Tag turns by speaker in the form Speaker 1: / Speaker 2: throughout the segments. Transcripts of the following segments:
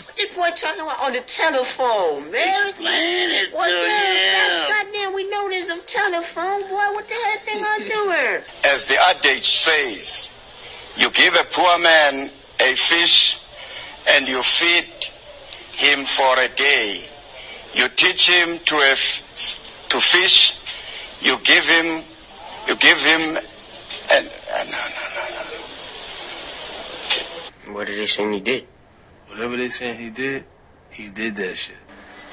Speaker 1: What this boy talking about on the telephone, man?
Speaker 2: Explain it
Speaker 1: What
Speaker 2: to
Speaker 1: the
Speaker 2: him.
Speaker 1: hell? Goddamn, we know there's a telephone, boy. What the hell thing I doing?
Speaker 3: As the adage says, you give a poor man a fish and you feed him for a day. You teach him to, a f- to fish, you give him, you give him, and, and no, no, no.
Speaker 1: What did they say he did?
Speaker 4: Whatever they saying he did, he did that shit.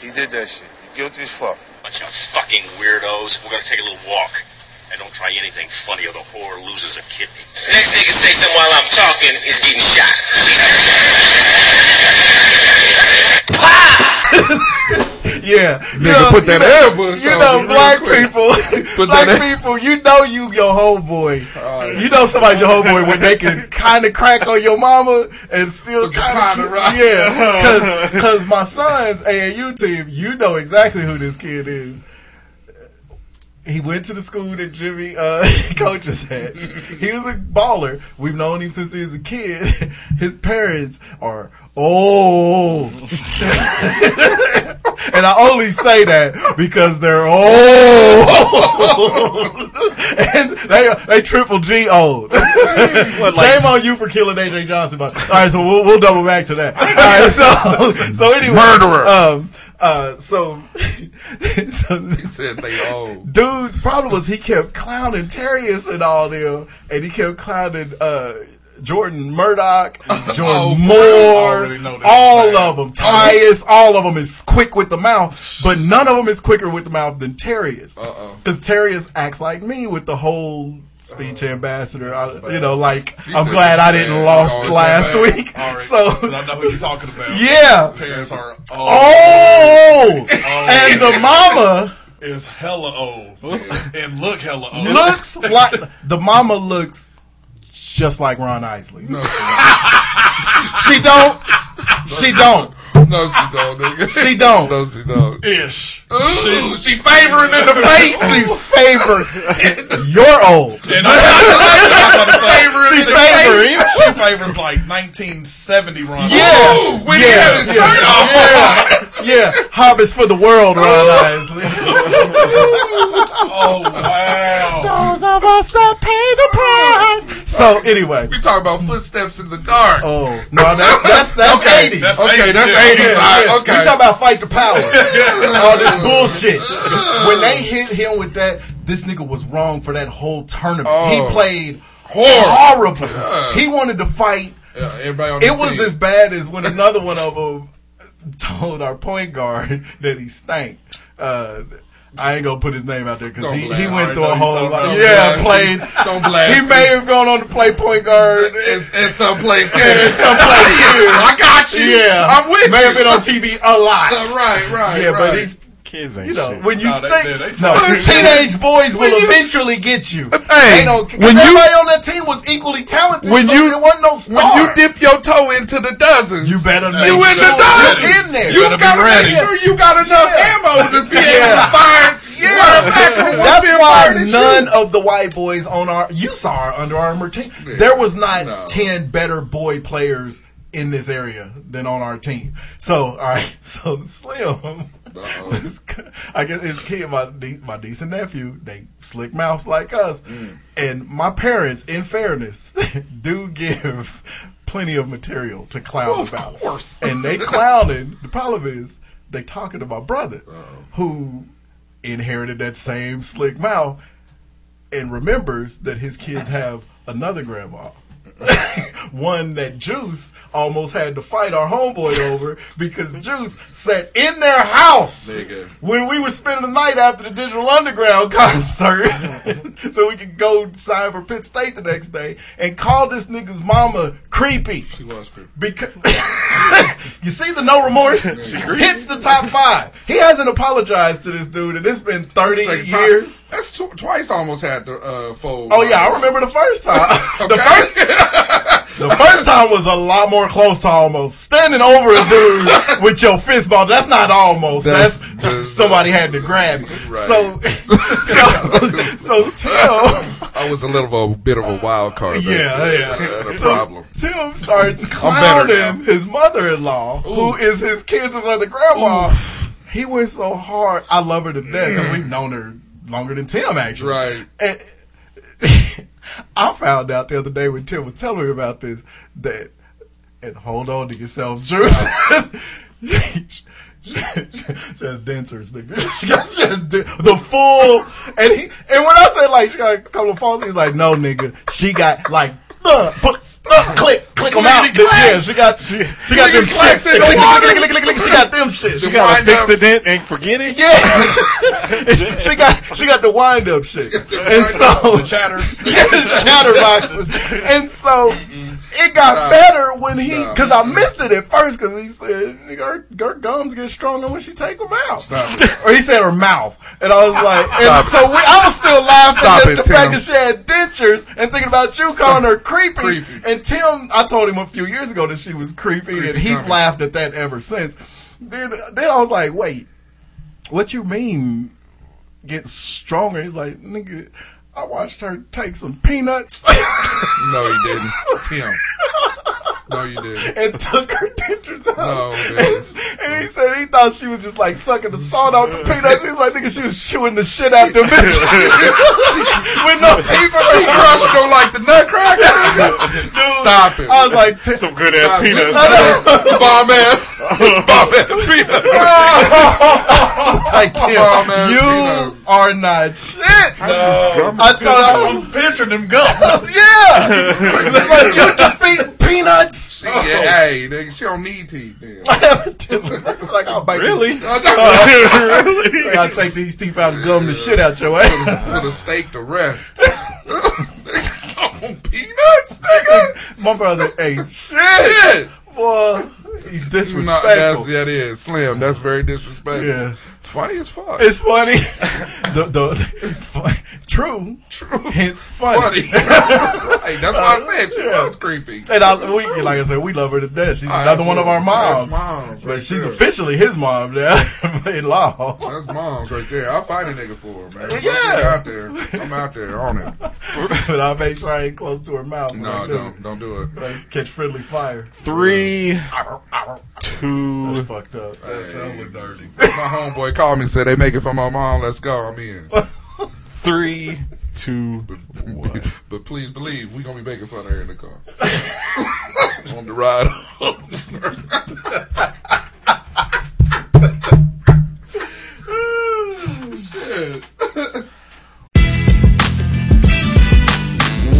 Speaker 4: He did that shit. He guilty as fuck.
Speaker 5: Bunch of fucking weirdos. We're gonna take a little walk. And don't try anything funny or the whore loses a kidney.
Speaker 6: Next nigga say something while I'm talking is getting shot.
Speaker 7: yeah,
Speaker 8: Nigga, put that air bus
Speaker 7: You
Speaker 8: on
Speaker 7: know,
Speaker 8: me real
Speaker 7: black
Speaker 8: quick.
Speaker 7: people,
Speaker 8: Put
Speaker 7: black
Speaker 8: that air-
Speaker 7: people. You know, you your homeboy.
Speaker 8: yeah.
Speaker 7: You know, somebody's your homeboy when they can kind of crack on your mama and still kind of
Speaker 8: rock.
Speaker 7: yeah. Because because my son's AAU team, you know exactly who this kid is. He went to the school that Jimmy uh, coaches at. He was a baller. We've known him since he was a kid. His parents are old. And I only say that because they're old. and they they triple G old. Shame on you for killing AJ Johnson. But all right, so we'll, we'll double back to that. All right, so so anyway,
Speaker 8: Murderer.
Speaker 7: Um, uh, so, so
Speaker 8: said they old.
Speaker 7: dude's problem was he kept clowning Terrius and all them, and he kept clowning uh, Jordan Murdoch, Jordan
Speaker 8: Oh, for real? I already know
Speaker 7: Moore,
Speaker 8: this
Speaker 7: all
Speaker 8: man.
Speaker 7: of them. Tyus, all of them is quick with the mouth, but none of them is quicker with the mouth than Terrius.
Speaker 8: Uh-oh.
Speaker 7: Because Terrius acts like me with the whole speech ambassador. I, you know, like,
Speaker 8: He
Speaker 7: I'm
Speaker 8: said
Speaker 7: glad
Speaker 8: this
Speaker 7: I
Speaker 8: bad.
Speaker 7: didn't lost
Speaker 8: Oh, it's
Speaker 7: last
Speaker 8: so bad.
Speaker 7: week.
Speaker 8: All right.
Speaker 7: So,
Speaker 9: I know who you're talking about.
Speaker 7: yeah.
Speaker 9: Parents are uh, old.
Speaker 7: Oh! And the mama.
Speaker 9: Is hella old. and look hella old.
Speaker 7: looks like the mama looks just like Ron Isley.
Speaker 8: No, she don't.
Speaker 7: She don't. She don't.
Speaker 8: No, she don't, nigga.
Speaker 7: She don't.
Speaker 8: No, she don't.
Speaker 9: Ish.
Speaker 8: Ooh, she favoring in the
Speaker 7: Face she favor. You're old.
Speaker 9: And I, I, was gonna say,
Speaker 7: She favor him.
Speaker 9: She favors like 1970 Ron.
Speaker 7: Yeah.
Speaker 8: Ooh, when
Speaker 7: yeah.
Speaker 8: he had his
Speaker 7: yeah.
Speaker 8: shirt off.
Speaker 7: Yeah. Yeah. Hobbits for the world, Ron Isley.
Speaker 9: Oh wow.
Speaker 7: Those of us that pay the price. So anyway.
Speaker 8: We talk about footsteps in the dark.
Speaker 7: Oh no, that's that's that's
Speaker 8: Okay,
Speaker 7: 80s.
Speaker 9: that's
Speaker 8: okay,
Speaker 9: 80s,
Speaker 8: that's
Speaker 9: yeah.
Speaker 8: eighties.
Speaker 7: Yeah, yeah.
Speaker 8: Okay,
Speaker 7: We talking about fight the power. All this bullshit. when they hit him with that, this nigga was wrong for that whole tournament.
Speaker 8: Oh.
Speaker 7: He played
Speaker 8: Horrible.
Speaker 7: horrible. He wanted to fight.
Speaker 8: Yeah, everybody on the
Speaker 7: It was
Speaker 8: team.
Speaker 7: as bad as when another one of them told our point guard that he stank. Uh, I ain't gonna put his name out there because
Speaker 8: Don't
Speaker 7: he,
Speaker 8: blast.
Speaker 7: he
Speaker 8: I
Speaker 7: went
Speaker 8: already
Speaker 7: through
Speaker 8: know
Speaker 7: a
Speaker 8: who you
Speaker 7: whole
Speaker 8: talking
Speaker 7: lot.
Speaker 8: about.
Speaker 7: Yeah,
Speaker 8: Don't
Speaker 7: played.
Speaker 8: blast. Don't blast
Speaker 7: He
Speaker 8: him.
Speaker 7: may have gone on to play point guard
Speaker 8: it's, it's someplace.
Speaker 7: in some place.
Speaker 8: I got you.
Speaker 7: Yeah,
Speaker 8: I'm with
Speaker 7: May
Speaker 8: you.
Speaker 7: have been on TV a lot.
Speaker 8: Uh, right, right.
Speaker 7: yeah,
Speaker 8: right.
Speaker 7: but he's
Speaker 10: Kids ain't
Speaker 7: you know
Speaker 10: shit.
Speaker 7: when you
Speaker 9: No, they-
Speaker 7: think
Speaker 9: they- they
Speaker 7: no
Speaker 8: trying.
Speaker 7: teenage boys will
Speaker 8: you-
Speaker 7: eventually get you.
Speaker 8: hey,
Speaker 7: they don't, 'cause
Speaker 8: when you-
Speaker 7: everybody on that team was equally talented.
Speaker 8: When
Speaker 7: so
Speaker 8: you-
Speaker 7: there wasn't no
Speaker 8: when
Speaker 7: star.
Speaker 8: you dip your toe into the dozens,
Speaker 7: You better make
Speaker 8: you in
Speaker 7: sure
Speaker 8: the dozens.
Speaker 7: you're in there.
Speaker 8: You
Speaker 7: Better be
Speaker 8: gotta
Speaker 7: ready.
Speaker 8: make sure you got enough
Speaker 7: Yeah.
Speaker 8: ammo to be able
Speaker 7: Yeah.
Speaker 8: to fire.
Speaker 7: Yeah.
Speaker 8: fire back from
Speaker 7: That's
Speaker 8: within
Speaker 7: why
Speaker 8: 30
Speaker 7: none of the white boys on our you saw our Under Armour team. There was not
Speaker 8: No.
Speaker 7: ten better boy players in this area than on our team. So, all right, so Slim, was- I guess his kid, my de- my niece and nephew, they slick mouths like us,
Speaker 2: Mm.
Speaker 7: and my parents, in fairness, do give plenty of material to clown
Speaker 2: Well, of
Speaker 7: about.
Speaker 2: course.
Speaker 7: and they clowning. The problem is they talking to my brother, who inherited that same slick mouth and remembers that his kids have another grandma. One that Juice almost had to fight our homeboy over because Juice sat in their house
Speaker 2: Nigga.
Speaker 7: when we were spending the night after the Digital Underground concert so we could go sign for Pitt State the next day and called this nigga's mama creepy.
Speaker 2: She was creepy.
Speaker 7: Because you see the no remorse hits the top five. He hasn't apologized to this dude, and it's been thirty
Speaker 2: Second time.
Speaker 7: years.
Speaker 2: That's tw- twice almost had the uh, fold.
Speaker 7: Oh yeah, I remember the first time. the first, the first time was a lot more close to almost standing over a dude with your fist ball. That's not almost. That's, somebody had to grab you. So, so, so tell.
Speaker 2: I was a little of a bit of a wild card. there.
Speaker 7: Yeah, yeah.
Speaker 2: Had a
Speaker 7: so
Speaker 2: problem.
Speaker 7: Tim starts
Speaker 2: I'm better now.
Speaker 7: clowning his mother-in-law, who is his kids' other grandma. He went so hard. I love her to death because we've known her longer than Tim, actually.
Speaker 2: Mm. Right.
Speaker 7: And I found out the other day when Tim was telling me about this that, and hold on to yourselves, Juice. She has dancers, nigga. She has, she has dan- the full, and he, and when I say like she got a couple of falls, he's like, no, nigga, she got like, uh, put, uh, click, click them out. Yeah, she got, she, she got them shits. Click, click, click, click, click, click, She got them shits.
Speaker 9: You got to fix it in and forget it.
Speaker 7: Yeah, she got she got the wind up shit, and so
Speaker 2: the chatters,
Speaker 7: yeah, it's chatterboxes, and so it got
Speaker 2: Nah.
Speaker 7: better when he
Speaker 2: Nah.
Speaker 7: because I missed it at first because he said nigga, her, her gums get stronger when she take them out,
Speaker 2: Stop it.
Speaker 7: or he said her mouth, and I was like,
Speaker 2: Stop
Speaker 7: and
Speaker 2: it.
Speaker 7: so we, I was still laughing
Speaker 2: Stop
Speaker 7: at
Speaker 2: it,
Speaker 7: the fact
Speaker 2: Tim.
Speaker 7: that she had dentures and thinking about you calling her creepy.
Speaker 2: Creepy.
Speaker 7: And Tim, I told him a few years ago that she was creepy, and he's
Speaker 2: Tommy.
Speaker 7: laughed at that ever since. Then, then I was like, wait. What you mean get stronger? He's like, nigga, I watched her take some peanuts
Speaker 2: No, you didn't. Tim. No, you didn't.
Speaker 7: and took her dentures out.
Speaker 2: No,
Speaker 7: and, and he said he thought she was just like sucking the salt off the peanuts. He's like, nigga, she was chewing the shit out the bitch with no teeth. or nothing.
Speaker 2: She crushed them like the nutcracker.
Speaker 7: Dude,
Speaker 2: Stop it.
Speaker 7: I was like, t-
Speaker 9: Some good ass peanuts.
Speaker 2: Bomb ass. Bomb ass peanut.
Speaker 7: like Tim,
Speaker 2: Oh, man,
Speaker 7: you are not shit. I told him,
Speaker 8: picturing them gums.
Speaker 7: Oh, yeah, like you defeat peanuts.
Speaker 2: Yeah, hey, nigga, she don't need teeth. Damn.
Speaker 7: like I'll bite these-
Speaker 9: Really?
Speaker 7: Like, I'll take these teeth out and gum the shit out your ass.
Speaker 2: Should have staked the rest. on peanuts, nigga.
Speaker 7: My brother ate shit.
Speaker 2: Shit.
Speaker 7: Boy, he's
Speaker 2: No, that's,
Speaker 7: disrespectful.
Speaker 2: that is slim. That's very disrespectful.
Speaker 7: Yeah.
Speaker 2: Funny as fuck.
Speaker 7: It's funny. the, the, fu- true. True. Hence funny.
Speaker 2: funny. right. That's why I said she
Speaker 7: Yeah.
Speaker 2: was creepy.
Speaker 7: And I, we, like I said, we love her to death. She's
Speaker 2: Oh,
Speaker 7: another one of our moms.
Speaker 2: absolutely. That's moms
Speaker 7: but
Speaker 2: right
Speaker 7: she's
Speaker 2: there.
Speaker 7: officially his mom now in law.
Speaker 2: That's moms right there. I'll find a nigga for her, man.
Speaker 7: Yeah.
Speaker 2: I'm out there. I'm out there on it.
Speaker 7: but I make sure I ain't close to her mouth.
Speaker 2: No, don't. Don't do it.
Speaker 7: Like, catch friendly fire.
Speaker 9: Three,
Speaker 7: That's
Speaker 9: two.
Speaker 7: fucked up.
Speaker 2: That's hella dirty. My homeboy called me and said, they make it for my mom. Let's go. I'm in.
Speaker 9: three, two, one.
Speaker 2: but please believe, we going to be making fun of her in the car. on the ride home. Shit.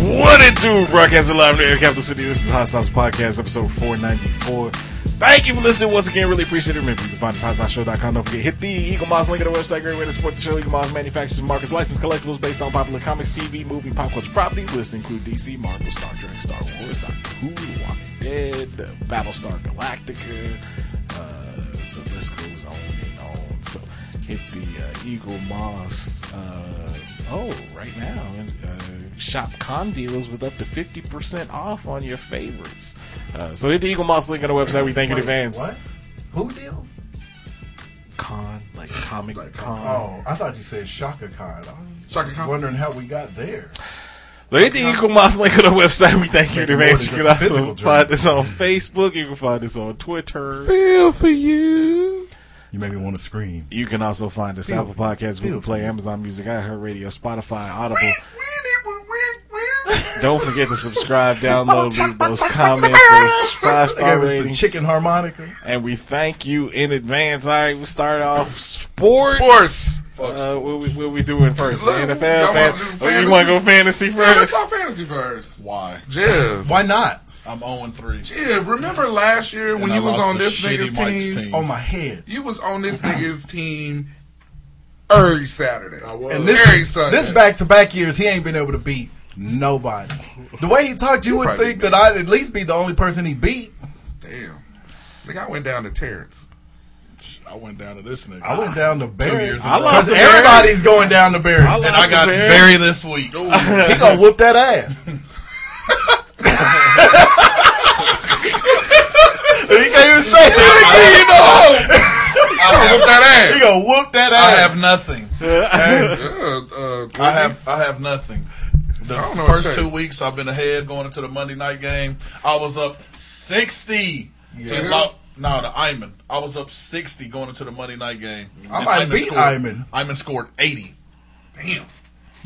Speaker 9: What it do? Broadcasting live in the Air Capital City. This is Hot Sauce Podcast, episode 494. Thank you for listening once again. Really appreciate it. Remember, you can find us at HotSauceShow.com. Don't forget, hit the Eagle Moss link at our website. Great way to support the show. Eagle Moss manufactures and markets licensed collectibles based on popular comics, TV, movie, pop culture properties. Lists include DC, Marvel, Star Trek, Star Wars, Doctor Who, The Walking Dead, uh, Battlestar Galactica. Uh, the list goes on and on. So hit the uh, Eagle Moss. Uh, oh, right now, uh, shop con deals with up to fifty percent off on your favorites. Uh, so hit the Eagle Moss link on our website. We thank you
Speaker 7: Wait,
Speaker 9: in advance.
Speaker 7: What? Who deals?
Speaker 9: Con like comic con.
Speaker 7: Oh, I thought you said Shaka Khan. I was
Speaker 2: Shaka Khan.
Speaker 7: wondering how we got there.
Speaker 9: So anything you can Moss link on the website, we thank you in
Speaker 7: Make more
Speaker 9: advance.
Speaker 7: than
Speaker 9: You
Speaker 7: just
Speaker 9: can
Speaker 7: a
Speaker 9: also
Speaker 7: physical
Speaker 9: find
Speaker 7: journey.
Speaker 9: this on Facebook. You can find this on Twitter.
Speaker 7: Feel for you. You made me want to scream.
Speaker 9: You can also find us
Speaker 7: Feel
Speaker 9: Apple
Speaker 7: for you.
Speaker 9: Podcasts,
Speaker 7: Feel
Speaker 9: Google
Speaker 7: for
Speaker 9: Play, Amazon Music, iHeartRadio, Spotify, Audible. Don't forget to subscribe, download, leave those comments, those
Speaker 7: They
Speaker 9: five star
Speaker 7: gave us the
Speaker 9: ratings,
Speaker 7: chicken harmonica.
Speaker 9: and we thank you in advance. All right, we start off sports.
Speaker 2: Sports.
Speaker 9: Uh, what we what we doing first? The NFL.
Speaker 2: Y'all wanna
Speaker 9: Fan-
Speaker 2: do
Speaker 9: oh, you want to go fantasy
Speaker 2: Yeah, let's
Speaker 9: first?
Speaker 2: talk fantasy first.
Speaker 8: Why?
Speaker 2: Yeah.
Speaker 7: Why not?
Speaker 8: I'm 0 and 3.
Speaker 2: Yeah, remember last year when
Speaker 8: And I
Speaker 2: you was
Speaker 8: lost
Speaker 2: on
Speaker 8: to
Speaker 2: this
Speaker 8: shitty
Speaker 2: nigga's
Speaker 8: Mike's
Speaker 2: team,
Speaker 8: team.
Speaker 7: On my head.
Speaker 2: You was on this nigga's team every Saturday. I was.
Speaker 7: And this
Speaker 2: every
Speaker 7: is,
Speaker 2: Sunday.
Speaker 7: this back to back years, he ain't been able to beat nobody. The way he talked, you would
Speaker 2: probably
Speaker 7: think
Speaker 2: beat
Speaker 7: that I'd at least be the only person he beat.
Speaker 2: Damn. Nigga, I went down to Terrence.
Speaker 8: I went down to this nigga.
Speaker 7: I went down to Barry
Speaker 8: years in a row.
Speaker 7: because
Speaker 9: to
Speaker 7: everybody's going down to Barry.
Speaker 9: I
Speaker 7: And
Speaker 9: lost
Speaker 7: I
Speaker 9: to
Speaker 7: got
Speaker 9: Barry.
Speaker 8: Barry this
Speaker 7: he
Speaker 8: week.
Speaker 7: gonna whoop that ass. he can't even say anything.
Speaker 2: I don't whoop that
Speaker 7: He
Speaker 2: ass.
Speaker 7: gonna whoop that
Speaker 8: I
Speaker 7: ass.
Speaker 8: have nothing.
Speaker 2: Yeah, uh,
Speaker 8: I have I have nothing. The
Speaker 2: I don't know what to
Speaker 8: first
Speaker 2: tell
Speaker 8: two
Speaker 2: you.
Speaker 8: weeks I've been ahead going into the Monday night game. I was up sixty.
Speaker 7: Yeah.
Speaker 8: And lo- no, the Iman. I was up sixty going into the Monday night game.
Speaker 7: I
Speaker 8: And
Speaker 7: might beat Iman.
Speaker 8: Iman scored eighty.
Speaker 2: Damn.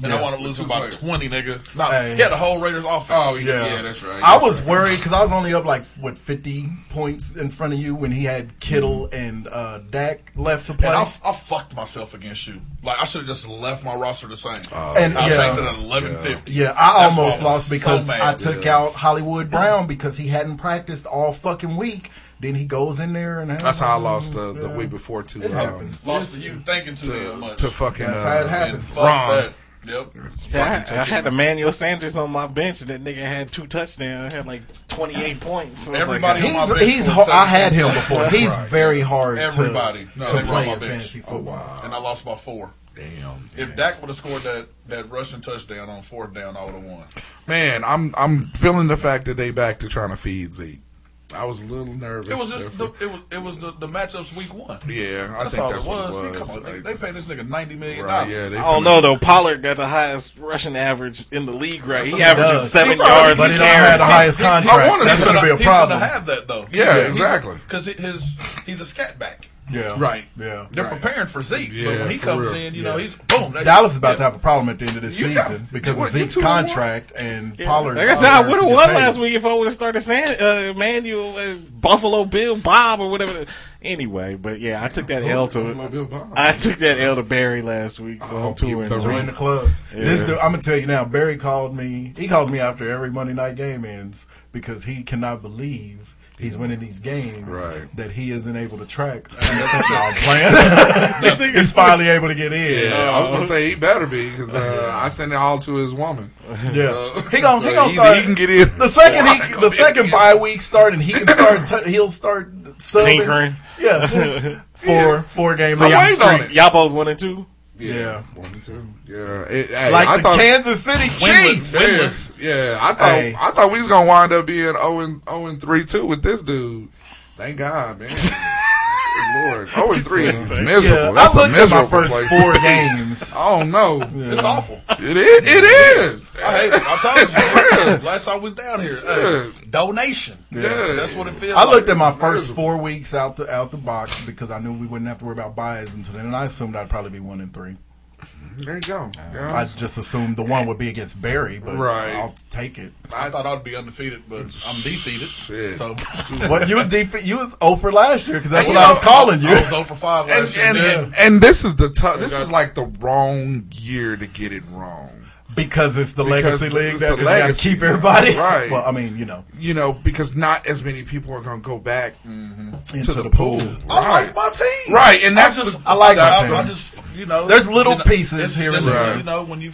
Speaker 8: And I want to lose
Speaker 2: two
Speaker 8: about
Speaker 2: players.
Speaker 8: twenty, nigga. No,
Speaker 7: Hey.
Speaker 8: yeah, the whole Raiders offense.
Speaker 2: Oh, yeah. Yeah, that's right.
Speaker 7: I was worried because I was only up like what fifty points in front of you when he had Kittle and uh, Dak left to play.
Speaker 8: Mm. And I, f- I fucked myself against you. Like I should have just left my roster the same.
Speaker 2: Oh,
Speaker 7: And,
Speaker 8: I
Speaker 7: yeah.
Speaker 8: tanked it at eleven fifty.
Speaker 7: Yeah, I
Speaker 8: That's
Speaker 7: almost
Speaker 8: why I was
Speaker 7: lost
Speaker 8: so
Speaker 7: because
Speaker 8: mad.
Speaker 7: I took out Hollywood Brown because he hadn't practiced all fucking week. Then he goes in there and has
Speaker 2: That's how I lost the, the week before to
Speaker 7: It
Speaker 2: um,
Speaker 7: happens.
Speaker 8: Lost to you thinking too damn much.
Speaker 2: to fucking
Speaker 7: That's how it
Speaker 2: uh,
Speaker 8: and
Speaker 7: happens.
Speaker 8: fuck that. Yep.
Speaker 9: Yeah, I, I had Emmanuel Sanders on my bench, and that nigga had two touchdowns. Had like twenty eight points. So I was like,
Speaker 8: Everybody-
Speaker 9: "Hey,
Speaker 8: my
Speaker 7: He's
Speaker 8: bench
Speaker 7: he's
Speaker 8: was
Speaker 7: ho- I had
Speaker 8: seventeen
Speaker 7: him
Speaker 8: points.
Speaker 7: before. He's
Speaker 8: Right.
Speaker 7: very hard. to-
Speaker 8: Everybody. No,
Speaker 7: to,
Speaker 8: they were on
Speaker 7: play
Speaker 8: my
Speaker 7: in
Speaker 8: bench.
Speaker 7: fantasy
Speaker 8: Oh,
Speaker 7: football.
Speaker 8: and I lost by four.
Speaker 2: Damn.
Speaker 8: If Dak would have scored that that rushing touchdown on fourth down, I would have won.
Speaker 2: Man, I'm I'm feeling the fact that they back to trying to feed Zeke. I was a little nervous.
Speaker 8: It was just the,
Speaker 2: there
Speaker 8: it was it was the, the matchups week one.
Speaker 2: for- yeah, I
Speaker 8: that's
Speaker 2: think
Speaker 8: all
Speaker 2: that's
Speaker 8: it was.
Speaker 2: What it was.
Speaker 8: See, come on,
Speaker 2: Like,
Speaker 8: they, they paid this nigga ninety million
Speaker 2: right,
Speaker 8: dollars.
Speaker 2: yeah, they
Speaker 9: I don't
Speaker 2: finna-
Speaker 9: know though. Pollard got the highest rushing average in the league right. He
Speaker 7: what he
Speaker 9: averages
Speaker 7: does.
Speaker 9: seven
Speaker 7: He's
Speaker 9: yards
Speaker 7: But
Speaker 9: a
Speaker 7: he don't
Speaker 9: carry.
Speaker 7: have the highest
Speaker 2: I
Speaker 7: contract.
Speaker 2: wanted
Speaker 7: That's
Speaker 2: to-
Speaker 7: going to be a problem.
Speaker 8: He's gonna have that though.
Speaker 2: Yeah, exactly.
Speaker 8: Because his he's a scat back.
Speaker 7: Yeah.
Speaker 2: Right.
Speaker 7: Yeah.
Speaker 8: They're preparing for Zeke, but
Speaker 2: Yeah,
Speaker 8: when he
Speaker 2: for
Speaker 8: comes
Speaker 2: real.
Speaker 8: in, you know he's boom. that-
Speaker 7: Dallas is about to
Speaker 8: yeah.
Speaker 7: have a problem at the end of this
Speaker 2: You got-
Speaker 7: season because
Speaker 2: you-
Speaker 7: of
Speaker 2: you
Speaker 7: Zeke's
Speaker 2: two and one?
Speaker 7: contract and
Speaker 9: Yeah.
Speaker 7: Pollard.
Speaker 9: Like I said, I would
Speaker 7: deserves to
Speaker 9: have
Speaker 7: get
Speaker 9: won
Speaker 7: paid.
Speaker 9: last week if I would have started saying uh, Emmanuel uh, Buffalo Bill Bob or whatever. Anyway, but yeah, I took that L
Speaker 2: Buffalo Bill Bob.
Speaker 9: to I took that L to Barry last week, so I'm
Speaker 2: hope you
Speaker 9: two and
Speaker 2: the
Speaker 9: three.
Speaker 7: Join the club. This dude, I'm gonna tell you now. Barry called me. He calls me after every Monday night game ends because he cannot believe he's winning these games
Speaker 2: Right.
Speaker 7: that he isn't able to track. And that's what I'm playing. he's finally able to get in.
Speaker 2: Yeah, I was gonna say he better be because uh, I sent it all to his woman.
Speaker 7: Yeah,
Speaker 2: So-
Speaker 7: he gonna he gonna
Speaker 2: so either
Speaker 7: start.
Speaker 2: He can get in.
Speaker 7: the second he the second bye week starting, he can start. T- he'll start subbing.
Speaker 9: Tinkering.
Speaker 7: Yeah, four four games.
Speaker 2: So
Speaker 7: on the
Speaker 2: wait
Speaker 7: streak.
Speaker 2: on it.
Speaker 9: Y'all both one and two.
Speaker 7: Yeah.
Speaker 2: one and two. Yeah, it, hey,
Speaker 7: like
Speaker 2: I
Speaker 7: the
Speaker 2: thought,
Speaker 7: Kansas City Chiefs.
Speaker 2: Yeah, Yeah, I thought
Speaker 7: Hey.
Speaker 2: I thought we was gonna wind up being 0 and 0 and three two with this dude. Thank God, man. Good Lord, 0 Oh, and three is miserable.
Speaker 7: Yeah,
Speaker 2: That's
Speaker 7: I
Speaker 2: a
Speaker 7: looked at my
Speaker 2: miserable
Speaker 7: first
Speaker 2: place.
Speaker 7: four games.
Speaker 2: I don't know.
Speaker 8: It's awful.
Speaker 2: It is. It is.
Speaker 8: I hate it. I told you last time we was down here. hey, donation.
Speaker 2: Yeah.
Speaker 8: that's what it feels.
Speaker 7: I
Speaker 8: like.
Speaker 7: looked at my first four weeks out the out the box because I knew we wouldn't have to worry about buys until then, and I assumed I'd probably be one and three.
Speaker 2: There you go. Yeah.
Speaker 7: I just assumed the one would be against Barry, but
Speaker 2: Right.
Speaker 7: I'll take it.
Speaker 8: I thought I'd be undefeated, but I'm defeated.
Speaker 2: Shit.
Speaker 8: So
Speaker 7: But you was defe- you was over last year because that's
Speaker 2: And
Speaker 7: what
Speaker 2: you
Speaker 7: I was
Speaker 2: know-
Speaker 7: calling you.
Speaker 8: I was 0 for five
Speaker 2: and
Speaker 8: last
Speaker 2: and,
Speaker 8: year. then
Speaker 2: and and this is the tough. This is like the wrong year to get it wrong.
Speaker 7: Because it's the
Speaker 2: Because
Speaker 7: legacy league
Speaker 2: it's
Speaker 7: that
Speaker 2: the
Speaker 7: we got to
Speaker 2: legacy.
Speaker 7: keep everybody.
Speaker 2: Right.
Speaker 7: Well, I mean, you know,
Speaker 2: You know, because not as many people are gonna go back
Speaker 7: into
Speaker 2: to the, pool.
Speaker 8: I
Speaker 2: Right.
Speaker 8: like my team.
Speaker 2: Right, and that's
Speaker 8: I
Speaker 2: just
Speaker 7: I like
Speaker 8: I,
Speaker 7: my team.
Speaker 8: I just you know
Speaker 7: There's little
Speaker 8: you know,
Speaker 7: pieces
Speaker 8: it's
Speaker 7: here and
Speaker 8: just,
Speaker 2: there.
Speaker 8: You know when you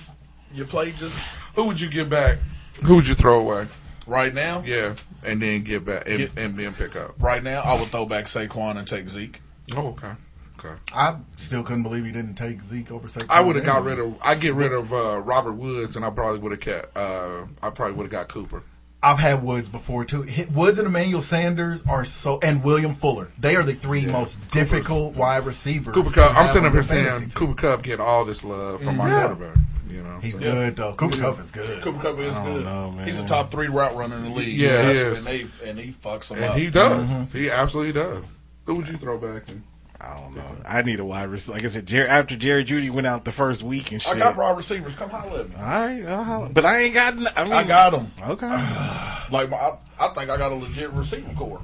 Speaker 8: you play just
Speaker 2: Who would you give back? Who would you throw away?
Speaker 8: right now.
Speaker 2: Yeah, and then get back and,
Speaker 8: Get-
Speaker 2: and then pick up.
Speaker 8: Right now, I would throw back Saquon and take Zeke.
Speaker 2: Oh, okay, okay.
Speaker 7: I still couldn't believe he didn't take Zeke over. Saquon
Speaker 2: I would have got
Speaker 7: anyway.
Speaker 2: rid of. I get rid of uh, Robert Woods, and I probably would have kept. Uh, I probably would have got Cooper.
Speaker 7: I've had Woods before too. Hit- Woods and Emmanuel Sanders are so, and William Fuller. They are the three most difficult wide receivers.
Speaker 2: Cooper
Speaker 7: to
Speaker 2: Cup. I'm
Speaker 7: have
Speaker 2: sitting
Speaker 7: on
Speaker 2: up here
Speaker 7: your fantasy
Speaker 2: saying
Speaker 7: team.
Speaker 2: Cooper Cup get all this love from my quarterback. You know, now.
Speaker 7: He's
Speaker 2: so.
Speaker 7: good though. Cooper
Speaker 8: Yeah.
Speaker 7: Cup is good.
Speaker 8: Cooper Cup is
Speaker 7: I don't
Speaker 8: good.
Speaker 7: know, man.
Speaker 8: He's a top three route runner in the league.
Speaker 2: Yeah, he
Speaker 8: That's-
Speaker 2: is.
Speaker 8: And, they, and he fucks them
Speaker 2: And
Speaker 8: up.
Speaker 7: Uh,
Speaker 2: he does.
Speaker 7: mm-hmm.
Speaker 2: He absolutely does. Who would you throw back? In?
Speaker 9: I don't know. I need a wide receiver. Like I said, Jerry, after Jerry Judy went out the first week and shit.
Speaker 8: I got raw receivers. Come holler at me.
Speaker 9: All right, I'll holler. But I ain't got. n- I, mean,
Speaker 8: I got him.
Speaker 9: Okay.
Speaker 8: Like my, I, I think I got a legit receiving core.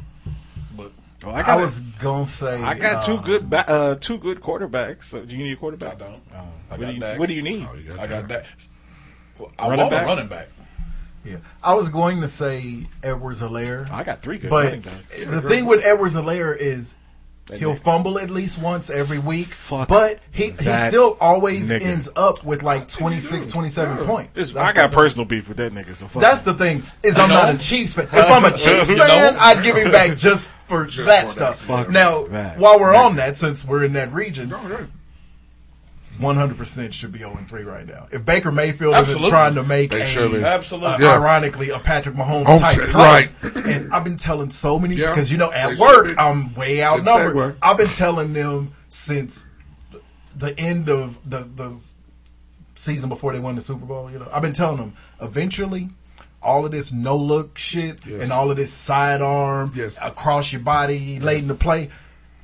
Speaker 8: But
Speaker 9: Well,
Speaker 7: I,
Speaker 9: Oh, I, got
Speaker 7: was gonna say
Speaker 9: I got
Speaker 7: uh,
Speaker 9: two good ba- uh, two good quarterbacks. So do you need a quarterback? I
Speaker 8: don't.
Speaker 9: what,
Speaker 8: got
Speaker 9: do you,
Speaker 8: Dak.
Speaker 9: what do you need?
Speaker 8: I got that. Well, I
Speaker 9: Running
Speaker 8: want
Speaker 9: back?
Speaker 8: a running back.
Speaker 7: Yeah, I was going to say Edwards Alaire.
Speaker 9: I got three good
Speaker 7: but
Speaker 9: running backs.
Speaker 7: The thing with Edwards Alaire is
Speaker 9: That
Speaker 7: he'll
Speaker 9: nigga.
Speaker 7: fumble at least once every week, but he he
Speaker 9: that
Speaker 7: still always
Speaker 9: nigga.
Speaker 7: ends up with like 26, 27 points. That's
Speaker 9: It's- I got
Speaker 7: the thing.
Speaker 9: personal beef with that nigga. So fuck
Speaker 7: That's
Speaker 9: him.
Speaker 7: the thing is
Speaker 9: You
Speaker 7: I'm
Speaker 9: know?
Speaker 7: not a Chiefs fan. If I'm a Chiefs
Speaker 9: You know?
Speaker 7: fan, I'd give him back just for
Speaker 9: Just
Speaker 7: that
Speaker 9: for
Speaker 7: stuff.
Speaker 9: that. Fuck
Speaker 7: now,
Speaker 9: that.
Speaker 7: while we're on that, since we're in that region, one hundred percent should be zero three right now. If Baker Mayfield
Speaker 8: Absolutely.
Speaker 7: isn't trying to make
Speaker 2: They
Speaker 7: a,
Speaker 2: should be.
Speaker 8: Absolutely.
Speaker 7: uh,
Speaker 2: Yeah.
Speaker 7: ironically a Patrick Mahomes
Speaker 2: Oh,
Speaker 7: type
Speaker 2: shit,
Speaker 7: play.
Speaker 2: right.
Speaker 7: And I've been telling so many
Speaker 2: Yeah.
Speaker 7: because you know
Speaker 2: They
Speaker 7: at
Speaker 2: should
Speaker 7: work
Speaker 2: be.
Speaker 7: I'm way
Speaker 2: Good segue.
Speaker 7: outnumbered. I've been telling them since th- the end of the the season before they won the Super Bowl. You know, I've been telling them eventually. All of this no look shit
Speaker 2: Yes.
Speaker 7: and all of this sidearm
Speaker 2: Yes.
Speaker 7: across your body, late in the play,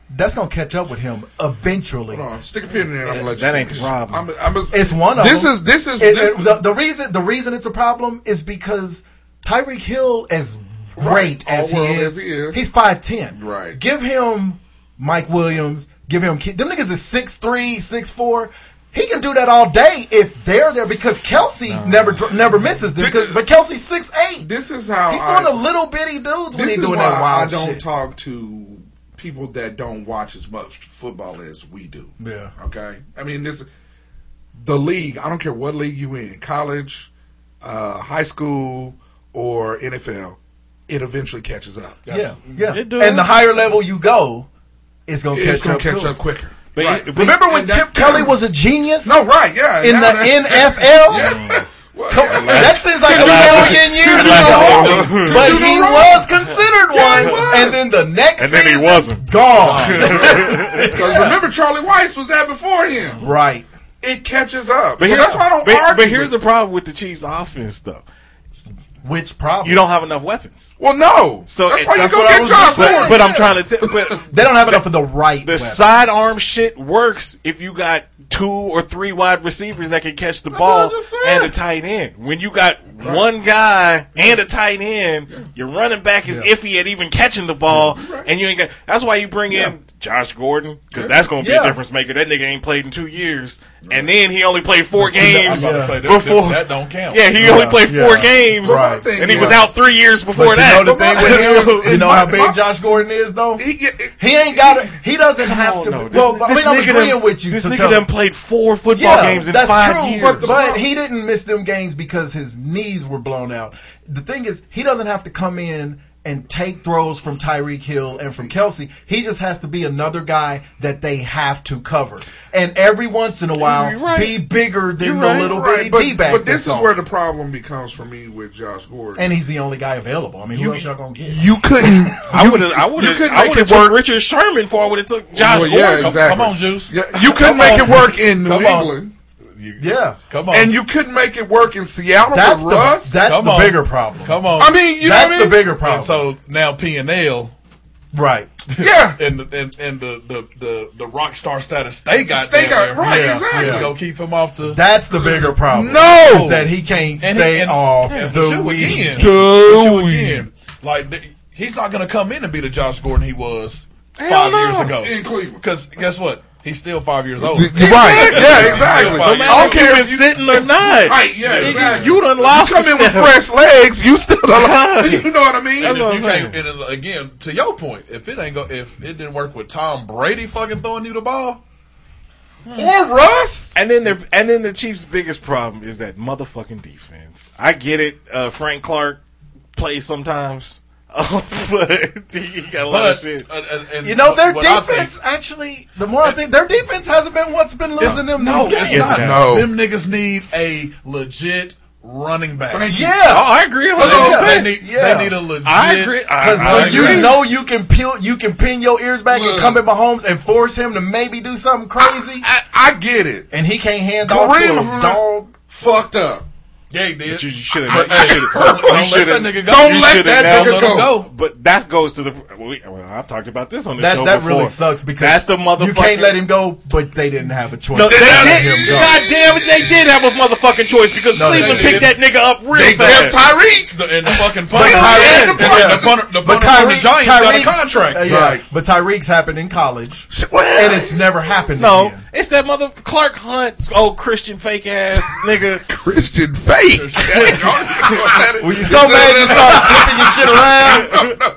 Speaker 7: that's gonna catch up with him eventually.
Speaker 2: Hold on, stick a pin in there. And I'm gonna let you
Speaker 9: That ain't the
Speaker 2: finish.
Speaker 9: problem.
Speaker 2: I'm, I'm a,
Speaker 7: It's one of
Speaker 2: this
Speaker 7: them.
Speaker 2: is this
Speaker 7: And-
Speaker 2: is this-
Speaker 7: and the, the reason the reason it's a problem is because Tyreek Hill as
Speaker 2: Right.
Speaker 7: great as,
Speaker 2: All
Speaker 7: he
Speaker 2: world
Speaker 7: is,
Speaker 2: as he is.
Speaker 7: he's five ten.
Speaker 2: Right.
Speaker 7: Give him Mike Williams. Give him Ke- them niggas is six three, six four. He can do that all day if they're there because Kelsey never dr- never misses them. 'cause- but Kelsey's six eight.
Speaker 2: this is how
Speaker 7: He's
Speaker 2: I,
Speaker 7: throwing the little bitty dudes when
Speaker 2: this
Speaker 7: he's
Speaker 2: is
Speaker 7: doing
Speaker 2: why
Speaker 7: that
Speaker 8: Oh,
Speaker 7: wild
Speaker 2: I don't
Speaker 7: shit.
Speaker 2: talk to people that don't watch as much football as we do.
Speaker 7: Yeah.
Speaker 2: Okay. I mean, this the league. I don't care what league you in, college, uh, high school, or NFL. It eventually catches up.
Speaker 7: Yeah, yeah.
Speaker 9: It does.
Speaker 7: And the higher level you go, it's gonna
Speaker 2: It's
Speaker 7: catch
Speaker 2: gonna
Speaker 7: up.
Speaker 2: catch
Speaker 7: too.
Speaker 2: up quicker.
Speaker 9: But-
Speaker 2: Right.
Speaker 9: but-
Speaker 7: Remember when
Speaker 2: And that-
Speaker 7: Chip Kelly was a genius?
Speaker 2: No, right, yeah.
Speaker 7: in the
Speaker 2: Now that-
Speaker 7: NFL.
Speaker 2: Yeah. Well,
Speaker 7: Come- that seems like a
Speaker 9: Last-
Speaker 7: million years
Speaker 9: Last-
Speaker 7: ago, but he was considered one, and then the next
Speaker 9: And then he
Speaker 7: season,
Speaker 9: wasn't.
Speaker 7: gone.
Speaker 2: Because remember, Charlie Weiss was there before him.
Speaker 7: right?
Speaker 2: It catches up.
Speaker 9: But
Speaker 2: so
Speaker 9: here's-
Speaker 2: that's why I don't
Speaker 9: but,
Speaker 2: argue.
Speaker 9: But here's
Speaker 2: with-
Speaker 9: the problem with the Chiefs' offense, though.
Speaker 7: Which problem?
Speaker 9: You don't have enough weapons.
Speaker 2: well, no.
Speaker 9: So
Speaker 2: that's
Speaker 9: it-
Speaker 2: why you
Speaker 9: that's
Speaker 2: go
Speaker 9: what I
Speaker 2: get
Speaker 9: was
Speaker 2: John
Speaker 9: just saying.
Speaker 2: Ford.
Speaker 9: But I'm trying to. T- but
Speaker 7: they don't have enough of the right.
Speaker 9: The
Speaker 7: weapons.
Speaker 9: sidearm shit works if you got two or three wide receivers that can catch the
Speaker 7: what I
Speaker 9: ball
Speaker 7: just said.
Speaker 9: and a tight end. When you got one guy and a tight end, your running back is iffy at even catching the ball, and you ain't got. That's why you bring in Josh Gordon because that's going to be
Speaker 7: Yeah.
Speaker 9: a difference maker. That nigga ain't played in two years, and then he only played four
Speaker 8: You know, I'm
Speaker 9: games
Speaker 8: about to say, that,
Speaker 9: before.
Speaker 8: that, that don't count.
Speaker 9: yeah, he only played four
Speaker 7: yeah.
Speaker 9: games,
Speaker 7: Right.
Speaker 9: and he was
Speaker 2: Yeah.
Speaker 9: out three years
Speaker 7: But
Speaker 9: before
Speaker 7: you
Speaker 9: that.
Speaker 7: know the thing with
Speaker 2: So,
Speaker 7: him, you know
Speaker 2: my-
Speaker 7: how big
Speaker 2: my-
Speaker 7: Josh Gordon is, though.
Speaker 2: He-
Speaker 7: He,
Speaker 2: yeah, it-
Speaker 7: ain't got. A, he doesn't have to.
Speaker 9: no, this,
Speaker 7: well,
Speaker 9: this
Speaker 7: I mean, I'm
Speaker 9: nigga
Speaker 7: agreeing
Speaker 9: done-
Speaker 7: with you.
Speaker 9: This
Speaker 7: to
Speaker 9: nigga
Speaker 7: tell-
Speaker 9: done played four football games in
Speaker 7: that's
Speaker 9: five
Speaker 7: true,
Speaker 9: years.
Speaker 7: But, but he didn't miss them games because his knees were blown out. The thing is, he doesn't have to come in and take throws from Tyreek Hill and from Kelsey. He just has to be another guy that they have to cover. And every once in a while,
Speaker 9: You're right.
Speaker 7: be bigger than
Speaker 9: You're
Speaker 7: the
Speaker 9: right.
Speaker 7: little bitty
Speaker 2: but,
Speaker 7: D back.
Speaker 2: but this is where the problem becomes for me with Josh Gordon.
Speaker 7: and he's the only guy available. I mean, who else y'all gonna get?
Speaker 2: you couldn't.
Speaker 9: I would have. I would
Speaker 2: you couldn't
Speaker 9: have. I
Speaker 2: make
Speaker 9: would have
Speaker 2: it
Speaker 9: took Richard Sherman for. I would have took Josh
Speaker 2: Well,
Speaker 9: Gordon.
Speaker 2: yeah, exactly.
Speaker 8: Come on, Juice.
Speaker 2: Yeah, you couldn't make it work in New
Speaker 8: Come on.
Speaker 2: England,
Speaker 8: You-
Speaker 7: Yeah,
Speaker 8: Come on.
Speaker 2: and you couldn't make it work in Seattle
Speaker 7: Oh. that's
Speaker 2: with
Speaker 7: the
Speaker 2: Russ.
Speaker 7: that's
Speaker 8: Come
Speaker 7: the
Speaker 8: on.
Speaker 7: bigger problem.
Speaker 8: Come on.
Speaker 2: I mean, you
Speaker 7: that's
Speaker 2: know
Speaker 7: the
Speaker 2: what I mean?
Speaker 7: bigger problem.
Speaker 8: And so now P and L
Speaker 7: right.
Speaker 2: Yeah,
Speaker 8: and the- and and the the the, the rock star status they got.
Speaker 2: They
Speaker 8: down
Speaker 2: got-
Speaker 8: there.
Speaker 2: right,
Speaker 8: Yeah,
Speaker 2: exactly.
Speaker 8: yeah. Go keep him off the.
Speaker 7: That's the bigger problem.
Speaker 2: No!
Speaker 7: is that he can't
Speaker 8: And he-
Speaker 7: stay
Speaker 8: and-
Speaker 7: off
Speaker 8: yeah, but
Speaker 7: the
Speaker 8: you again.
Speaker 7: weekend.
Speaker 8: But you again. Like th- he's not gonna come in and be the Josh Gordon he was five
Speaker 9: no.
Speaker 8: years ago
Speaker 2: in Cleveland.
Speaker 8: Because guess what? He's still five years old.
Speaker 2: Right. Yeah, exactly.
Speaker 8: No matter
Speaker 2: I don't care
Speaker 9: been
Speaker 2: if you
Speaker 9: sitting or not.
Speaker 2: Right, yeah, exactly.
Speaker 9: You done lost.
Speaker 2: You come in with
Speaker 9: step.
Speaker 2: fresh legs, you still alive. you know what I mean?
Speaker 8: And
Speaker 9: what
Speaker 8: if
Speaker 9: I'm
Speaker 8: you
Speaker 9: saying.
Speaker 8: can't, and then, again, to your point, if it ain't go, if it didn't work with Tom Brady fucking throwing you the ball,
Speaker 2: Or Russ.
Speaker 9: And then the and then the Chiefs' biggest problem is that motherfucking defense. I get it. Uh, Frank Clark plays sometimes, but he got a
Speaker 8: but uh,
Speaker 9: lot of Oh, shit.
Speaker 8: and- and- and
Speaker 7: You know, their
Speaker 8: what I think-
Speaker 7: defense actually, the more I think, their defense hasn't been what's been losing them
Speaker 8: No,
Speaker 7: these
Speaker 8: it's
Speaker 7: games.
Speaker 8: not.
Speaker 2: No.
Speaker 8: Them niggas need a legit running back.
Speaker 9: Oh,
Speaker 7: Yeah.
Speaker 9: I agree with what
Speaker 8: They,
Speaker 9: I'm
Speaker 7: yeah.
Speaker 9: saying.
Speaker 8: need,
Speaker 7: Yeah.
Speaker 8: they need a legit.
Speaker 9: I agree. I-
Speaker 7: Because
Speaker 9: I
Speaker 7: when you
Speaker 9: agree.
Speaker 7: know you can peel, you can pin your ears back and come at Mahomes and
Speaker 8: Ah,
Speaker 7: force him to maybe do something crazy,
Speaker 2: I, I get it.
Speaker 7: and he can't hand off to
Speaker 2: Kareem
Speaker 7: a
Speaker 2: Hunt
Speaker 7: dog
Speaker 2: fucked up.
Speaker 8: Yeah, he did.
Speaker 9: You should
Speaker 2: But,
Speaker 9: have.
Speaker 2: hey, don't let that nigga go. Don't let that nigga go.
Speaker 9: But that goes to the. We, well, I've talked about this on the
Speaker 7: That
Speaker 9: show
Speaker 7: that
Speaker 9: before.
Speaker 7: really sucks because
Speaker 9: that's the motherfucker.
Speaker 7: You can't let him go, but they didn't have a choice.
Speaker 9: No, they
Speaker 7: to let
Speaker 9: did.
Speaker 7: him go.
Speaker 9: God damn it, they did have a motherfucking choice because
Speaker 7: No, they
Speaker 9: Cleveland
Speaker 7: didn't.
Speaker 9: picked that nigga up real
Speaker 7: They
Speaker 9: fast.
Speaker 7: grabbed Tyreek.
Speaker 8: The, and the fucking
Speaker 7: But
Speaker 8: punter.
Speaker 7: Tyreek-
Speaker 8: and the punter.
Speaker 7: yeah.
Speaker 8: The punter, the
Speaker 7: But
Speaker 8: punter for the
Speaker 7: Tyreek-
Speaker 8: Giants got a
Speaker 7: Tyreek's-
Speaker 8: contract.
Speaker 7: uh, yeah. But Tyreek's happened in college, and it's never happened.
Speaker 9: No,
Speaker 7: again.
Speaker 9: it's that mother Clark Hunt's old Christian fake ass nigga.
Speaker 2: Christian fake.
Speaker 7: Were you so mad you started flipping your shit around?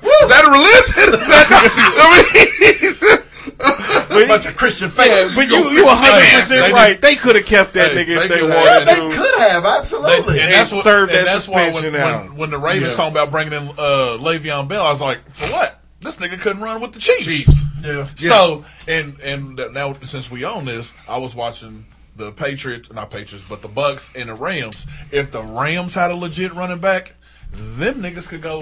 Speaker 2: Is that a religion? Is that,
Speaker 9: I mean,
Speaker 7: a bunch of Christian fans.
Speaker 9: But you, you 100 percent right. They could have kept that nigga if they
Speaker 8: Oh,
Speaker 9: wanted
Speaker 7: They
Speaker 9: to.
Speaker 7: could have absolutely.
Speaker 9: And that's what- served that
Speaker 8: when,
Speaker 9: suspension out.
Speaker 8: when, when the Ravens
Speaker 9: Yeah.
Speaker 8: talking about bringing in uh, Le'Veon Bell, I was like, for what? This nigga couldn't run with the Chiefs. Yeah. So and and th- now since we own this, I was watching the Patriots, not Patriots, but the Bucks and the Rams. If the Rams had a legit running back, them niggas could go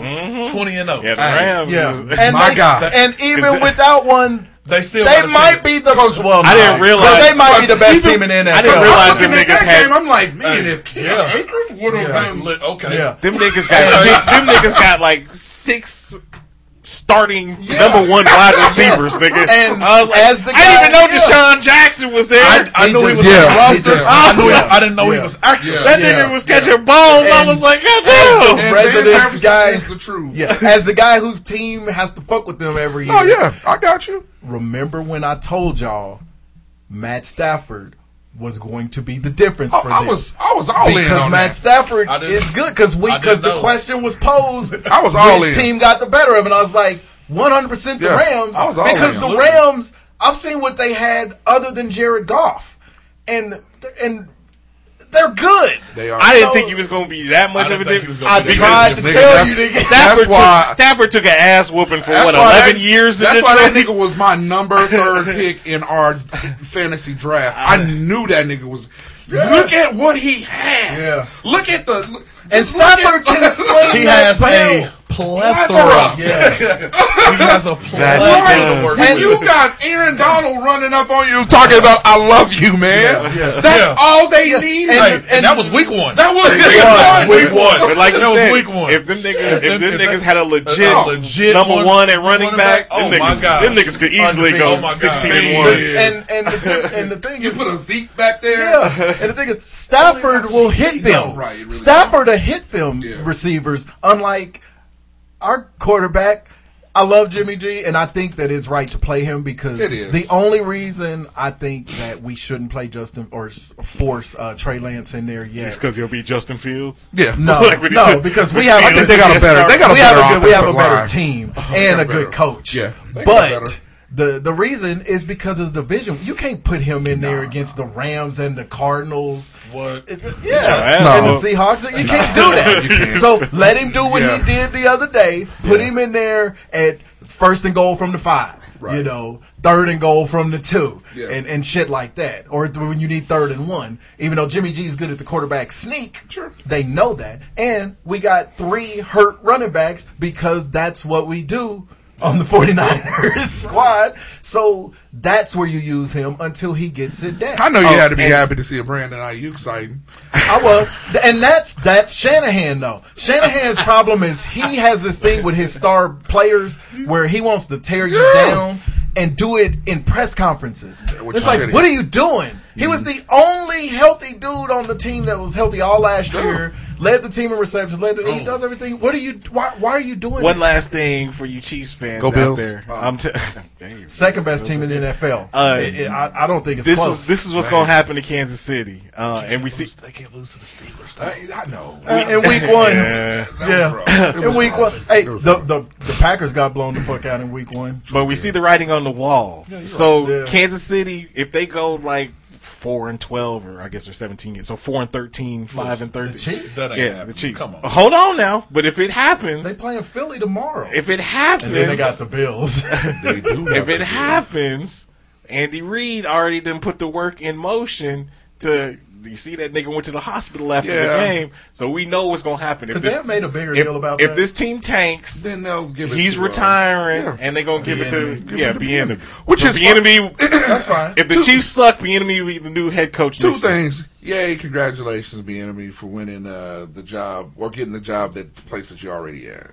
Speaker 8: twenty and zero.
Speaker 9: Mm-hmm. Yeah, the
Speaker 8: Hey,
Speaker 9: Rams
Speaker 7: Yeah,
Speaker 9: is-
Speaker 7: and
Speaker 8: My
Speaker 7: they,
Speaker 8: God.
Speaker 7: and even
Speaker 8: Is-
Speaker 7: without one,
Speaker 8: they still
Speaker 7: they
Speaker 8: got a
Speaker 7: might
Speaker 8: chance.
Speaker 7: be the coach. Well,
Speaker 9: I didn't
Speaker 7: no.
Speaker 9: realize-
Speaker 7: they might be the best
Speaker 2: Even-
Speaker 7: team in the NFL.
Speaker 9: I didn't realize them
Speaker 2: that
Speaker 9: niggas
Speaker 2: game,
Speaker 9: had
Speaker 2: I'm like, man, if Cam
Speaker 8: yeah.
Speaker 2: Akers would have
Speaker 7: Yeah.
Speaker 2: been.
Speaker 8: Li- Okay.
Speaker 7: Yeah.
Speaker 9: them niggas got them niggas got like six starting number one wide receivers, nigga.
Speaker 7: And
Speaker 9: I was like,
Speaker 7: as the
Speaker 9: I didn't
Speaker 7: guy-
Speaker 9: even know
Speaker 7: yeah.
Speaker 9: Deshaun Jackson was there.
Speaker 8: I, I
Speaker 7: He
Speaker 8: knew he
Speaker 7: just-
Speaker 8: was
Speaker 2: yeah,
Speaker 8: on
Speaker 2: he
Speaker 8: the roster.
Speaker 7: just-
Speaker 8: I, knew,
Speaker 7: yeah.
Speaker 8: I didn't know he
Speaker 7: Yeah.
Speaker 8: was active.
Speaker 9: that
Speaker 7: yeah,
Speaker 9: nigga was catching balls. I
Speaker 7: And-
Speaker 9: was like, God
Speaker 7: as
Speaker 9: damn.
Speaker 7: the
Speaker 2: And Van Jefferson
Speaker 7: resident guy,
Speaker 2: is the truth.
Speaker 7: yeah, as the guy whose team has to fuck with them every year.
Speaker 2: Oh, yeah. I got you.
Speaker 7: remember when I told y'all Matt Stafford was going to be the difference
Speaker 2: Oh,
Speaker 7: for
Speaker 2: I
Speaker 7: this.
Speaker 2: was, I was all in
Speaker 7: because
Speaker 2: on
Speaker 7: Matt
Speaker 2: that.
Speaker 7: Stafford
Speaker 8: I didn't-
Speaker 7: is good because we
Speaker 8: I didn't
Speaker 7: because the
Speaker 8: know.
Speaker 7: question was posed.
Speaker 2: I was all
Speaker 7: which
Speaker 2: in.
Speaker 7: team got the better of, him, and I was like 100 percent the
Speaker 2: Yeah,
Speaker 7: Rams.
Speaker 2: I was all
Speaker 7: because
Speaker 2: in.
Speaker 7: the Rams. I've seen what they had other than Jared Goff, and and they're good.
Speaker 2: They are.
Speaker 9: I didn't think he was going to be that much
Speaker 8: I
Speaker 9: of a
Speaker 8: didn't think he
Speaker 9: difference.
Speaker 8: was
Speaker 7: I
Speaker 8: Because-
Speaker 7: tried to
Speaker 2: Nigga,
Speaker 7: tell
Speaker 2: that's-
Speaker 7: you to get
Speaker 9: Stafford,
Speaker 2: That's why-
Speaker 9: took, Stafford took an ass whooping for what
Speaker 2: why
Speaker 9: eleven
Speaker 2: that-
Speaker 9: years in
Speaker 2: That's why
Speaker 9: Detroit.
Speaker 2: that nigga was my number third pick in our fantasy draft. I, knew that nigga was. Look at what he had.
Speaker 7: Yeah.
Speaker 2: Look at the.
Speaker 7: And
Speaker 2: just look at-
Speaker 7: Stafford can swing
Speaker 8: He
Speaker 7: that
Speaker 8: has a
Speaker 7: bell.
Speaker 8: plethora.
Speaker 7: Yeah.
Speaker 8: He has a plethora
Speaker 2: Right.
Speaker 8: to work
Speaker 2: When
Speaker 8: with.
Speaker 2: you got Aaron Donald running up on you talking about "I love you, man," that's
Speaker 8: Yeah.
Speaker 2: all they need.
Speaker 8: Hey,
Speaker 2: Like,
Speaker 8: and, that was week one.
Speaker 2: that was
Speaker 8: Yeah.
Speaker 2: week
Speaker 8: Week
Speaker 2: one.
Speaker 8: one.
Speaker 9: But like
Speaker 8: That
Speaker 9: you
Speaker 8: was
Speaker 9: said,
Speaker 8: week one.
Speaker 9: if them niggas,
Speaker 8: If
Speaker 9: if them
Speaker 8: them- if
Speaker 9: niggas
Speaker 8: that-
Speaker 9: had a legit,
Speaker 8: a legit
Speaker 9: number
Speaker 8: one-
Speaker 9: one at running
Speaker 8: running back,
Speaker 9: back,
Speaker 8: oh
Speaker 9: them,
Speaker 8: my
Speaker 9: niggas,
Speaker 8: God.
Speaker 9: them niggas could easily
Speaker 7: Undefeated.
Speaker 9: go
Speaker 7: Oh my
Speaker 8: God.
Speaker 9: sixteen and
Speaker 8: Man.
Speaker 9: one.
Speaker 7: And and the thing, and the thing
Speaker 2: You
Speaker 7: is,
Speaker 2: put a Zeke back there.
Speaker 7: Yeah, and the thing is, Stafford will hit them.
Speaker 2: No, right, it really
Speaker 7: Stafford will hit them
Speaker 2: Yeah.
Speaker 7: receivers, unlike our quarterback. I love Jimmy G, and I think that it's right to play him because
Speaker 2: It is.
Speaker 7: the only reason I think that we shouldn't play Justin or s- force uh, Trey Lance in there yet.
Speaker 9: because you'll be Justin Fields.
Speaker 2: Yeah.
Speaker 7: No,
Speaker 9: Like we
Speaker 7: no,
Speaker 9: did-
Speaker 7: because
Speaker 9: we
Speaker 7: we have.
Speaker 9: feel
Speaker 7: I
Speaker 9: it.
Speaker 7: think
Speaker 2: They got a better. They got a
Speaker 7: we
Speaker 2: better.
Speaker 7: have a good, we have a
Speaker 2: offensive
Speaker 7: better
Speaker 2: line.
Speaker 7: team and a good coach.
Speaker 2: Yeah, they got
Speaker 7: but
Speaker 2: better.
Speaker 7: the the reason is because of the division. You can't put him in there against the Rams and the Cardinals.
Speaker 8: What?
Speaker 7: It- it-
Speaker 9: your
Speaker 7: Yeah,
Speaker 9: ass
Speaker 7: and
Speaker 9: whooped.
Speaker 7: the Seahawks. You can't do that. So let him do what
Speaker 2: Yeah.
Speaker 7: he did the other day. Put him in there at first and goal from the five. You
Speaker 2: Right.
Speaker 7: know, third and goal from the two,
Speaker 2: Yeah.
Speaker 7: and and shit like that. Or th- when you need third and one, even though Jimmy G's good at the quarterback sneak,
Speaker 2: Sure.
Speaker 7: they know that. And we got three hurt running backs because that's what we do on the 49ers squad. So that's where you use him until he gets it down.
Speaker 2: I know you
Speaker 9: Oh,
Speaker 2: had to be
Speaker 9: and-
Speaker 2: happy to see a Brandon Ayuk sighting.
Speaker 7: I was, and that's that's Shanahan though. Shanahan's problem is he has this thing with his star players where he wants to tear you
Speaker 2: Yeah.
Speaker 7: down and do it in press conferences.
Speaker 2: which
Speaker 7: It's
Speaker 2: is
Speaker 7: like,
Speaker 2: shitty.
Speaker 7: what are you doing? He was
Speaker 9: Mm-hmm.
Speaker 7: the only healthy dude on the team that was healthy all last year. Led the team in receptions. Led the, He does everything. What are you? Why, why are you doing?
Speaker 9: Oh. One
Speaker 7: this?
Speaker 9: last thing for you Chiefs fans
Speaker 2: Go
Speaker 9: out
Speaker 2: Bills.
Speaker 9: there.
Speaker 2: Oh.
Speaker 9: I'm t- Damn.
Speaker 7: second best team in the NFL.
Speaker 9: Uh,
Speaker 7: It- it- I, I don't think it's
Speaker 9: this
Speaker 7: close.
Speaker 9: is this is what's going to happen to Kansas City, uh, and we see
Speaker 8: They can't lose to the Steelers.
Speaker 2: I, I know.
Speaker 7: Uh, in week one.
Speaker 9: Yeah.
Speaker 7: Yeah,
Speaker 2: That was rough. It
Speaker 7: in
Speaker 2: was
Speaker 7: week one.
Speaker 2: rough.
Speaker 7: Hey,
Speaker 2: It was
Speaker 7: the,
Speaker 2: rough.
Speaker 7: the the Packers got blown the fuck out in week one.
Speaker 9: But we see the writing on the wall. so
Speaker 7: Yeah.
Speaker 9: Kansas City, if they go like four and twelve, or I guess they're seventeen, so four and 13, 5 and thirteen.
Speaker 7: Chiefs?
Speaker 8: That ain't
Speaker 9: yeah, the
Speaker 8: happening.
Speaker 9: Chiefs.
Speaker 8: Come on.
Speaker 9: Hold on now, but if it happens,
Speaker 7: They playing Philly tomorrow,
Speaker 9: if it happens,
Speaker 7: and then they got the Bills.
Speaker 2: They do
Speaker 9: if
Speaker 2: have
Speaker 9: it
Speaker 2: to do
Speaker 9: happens, Andy Reid already done put the work in motion to you see that nigga went to the hospital after
Speaker 7: Yeah.
Speaker 9: the game, so we know what's gonna happen. If
Speaker 7: Could
Speaker 9: thi-
Speaker 7: they have made a bigger
Speaker 9: if-
Speaker 7: deal about
Speaker 9: if
Speaker 7: that?
Speaker 9: this team tanks,
Speaker 2: then they'll give
Speaker 7: it
Speaker 9: He's
Speaker 7: to, uh,
Speaker 9: retiring,
Speaker 7: yeah.
Speaker 9: and they're gonna give it to
Speaker 7: Bieniemy. Give
Speaker 9: yeah,
Speaker 7: it to
Speaker 9: the enemy.
Speaker 7: Bieniemy. Which is
Speaker 9: the enemy.
Speaker 7: That's fine.
Speaker 9: If the Chiefs suck, the enemy will be the new head coach.
Speaker 2: Two
Speaker 9: next year.
Speaker 2: things. Yay, congratulations, B enemy, for winning uh, the job or getting the job that the place that you already at.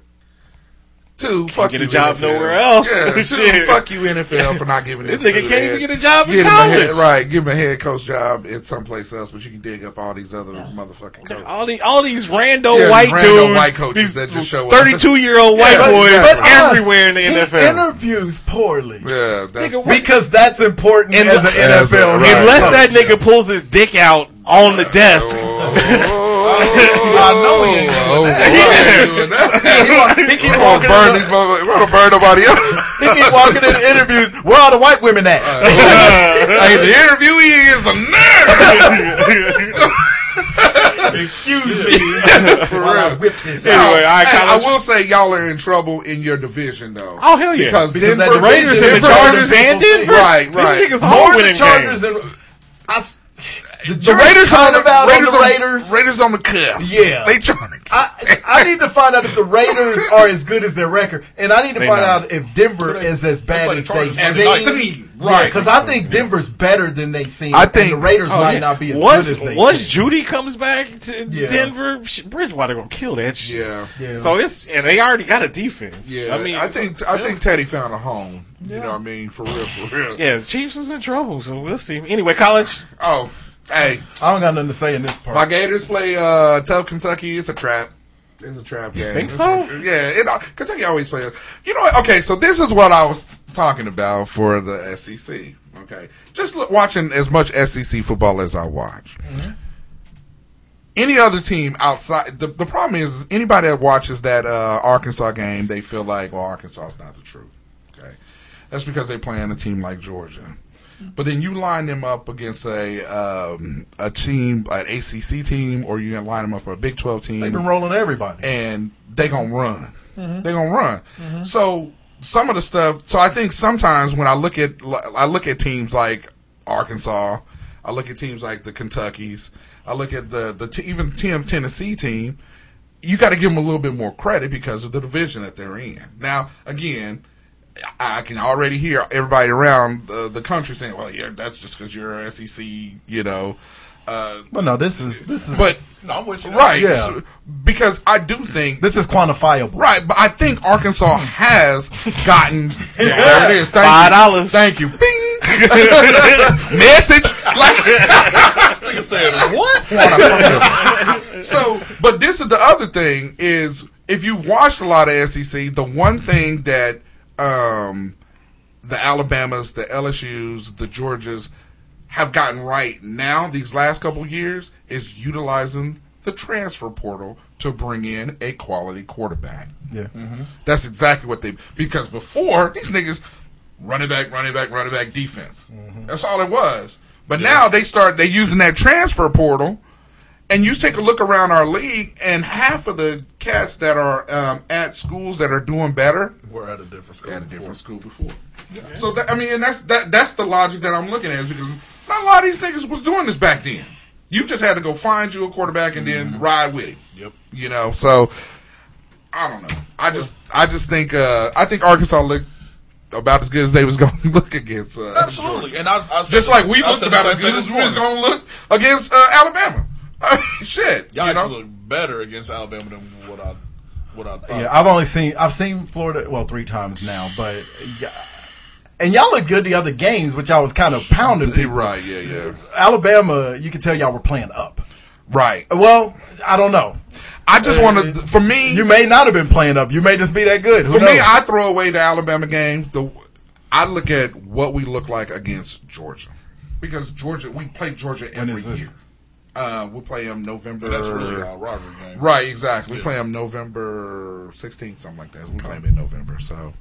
Speaker 2: Two,
Speaker 9: Can't
Speaker 2: fuck
Speaker 9: get
Speaker 2: you,
Speaker 9: a job
Speaker 2: NFL.
Speaker 9: nowhere else.
Speaker 2: Yeah, two,
Speaker 9: Shit.
Speaker 2: fuck you, NFL, for not giving
Speaker 9: This
Speaker 2: it to
Speaker 9: nigga
Speaker 2: the
Speaker 9: can't
Speaker 2: head-
Speaker 9: even get a job in
Speaker 2: give him a head-
Speaker 9: college.
Speaker 2: right, give him a head coach job at someplace else, but you can dig up all these other motherfucking coaches.
Speaker 9: All these, all these rando
Speaker 2: Yeah, these
Speaker 9: white
Speaker 2: rando
Speaker 9: dudes,
Speaker 2: white coaches
Speaker 9: these
Speaker 2: that just show up.
Speaker 9: thirty-two-year-old white
Speaker 2: Yeah,
Speaker 9: boys
Speaker 2: exactly.
Speaker 9: everywhere in the NFL.
Speaker 7: He interviews poorly.
Speaker 2: Yeah, that's
Speaker 7: Because that's important
Speaker 9: And
Speaker 7: as
Speaker 9: the-
Speaker 7: an NFL.
Speaker 9: Unless that nigga pulls his dick out on the desk.
Speaker 2: Oh,
Speaker 7: I know he ain't
Speaker 2: doing that.
Speaker 7: He keep
Speaker 2: We're gonna
Speaker 7: walking
Speaker 2: oh, burn
Speaker 7: in
Speaker 2: these motherfuckers. We're gonna burn nobody else.
Speaker 7: He keep walking in the interviews. Where are the white women at?
Speaker 2: Uh, hey, the interviewee is a nerd.
Speaker 7: Excuse me.
Speaker 2: oh, For
Speaker 7: While I
Speaker 2: real.
Speaker 7: whip this
Speaker 2: Now,
Speaker 7: out.
Speaker 2: hey,
Speaker 7: All right,
Speaker 2: I
Speaker 7: college-
Speaker 2: will say y'all are in trouble in your division, though.
Speaker 7: Oh, hell yeah.
Speaker 2: Because,
Speaker 7: Because that
Speaker 2: Denver,
Speaker 7: Raiders and the
Speaker 2: Denver-
Speaker 7: Chargers and Denver?
Speaker 2: right,
Speaker 7: Them
Speaker 2: right.
Speaker 7: niggas all More the winning Chargers games. than- I s- the, Raiders kind of out on the Raiders.
Speaker 2: Raiders on the cusp.
Speaker 7: Yeah.
Speaker 2: they trying to.
Speaker 7: I, I need to find out if the Raiders are as good as their record, and I need to
Speaker 2: They
Speaker 7: find
Speaker 2: not.
Speaker 7: out if Denver is as bad
Speaker 2: play
Speaker 7: as
Speaker 2: the
Speaker 7: they
Speaker 2: Chargers
Speaker 7: seem.
Speaker 2: Monday night.
Speaker 7: Right,
Speaker 2: Right.
Speaker 7: because I think Denver's better than they seem.
Speaker 9: I think
Speaker 7: and the Raiders
Speaker 9: oh,
Speaker 7: might
Speaker 9: yeah.
Speaker 7: not be as
Speaker 9: once,
Speaker 7: good as they
Speaker 9: once
Speaker 7: seem.
Speaker 9: Judy comes back to
Speaker 7: Yeah.
Speaker 9: Denver, sh- Bridgewater gonna kill that shit.
Speaker 2: Yeah.
Speaker 7: Yeah.
Speaker 9: So it's and they already got a defense.
Speaker 2: Yeah,
Speaker 9: I mean,
Speaker 2: I think I think Teddy found a home. You know what I mean? For real, for real.
Speaker 9: yeah, the Chiefs is in trouble, so we'll see. Anyway, college.
Speaker 2: Oh, hey,
Speaker 7: I don't got nothing to say in this part.
Speaker 2: My Gators play uh, tough Kentucky. It's a trap. It's a trap game.
Speaker 7: think
Speaker 2: It's
Speaker 7: so?
Speaker 2: a- yeah, it, uh, Kentucky always plays. You know what? Okay, so this is what I was talking about for the SEC. Okay, just look, watching as much SEC football as I watch. Any other team outside the the problem is anybody that watches that uh, Arkansas game, they feel like, well, Arkansas is not the truth. Okay, that's because they're playing a team like Georgia. But then you line them up against a um, a team, an ACC team, or you line them up a Big Twelve team.
Speaker 7: They've been rolling everybody,
Speaker 2: and they gonna run.
Speaker 8: Mm-hmm.
Speaker 2: They gonna run. So some of the stuff. So I think sometimes when I look at I look at teams like Arkansas, I look at teams like the Kentuckies, I look at the the t- even Tim Tennessee team. You got to give them a little bit more credit because of the division that they're in. Now, again, I can already hear everybody around the, the country saying, "Well, yeah, that's just because you're a SEC, you know." Uh,
Speaker 7: But no, this is this is
Speaker 2: but
Speaker 8: I'm with you.
Speaker 2: right,
Speaker 7: Yeah.
Speaker 2: so- because I do think
Speaker 7: this is quantifiable.
Speaker 2: right, but I think Arkansas has gotten
Speaker 7: Yeah.
Speaker 2: there it is. Thank
Speaker 7: Five
Speaker 2: you.
Speaker 7: dollars.
Speaker 2: Thank you. Bing. Message.
Speaker 8: This nigga said what?
Speaker 2: so, but this is the other thing is if you watched a lot of SEC, the one thing that um, the Alabamas, the LSU's, the Georgias have gotten right now these last couple years is utilizing the transfer portal to bring in a quality quarterback. Mm-hmm.
Speaker 7: Yeah.
Speaker 2: That's exactly what they because before these niggas running back, running back, running back defense. That's all it was. But now they start they using that transfer portal, and you take a look around our league, and half of the cats that are um, at schools that are doing better
Speaker 8: We're at a different school.
Speaker 2: at a different school before. So that, I mean, and that's that that's the logic that I'm looking at is because not a lot of these niggas was doing this back then. You just had to go find you a quarterback and then ride with him.
Speaker 8: Mm-hmm. Yep.
Speaker 2: You know, so I don't know. I just I just think uh I think Arkansas looked about as good as they was going to look against. Uh,
Speaker 8: Absolutely. And I, I said-
Speaker 2: Just like we
Speaker 8: I
Speaker 2: looked
Speaker 8: said
Speaker 2: about
Speaker 8: the
Speaker 2: as
Speaker 8: same thing
Speaker 2: good as
Speaker 8: this
Speaker 2: we was
Speaker 8: morning.
Speaker 2: going to look against uh, Alabama. Shit,
Speaker 8: Y'all
Speaker 2: you know?
Speaker 8: actually look better against Alabama than what I what I thought.
Speaker 7: Yeah, I've only seen I've seen Florida well three times now, but yeah, and y'all look good the other games, which I was kind of pounding people.
Speaker 2: right? Yeah, yeah,
Speaker 7: Alabama, you could tell y'all were playing up.
Speaker 2: right.
Speaker 7: Well, I don't know.
Speaker 2: I just want to. For me,
Speaker 7: You may not have been playing up. You may just be that good. Who
Speaker 2: For me,
Speaker 7: knows?
Speaker 2: I throw away the Alabama game. The I look at what we look like against Georgia because Georgia we play Georgia every
Speaker 7: is this?
Speaker 2: year. Uh, we play them November. uh,
Speaker 8: But that's really our rivalry game.
Speaker 2: Right, exactly. We
Speaker 8: Yeah.
Speaker 2: play them November 16th, something like that. We play them in November. So,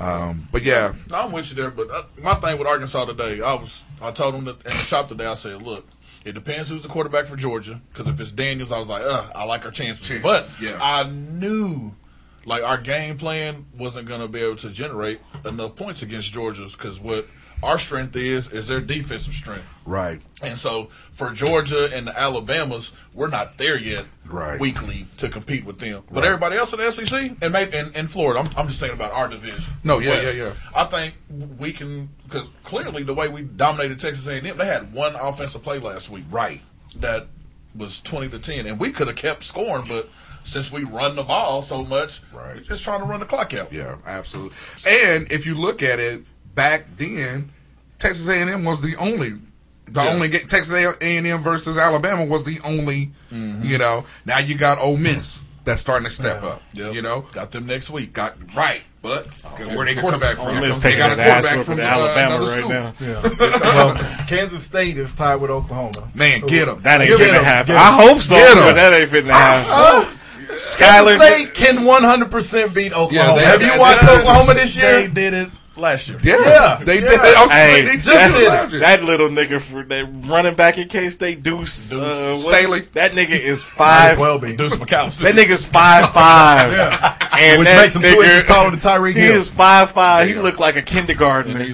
Speaker 2: um, but yeah,
Speaker 8: No, I'm with you there, but uh, my thing with Arkansas today, I was I told them that in the shop today. I said, look, it depends who's the quarterback for Georgia, because if it's Daniels, I was like, uh, I like our chances, but
Speaker 2: yeah.
Speaker 8: I knew. Like our game plan wasn't going to be able to generate enough points against Georgia's because what Our strength is is their defensive strength.
Speaker 2: Right.
Speaker 8: And so for Georgia and the Alabamas, we're not there yet
Speaker 2: Right.
Speaker 8: weekly to compete with them. But
Speaker 2: Right.
Speaker 8: everybody else in the SEC and maybe in, in Florida, I'm, I'm just thinking about our division.
Speaker 2: No, yeah,
Speaker 8: West.
Speaker 2: yeah, yeah.
Speaker 8: I think we can because clearly the way we dominated Texas A&M, they had one offensive play last week,
Speaker 2: right?
Speaker 8: That was twenty to ten, and we could have kept scoring, but since we run the ball so much, right. we're just trying to run the clock out.
Speaker 2: Yeah, absolutely. And if you look at it back then, Texas A&M was the only, the
Speaker 8: Yeah.
Speaker 2: only game, Texas A&M versus Alabama was the only.
Speaker 8: Mm-hmm.
Speaker 2: You know, now you got Ole Miss that's starting to step up. You know,
Speaker 8: got them next week. Oh,
Speaker 2: Got right, but where they
Speaker 7: yeah.
Speaker 2: quarterback
Speaker 7: Ole
Speaker 2: from?
Speaker 7: Miss
Speaker 2: they
Speaker 7: taking
Speaker 2: got a
Speaker 7: that ass
Speaker 2: quarterback
Speaker 7: whooping
Speaker 2: from
Speaker 7: to
Speaker 2: uh,
Speaker 7: Alabama
Speaker 2: another
Speaker 7: right
Speaker 2: school.
Speaker 7: now. well, Kansas State is tied with Oklahoma.
Speaker 2: Man, get 'em.
Speaker 9: That ain't
Speaker 7: Get
Speaker 9: finna
Speaker 7: 'em.
Speaker 9: happen.
Speaker 7: Get 'em.
Speaker 9: I hope so,
Speaker 7: Get 'em.
Speaker 9: but that ain't finna
Speaker 7: Uh,
Speaker 9: happen.
Speaker 7: Kansas
Speaker 9: Skylar,
Speaker 7: State can 100 percent beat Oklahoma.
Speaker 9: they-
Speaker 7: Have you
Speaker 9: they-
Speaker 7: watched
Speaker 9: they-
Speaker 7: Oklahoma this year?
Speaker 8: They did it last year.
Speaker 7: they
Speaker 9: Yeah.
Speaker 7: did. I was
Speaker 9: Hey,
Speaker 7: like, they just
Speaker 9: that,
Speaker 7: did it.
Speaker 9: that little nigga for that running back in case they Deuce, uh, what-
Speaker 7: Staley.
Speaker 9: That nigga is five.
Speaker 7: well be.
Speaker 8: Deuce McAllister.
Speaker 9: That nigga's five five. and
Speaker 7: Which
Speaker 9: that
Speaker 7: makes him two
Speaker 9: nigga-
Speaker 7: inches taller than Tyreek
Speaker 9: He
Speaker 7: Hill.
Speaker 9: is five five. He looked like a kindergartner.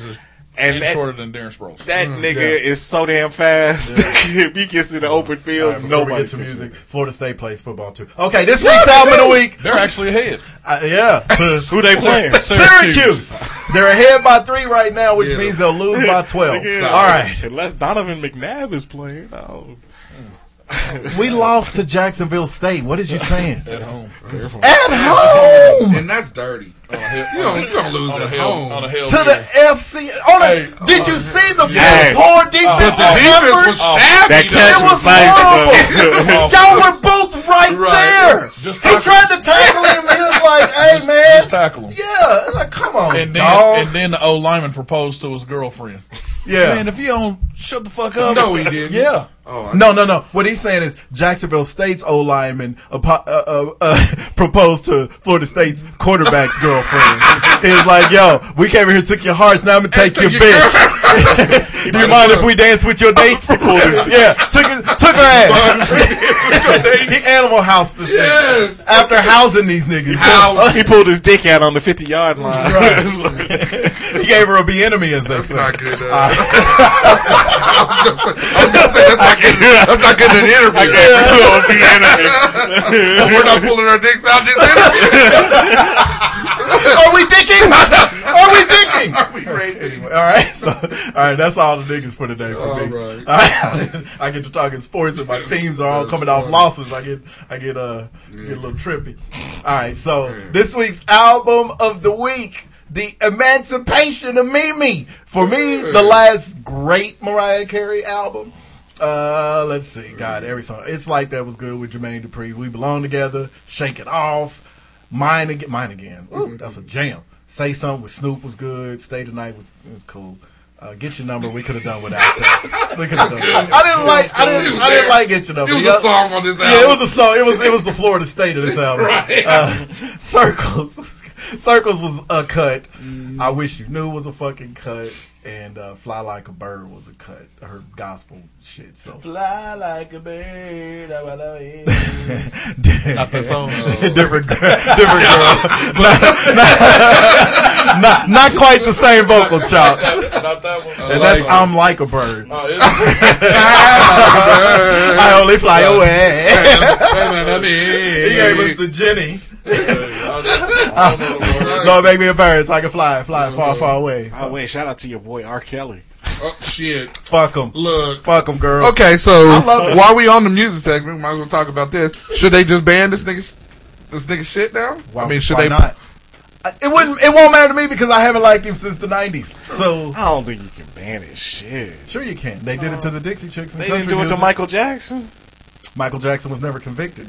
Speaker 9: And,
Speaker 8: and
Speaker 9: that,
Speaker 8: shorter than Darren Sproles.
Speaker 9: that
Speaker 7: Mm,
Speaker 9: nigga is so damn fast. if he gets in the open
Speaker 7: All
Speaker 9: field,
Speaker 7: right, before we
Speaker 9: nobody
Speaker 7: get to
Speaker 9: catches
Speaker 7: music,
Speaker 9: him.
Speaker 7: Florida State plays football too. Okay, this
Speaker 9: Yeah,
Speaker 7: week's
Speaker 9: they
Speaker 7: album of
Speaker 9: do.
Speaker 7: the week.
Speaker 8: They're actually ahead.
Speaker 7: Uh, yeah, to-
Speaker 9: Who they playing?
Speaker 7: Syracuse. They're ahead by three right now, which
Speaker 9: Yeah.
Speaker 7: means they'll lose by twelve.
Speaker 9: Nigga,
Speaker 7: All right,
Speaker 9: unless Donovan McNabb is playing. Oh.
Speaker 7: we lost to Jacksonville State. What is you saying?
Speaker 8: At home.
Speaker 7: At home.
Speaker 2: and that's dirty. you, don't, you don't lose
Speaker 8: on a
Speaker 2: at
Speaker 8: hell-
Speaker 2: home.
Speaker 8: on a hell
Speaker 7: to the FC. On a, did you see the
Speaker 2: yes.
Speaker 7: poor defense?
Speaker 2: But the defense
Speaker 7: effort?
Speaker 2: was shabby, That though. catch
Speaker 7: it
Speaker 2: was
Speaker 7: was
Speaker 2: nice,
Speaker 7: horrible.
Speaker 2: though.
Speaker 7: Y'all were both right, there. he tried to tackle him. He was like, "Hey, man,
Speaker 8: Just tackle him.
Speaker 7: yeah, like, come on,
Speaker 8: And then,
Speaker 7: dog."
Speaker 8: and then the old lineman proposed to his girlfriend.
Speaker 7: Yeah.
Speaker 8: Man, if you don't shut the fuck up.
Speaker 7: No, he didn't. Oh,
Speaker 8: Yeah.
Speaker 7: no, no, no. What he's saying is Jacksonville State's O lineman apo- uh, uh, uh, proposed to Florida State's quarterback's girlfriend. It was like, yo, we came here, took your hearts, now I'm gonna take your bitch. Do you mind if we dance with your dates? yeah, took his, took her ass. he animal housed this
Speaker 2: Yes.
Speaker 7: nigga after housing these niggas.
Speaker 9: he pulled his dick out on the fifty yard line.
Speaker 7: he gave her a B enemy, as they say.
Speaker 2: Not good. Uh, I was gonna say that's not good. That's not good in an interview. We're not pulling our dicks out this interview.
Speaker 7: Are we dicking? Are we dicking? Anyway, all right, so all right, that's all the niggas for today for me.
Speaker 2: All
Speaker 7: right. I get to talking sports, and my teams are all coming off losses. I get, I get, uh, get a little trippy. All right, so this week's album of the week. The Emancipation of Mimi. For me, the last great Mariah Carey album. Uh, let's see. God, every song. It's like that was good with Jermaine Dupri. We belong together. Shake it off. Mine again. Mine again. Ooh, That's a jam. Say something with Snoop was good. Stay tonight was was cool. Uh, get your number. We could have done without that. We could have done. Without. I didn't like. I didn't. I didn't like get your number.
Speaker 2: It was
Speaker 7: Yeah.
Speaker 2: a song on this
Speaker 7: Yeah, it
Speaker 2: album.
Speaker 7: was a song. It was. It was the Florida State of this album.
Speaker 2: Right.
Speaker 7: Uh, Circles. Circles was a cut. I wish you knew was a fucking cut. And uh, Fly Like a Bird was a cut. Her gospel shit. So Fly like a bird. I wanna be.
Speaker 8: Not that song.
Speaker 7: different, girl, different girl. not, not- not- not quite the same vocal chops.
Speaker 8: Not that one.
Speaker 7: And that's I'm like a bird.
Speaker 8: Oh, it's-
Speaker 7: I only fly away. he gave us
Speaker 2: He
Speaker 7: the Jenny. no, make me a bird so I can fly, fly far, far away.
Speaker 9: By the way, shout out to your boy R. Kelly.
Speaker 2: Oh shit.
Speaker 7: Fuck them.
Speaker 2: Look.
Speaker 7: Fuck them, girl.
Speaker 2: Okay, so
Speaker 7: I love it.
Speaker 2: while we on the music segment, we might as well talk about this. Should they just ban this nigga, this nigga shit now?
Speaker 7: Why-
Speaker 2: I mean, should
Speaker 7: why
Speaker 2: they?
Speaker 7: not? I- It wouldn't. It won't matter to me because I haven't liked him since the '90s. So
Speaker 9: I don't think you can ban his shit.
Speaker 7: sure you can. They did it to the Dixie Chicks. And
Speaker 9: They didn't
Speaker 7: country
Speaker 9: do it to
Speaker 7: music.
Speaker 9: Michael Jackson.
Speaker 7: Michael Jackson was never convicted.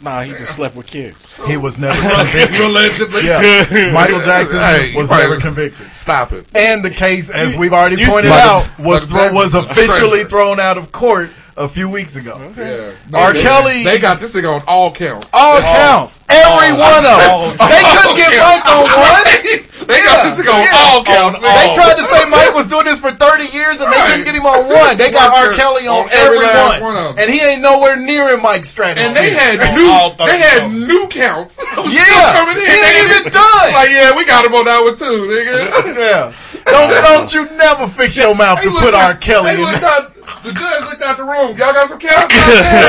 Speaker 9: Nah, he just slept with kids.
Speaker 7: He was never convicted.
Speaker 2: Allegedly,
Speaker 7: Yeah, Michael Jackson
Speaker 2: Hey,
Speaker 7: was
Speaker 2: you
Speaker 7: never
Speaker 2: probably-
Speaker 7: convicted.
Speaker 2: Stop it.
Speaker 7: And the case, as we've already
Speaker 9: you-
Speaker 7: pointed
Speaker 2: Like a-
Speaker 7: out, was
Speaker 2: like a
Speaker 7: thro- was
Speaker 2: treasure.
Speaker 7: officially thrown out of court a few weeks ago.
Speaker 2: Yeah.
Speaker 7: R.
Speaker 2: They-
Speaker 7: Kelly- Oh,
Speaker 2: They got this nigga on all counts.
Speaker 7: All counts, every one of them. They couldn't get
Speaker 2: counts.
Speaker 7: Mike on one.
Speaker 2: They got this nigga on all counts.
Speaker 7: They tried to say Mike was doing this for 30 years and they couldn't get him on one. They got R. Kelly on, every, one. and he ain't nowhere near in Mike's strategy.
Speaker 2: And they had
Speaker 7: On
Speaker 2: new,
Speaker 7: all 30
Speaker 2: they had
Speaker 7: shows.
Speaker 2: new counts.
Speaker 7: Yeah.
Speaker 2: coming in.
Speaker 7: He ain't even done.
Speaker 2: Like, yeah, we got him on that one too, nigga.
Speaker 7: yeah. Don't don't you never fix your mouth
Speaker 2: They
Speaker 7: to
Speaker 2: looked
Speaker 7: put R.
Speaker 2: out-
Speaker 7: Kelly
Speaker 2: they
Speaker 7: in.
Speaker 2: looked out- The judge looked out the room. Y'all got some counts?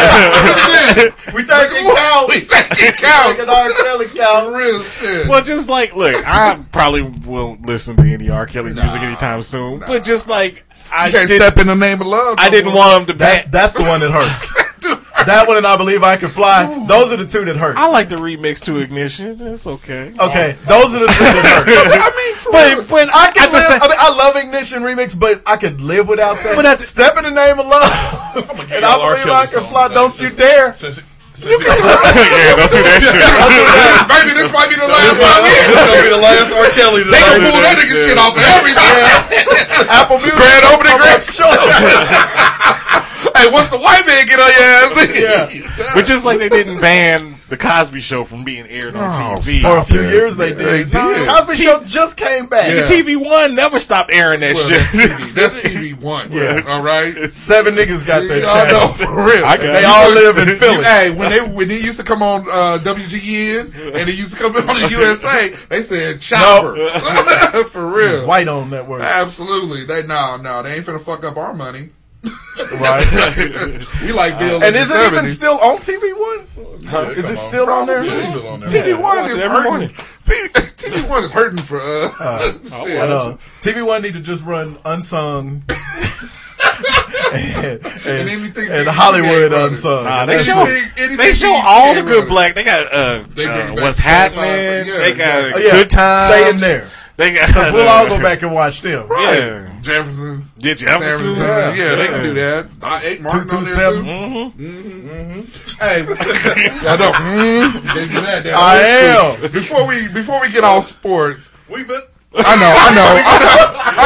Speaker 2: out there?
Speaker 7: We taking counts.
Speaker 2: We taking counts.
Speaker 7: Taking R. Kelly counts.
Speaker 2: Real shit.
Speaker 9: Well, just like, look, I probably won't listen to any R. Kelly music anytime soon, but just like, I
Speaker 2: You can't
Speaker 9: did-
Speaker 2: step in the name of love.
Speaker 9: I
Speaker 2: no
Speaker 9: didn't
Speaker 2: more.
Speaker 9: want him to
Speaker 7: That's
Speaker 9: bat.
Speaker 7: that's the one that hurts. that one and I believe I can fly. Those are the two that hurt.
Speaker 9: I like the remix to Ignition. It's okay.
Speaker 7: Okay, those are the two that hurt.
Speaker 2: I mean, for real.
Speaker 9: But, but
Speaker 7: I
Speaker 9: at
Speaker 7: can
Speaker 9: the
Speaker 7: live,
Speaker 9: same,
Speaker 7: I mean, I love Ignition remix, but I could live without that.
Speaker 9: But at the-
Speaker 7: Step in the name of love, and I
Speaker 8: y'all R.
Speaker 7: believe
Speaker 8: Kelly
Speaker 7: I can
Speaker 8: song,
Speaker 7: fly.
Speaker 8: man.
Speaker 7: Don't you dare!
Speaker 8: Since, since it's
Speaker 9: yeah, don't do that
Speaker 2: Maybe this might be the last one.
Speaker 8: gonna be the last R. Kelly.
Speaker 2: They
Speaker 8: tonight.
Speaker 2: gonna pull that nigga shit off of everything.
Speaker 7: Apple Music,
Speaker 2: Grand opening,
Speaker 7: I'm
Speaker 2: grand-
Speaker 7: sure.
Speaker 2: hey, what's the white man get on your ass? nigga?
Speaker 9: shit. But just like they didn't ban the Cosby Show from being aired on
Speaker 2: Oh,
Speaker 9: TV.
Speaker 7: For a
Speaker 2: stop
Speaker 7: few
Speaker 2: it.
Speaker 7: years they
Speaker 2: They
Speaker 7: did.
Speaker 2: did.
Speaker 7: Cosby Show just came back.
Speaker 2: Yeah.
Speaker 9: TV One never stopped airing that
Speaker 2: Well, that's
Speaker 9: shit.
Speaker 2: TV. That's TV one.
Speaker 7: Yeah.
Speaker 2: All right.
Speaker 7: Seven niggas got that
Speaker 2: Y'all know
Speaker 7: chance.
Speaker 2: for real.
Speaker 9: I got
Speaker 7: They
Speaker 9: it.
Speaker 7: all live in Philly.
Speaker 2: Hey, when they when they used to come on uh, WGN and they used to come on the USA, they said chopper for real.
Speaker 7: White on network,
Speaker 2: Absolutely. They no no they ain't finna fuck up our money.
Speaker 7: right?
Speaker 2: We like Bill
Speaker 7: and is it even still on TV One? Is it still on there?
Speaker 8: Yeah, it's still on there.
Speaker 2: TV one
Speaker 9: watch
Speaker 2: is
Speaker 9: it every
Speaker 2: hurting.
Speaker 9: morning.
Speaker 2: TV one is hurting for uh. shit.
Speaker 7: I know. TV One need to just run unsung. and, and-
Speaker 2: anything
Speaker 7: and
Speaker 2: big, they
Speaker 7: Hollywood
Speaker 2: run it.
Speaker 7: unsung.
Speaker 9: Nah, they
Speaker 7: That's
Speaker 9: show
Speaker 7: it.
Speaker 2: Anything
Speaker 9: they show
Speaker 2: you
Speaker 9: all the
Speaker 2: can
Speaker 9: good
Speaker 2: run.
Speaker 9: black. They got uh,
Speaker 2: They bring
Speaker 9: uh
Speaker 2: back
Speaker 9: what's
Speaker 2: the
Speaker 9: happening.
Speaker 2: Godfather, yeah,
Speaker 9: they got
Speaker 2: exactly.
Speaker 7: Oh, yeah.
Speaker 9: good times.
Speaker 7: Stay in there.
Speaker 9: They got
Speaker 7: Because we'll all go back and watch them.
Speaker 2: Right.
Speaker 9: Yeah.
Speaker 2: Jefferson's.
Speaker 9: Get
Speaker 2: Jefferson's.
Speaker 9: Jefferson's.
Speaker 2: Yeah, they can do that. I ate Martin on there too.
Speaker 7: 227.
Speaker 9: Mm.
Speaker 2: Hey, I know. Mm-hmm. They do that. They're
Speaker 7: I
Speaker 2: old
Speaker 7: am.
Speaker 2: school. Before we before we get off sports,
Speaker 8: We been.
Speaker 2: I know, I know, I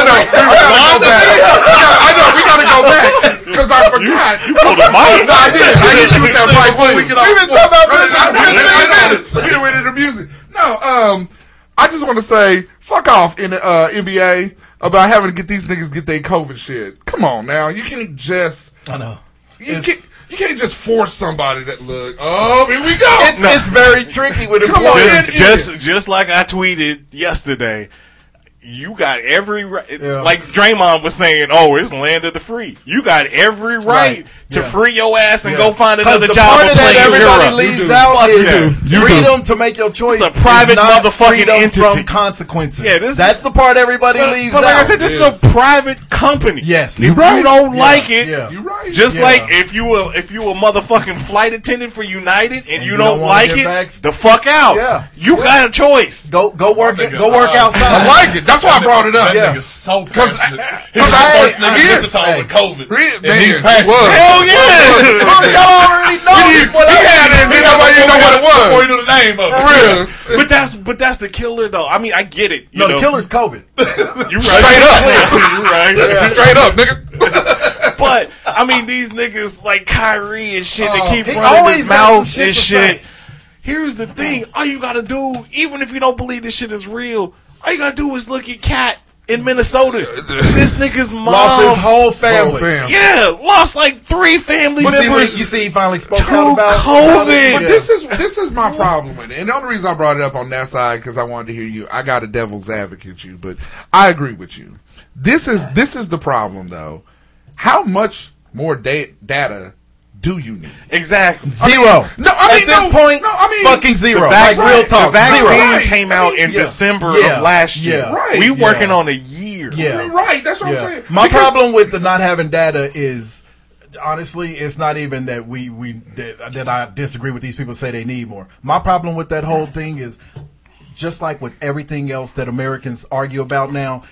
Speaker 2: know, I know. We gotta go back. We gotta- I know we gotta go back because I forgot.
Speaker 9: Hold Oh, the mic.
Speaker 2: No, I did. I hit you with that mic. Before we get off,
Speaker 7: We've been talking about music for
Speaker 2: minutes. Get away to the music. No, um, I just want to say fuck off in the uh, NBA about having to get these niggas get their COVID shit. Come on now, you can't just
Speaker 7: I know.
Speaker 2: you
Speaker 7: It's-
Speaker 2: can't. You can't just force somebody that look. Oh, here we go.
Speaker 7: It's, it's very tricky with
Speaker 2: Come on,
Speaker 7: employees.
Speaker 2: man.
Speaker 9: just, just, just like I tweeted yesterday. You got every right,
Speaker 7: Yeah.
Speaker 9: like Draymond was saying. Oh, it's land of the free. You got every right,
Speaker 7: Right.
Speaker 9: to
Speaker 7: Yeah.
Speaker 9: free your ass and
Speaker 7: Yeah.
Speaker 9: go find
Speaker 7: 'Cause
Speaker 9: another
Speaker 7: the
Speaker 9: job.
Speaker 7: part
Speaker 9: and
Speaker 7: of that
Speaker 9: play
Speaker 7: everybody
Speaker 9: Europe.
Speaker 7: leaves out
Speaker 9: Fuck yeah.
Speaker 7: is freedom to make your choice.
Speaker 9: It's a private
Speaker 7: is not
Speaker 9: motherfucking
Speaker 7: freedom
Speaker 9: entity.
Speaker 7: from consequences.
Speaker 9: Yeah, this is-
Speaker 7: that's the part everybody
Speaker 9: But,
Speaker 7: leaves
Speaker 9: but like
Speaker 7: out.
Speaker 9: I said, this is a private company.
Speaker 7: Yes.
Speaker 9: you don't like it.
Speaker 7: yeah.
Speaker 2: You right.
Speaker 9: Just
Speaker 7: Yeah.
Speaker 9: like if you were if you were motherfucking flight attendant for United and, you,
Speaker 7: you don't
Speaker 9: don't,
Speaker 7: wanna
Speaker 9: like
Speaker 7: get
Speaker 9: it,
Speaker 7: vaxxed.
Speaker 9: the fuck out.
Speaker 7: Yeah.
Speaker 9: You got a choice.
Speaker 7: go go work
Speaker 8: Nigga,
Speaker 7: go work
Speaker 2: I
Speaker 8: uh,
Speaker 7: outside.
Speaker 2: like it. That's why I brought it up.
Speaker 8: That
Speaker 7: Yeah.
Speaker 8: nigga's so passionate. He
Speaker 2: Cause
Speaker 8: was the
Speaker 2: I- I
Speaker 8: first nigga
Speaker 2: did.
Speaker 8: in Wichita with COVID.
Speaker 2: Real-
Speaker 8: and
Speaker 2: man,
Speaker 8: he's passionate.
Speaker 2: was.
Speaker 9: Hell yeah.
Speaker 7: Y'all already know
Speaker 2: We did-
Speaker 7: what
Speaker 2: we
Speaker 7: I-
Speaker 2: had it and then nobody didn't know what it
Speaker 8: Before you
Speaker 2: was.
Speaker 8: knew the name of it.
Speaker 2: For real.
Speaker 9: but that's but that's the killer though. I mean, I get it. You
Speaker 7: No,
Speaker 9: know.
Speaker 7: the killer's COVID.
Speaker 9: You right.
Speaker 2: Straight up.
Speaker 9: you right.
Speaker 2: Straight up, nigga.
Speaker 9: But I mean, these niggas like Kyrie and shit.
Speaker 7: Oh,
Speaker 9: they keep
Speaker 7: he
Speaker 9: running
Speaker 7: always
Speaker 9: his
Speaker 7: got
Speaker 9: mouth
Speaker 7: some shit
Speaker 9: and
Speaker 7: to
Speaker 9: shit.
Speaker 7: say. Mm.
Speaker 9: Here's the thing: all you gotta do, even if you don't believe this shit is real, all you gotta do is look at Cat in Minnesota. this nigga's mom,
Speaker 7: Lost his whole family.
Speaker 2: Oh, fam.
Speaker 9: yeah, lost like three family
Speaker 7: But then when
Speaker 9: members.
Speaker 7: you see he finally spoke
Speaker 9: True
Speaker 7: out about
Speaker 9: COVID.
Speaker 2: But this is this is my problem with it, and the only reason I brought it up on that side because I wanted to hear you. I got a devil's advocate you, but I agree with you. This is this is the problem though. How much more da- data do you need?
Speaker 9: exactly.
Speaker 7: Zero.
Speaker 2: No, I mean,
Speaker 7: at this
Speaker 2: no,
Speaker 7: point,
Speaker 2: no, I mean-
Speaker 7: fucking zero.
Speaker 9: The
Speaker 7: Like
Speaker 9: vaccine,
Speaker 7: real talk,
Speaker 9: the vaccine
Speaker 7: zero.
Speaker 2: Right.
Speaker 9: came
Speaker 2: I
Speaker 9: out
Speaker 2: mean,
Speaker 9: in
Speaker 2: yeah.
Speaker 9: December
Speaker 7: Yeah.
Speaker 9: of last year.
Speaker 7: Yeah.
Speaker 2: Right.
Speaker 9: We
Speaker 2: Yeah.
Speaker 9: working on a year.
Speaker 7: Yeah.
Speaker 2: I mean, right. That's what I'm
Speaker 7: Yeah.
Speaker 2: saying.
Speaker 7: My
Speaker 2: Because-
Speaker 7: problem with the not having data is honestly, it's not even that we we that, that I disagree with these people say they need more. My problem with that whole thing is just like with everything else that Americans argue about now.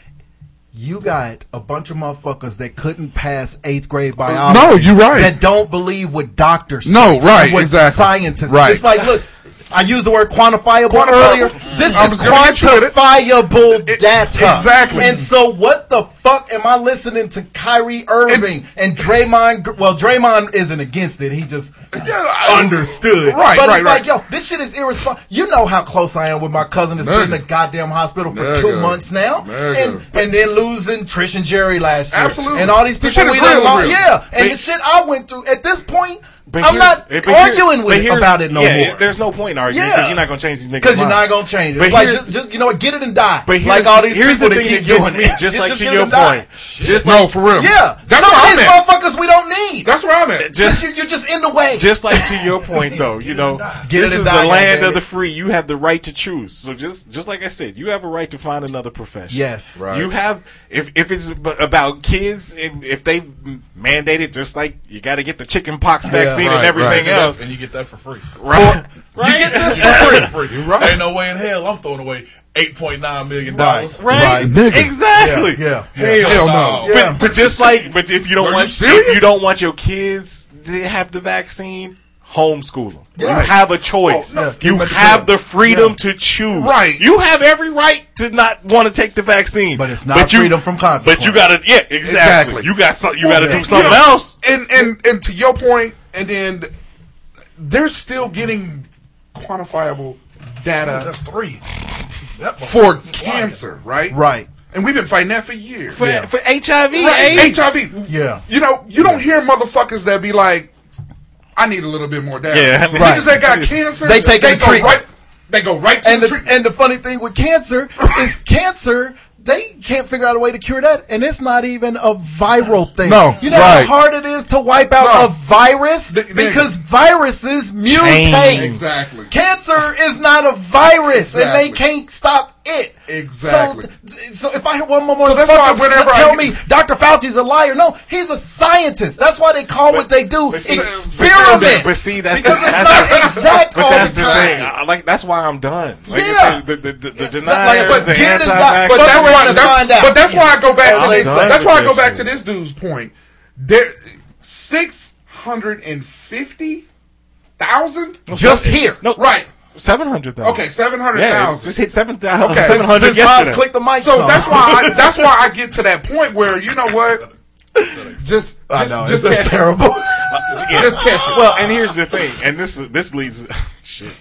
Speaker 7: You got a bunch of motherfuckers that couldn't pass eighth grade biology.
Speaker 2: Uh, no, you're right.
Speaker 7: That don't believe what doctors.
Speaker 2: No,
Speaker 7: say,
Speaker 2: right,
Speaker 7: What
Speaker 2: exactly.
Speaker 7: scientists.
Speaker 2: Right.
Speaker 7: It's like, look, I used the word quantifiable,
Speaker 2: Quantifiable.
Speaker 7: earlier. This
Speaker 2: I
Speaker 7: is
Speaker 2: was gonna get you with it.
Speaker 7: quantifiable data.
Speaker 2: exactly.
Speaker 7: And so, what the fuck am I listening to Kyrie Irving and, Draymond? Gr- Well, Draymond isn't against it. He just understood.
Speaker 2: Right,
Speaker 7: But
Speaker 2: right,
Speaker 7: it's like,
Speaker 2: right.
Speaker 7: yo, this shit is irresponsible. You know how close I am with my cousin that's been in the goddamn hospital for
Speaker 2: Nigga.
Speaker 7: two months now.
Speaker 2: Nigga.
Speaker 7: And, and then losing Trish and Jerry last year.
Speaker 2: Absolutely.
Speaker 7: And all these
Speaker 2: The
Speaker 7: people
Speaker 2: shit is
Speaker 7: we done
Speaker 2: real,
Speaker 7: lost-
Speaker 2: real.
Speaker 7: Yeah. And
Speaker 9: But-
Speaker 7: the shit I went through at this point,
Speaker 9: But
Speaker 7: I'm
Speaker 9: here's-
Speaker 7: not
Speaker 9: but here-
Speaker 7: arguing
Speaker 9: but
Speaker 7: with
Speaker 9: here's-
Speaker 7: about it no
Speaker 9: yeah,
Speaker 7: more.
Speaker 9: There's no point in arguing because
Speaker 7: Yeah.
Speaker 9: you're not going to change these niggas.
Speaker 7: Because you're not
Speaker 9: minds.
Speaker 7: gonna change it.
Speaker 9: But
Speaker 7: It's like
Speaker 9: here's-
Speaker 7: just, just you know what, get it and die.
Speaker 9: But here's,
Speaker 7: like all these
Speaker 9: here's
Speaker 7: people
Speaker 9: the
Speaker 7: that
Speaker 9: thing
Speaker 7: keep
Speaker 9: that gets
Speaker 7: doing
Speaker 9: me,
Speaker 7: it.
Speaker 9: just like to
Speaker 7: get
Speaker 9: your
Speaker 7: them die.
Speaker 9: point. Just
Speaker 2: No,
Speaker 9: like,
Speaker 2: for real.
Speaker 7: Yeah,
Speaker 2: That's
Speaker 7: some
Speaker 2: where
Speaker 7: of
Speaker 2: I'm
Speaker 7: these
Speaker 2: at.
Speaker 7: motherfuckers we don't need.
Speaker 2: That's where I'm at.
Speaker 9: Just-
Speaker 7: Just you're, you're just in the way.
Speaker 9: just like to your point though, you know,
Speaker 7: Get
Speaker 9: this
Speaker 7: it
Speaker 9: is
Speaker 7: and
Speaker 9: the
Speaker 7: die,
Speaker 9: land
Speaker 7: goddammit.
Speaker 9: of the free. You have the right to choose. So just just like I said, you have a right to find another profession.
Speaker 7: Yes.
Speaker 2: Right.
Speaker 9: You have if if it's ab- about kids and if they've mandated just like you got to get the chicken pox vaccine
Speaker 2: right,
Speaker 9: and everything
Speaker 2: right.
Speaker 9: else.
Speaker 8: and you get that for free.
Speaker 9: Right. right.
Speaker 7: You get this for free.
Speaker 8: Free.
Speaker 2: right.
Speaker 8: Ain't no way in hell I'm throwing away eight point nine million
Speaker 7: Right.
Speaker 8: dollars.
Speaker 9: Right.
Speaker 2: Nigga.
Speaker 9: Exactly.
Speaker 7: Yeah.
Speaker 8: Hell,
Speaker 2: Hell
Speaker 8: no.
Speaker 2: no.
Speaker 9: But, but just like, but if you don't
Speaker 2: Are you
Speaker 9: want,
Speaker 2: serious?
Speaker 9: if you don't want your kids to have the vaccine, homeschool them.
Speaker 7: Right.
Speaker 9: You have a choice.
Speaker 7: Oh, no. Give
Speaker 9: You
Speaker 7: 'em at the
Speaker 9: have
Speaker 7: crib.
Speaker 9: the freedom to choose.
Speaker 2: Right.
Speaker 9: You have every right to not want to take the vaccine.
Speaker 7: But it's not freedom from consequence.
Speaker 9: But you gotta, yeah, exactly.
Speaker 2: Exactly.
Speaker 9: You got some, you gotta
Speaker 7: Yeah.
Speaker 9: do something
Speaker 2: You know,
Speaker 9: else.
Speaker 2: And and and to your point, and then they're still getting quantifiable data
Speaker 8: That's three. That
Speaker 2: for
Speaker 8: motherfucker's wild.
Speaker 2: cancer, right?
Speaker 7: Right.
Speaker 2: And we've been fighting that for years.
Speaker 9: For, for HIV,
Speaker 2: Right,
Speaker 9: AIDS.
Speaker 2: HIV.
Speaker 7: Yeah.
Speaker 2: You know, you don't hear motherfuckers that be like, I need a little bit more data.
Speaker 9: Yeah, I mean-
Speaker 2: Niggas that got cancer,
Speaker 7: They taking the
Speaker 2: go
Speaker 7: treatment.
Speaker 2: right. They go right to
Speaker 7: and
Speaker 2: the
Speaker 7: the,
Speaker 2: treatment.
Speaker 7: and the funny thing with cancer is cancer they can't figure out a way to cure that and it's not even a viral thing
Speaker 2: No,
Speaker 7: you know
Speaker 2: right.
Speaker 7: how hard it is to wipe out
Speaker 2: No.
Speaker 7: a virus
Speaker 2: N- nigga.
Speaker 7: because viruses mutate
Speaker 2: Exactly.
Speaker 7: cancer is not a virus and they
Speaker 2: Exactly.
Speaker 7: can't stop it
Speaker 2: Exactly.
Speaker 7: so, th- so if i hear one more motherfucker
Speaker 2: So that's why whenever I
Speaker 7: s- tell
Speaker 2: hear-
Speaker 7: me dr fauci's a liar no he's a scientist that's why they call what they do
Speaker 9: But see-
Speaker 7: experiments
Speaker 9: But see, that's
Speaker 7: because
Speaker 9: the,
Speaker 7: it's
Speaker 9: that's
Speaker 7: not
Speaker 9: the-
Speaker 7: exact
Speaker 9: But
Speaker 7: all
Speaker 9: that's
Speaker 7: the
Speaker 9: the,
Speaker 7: time
Speaker 9: thing. I, like that's why I'm done. Like
Speaker 7: Yeah.
Speaker 9: I said, the the the, the
Speaker 7: Like I said,
Speaker 9: deniers, the
Speaker 7: get it and
Speaker 9: anti vax
Speaker 7: die. But
Speaker 2: But that's
Speaker 7: we're
Speaker 2: why.
Speaker 7: gonna
Speaker 2: That's,
Speaker 7: find out.
Speaker 2: but that's why I go back.
Speaker 7: That's
Speaker 2: To
Speaker 7: what
Speaker 2: this,
Speaker 7: they say.
Speaker 2: that's why I go back to this dude's point. There, six hundred and fifty thousand.
Speaker 7: just here.
Speaker 9: No,
Speaker 2: Right.
Speaker 9: Seven hundred thousand.
Speaker 2: Okay, seven hundred
Speaker 9: Yeah,
Speaker 2: thousand.
Speaker 9: just hit seven thousand.
Speaker 2: Okay.
Speaker 9: seven
Speaker 7: Since-
Speaker 9: hundred
Speaker 7: since Miles
Speaker 9: yesterday.
Speaker 7: clicked the mic.
Speaker 2: so
Speaker 7: on.
Speaker 2: that's why. I, that's why I get to that point where you know what. Just,
Speaker 7: I
Speaker 2: just,
Speaker 7: know
Speaker 2: just
Speaker 7: it's that's
Speaker 2: catch it.
Speaker 7: terrible.
Speaker 9: Yeah.
Speaker 2: Just catch it.
Speaker 9: Well, and here's the thing, and this is- this leads shit.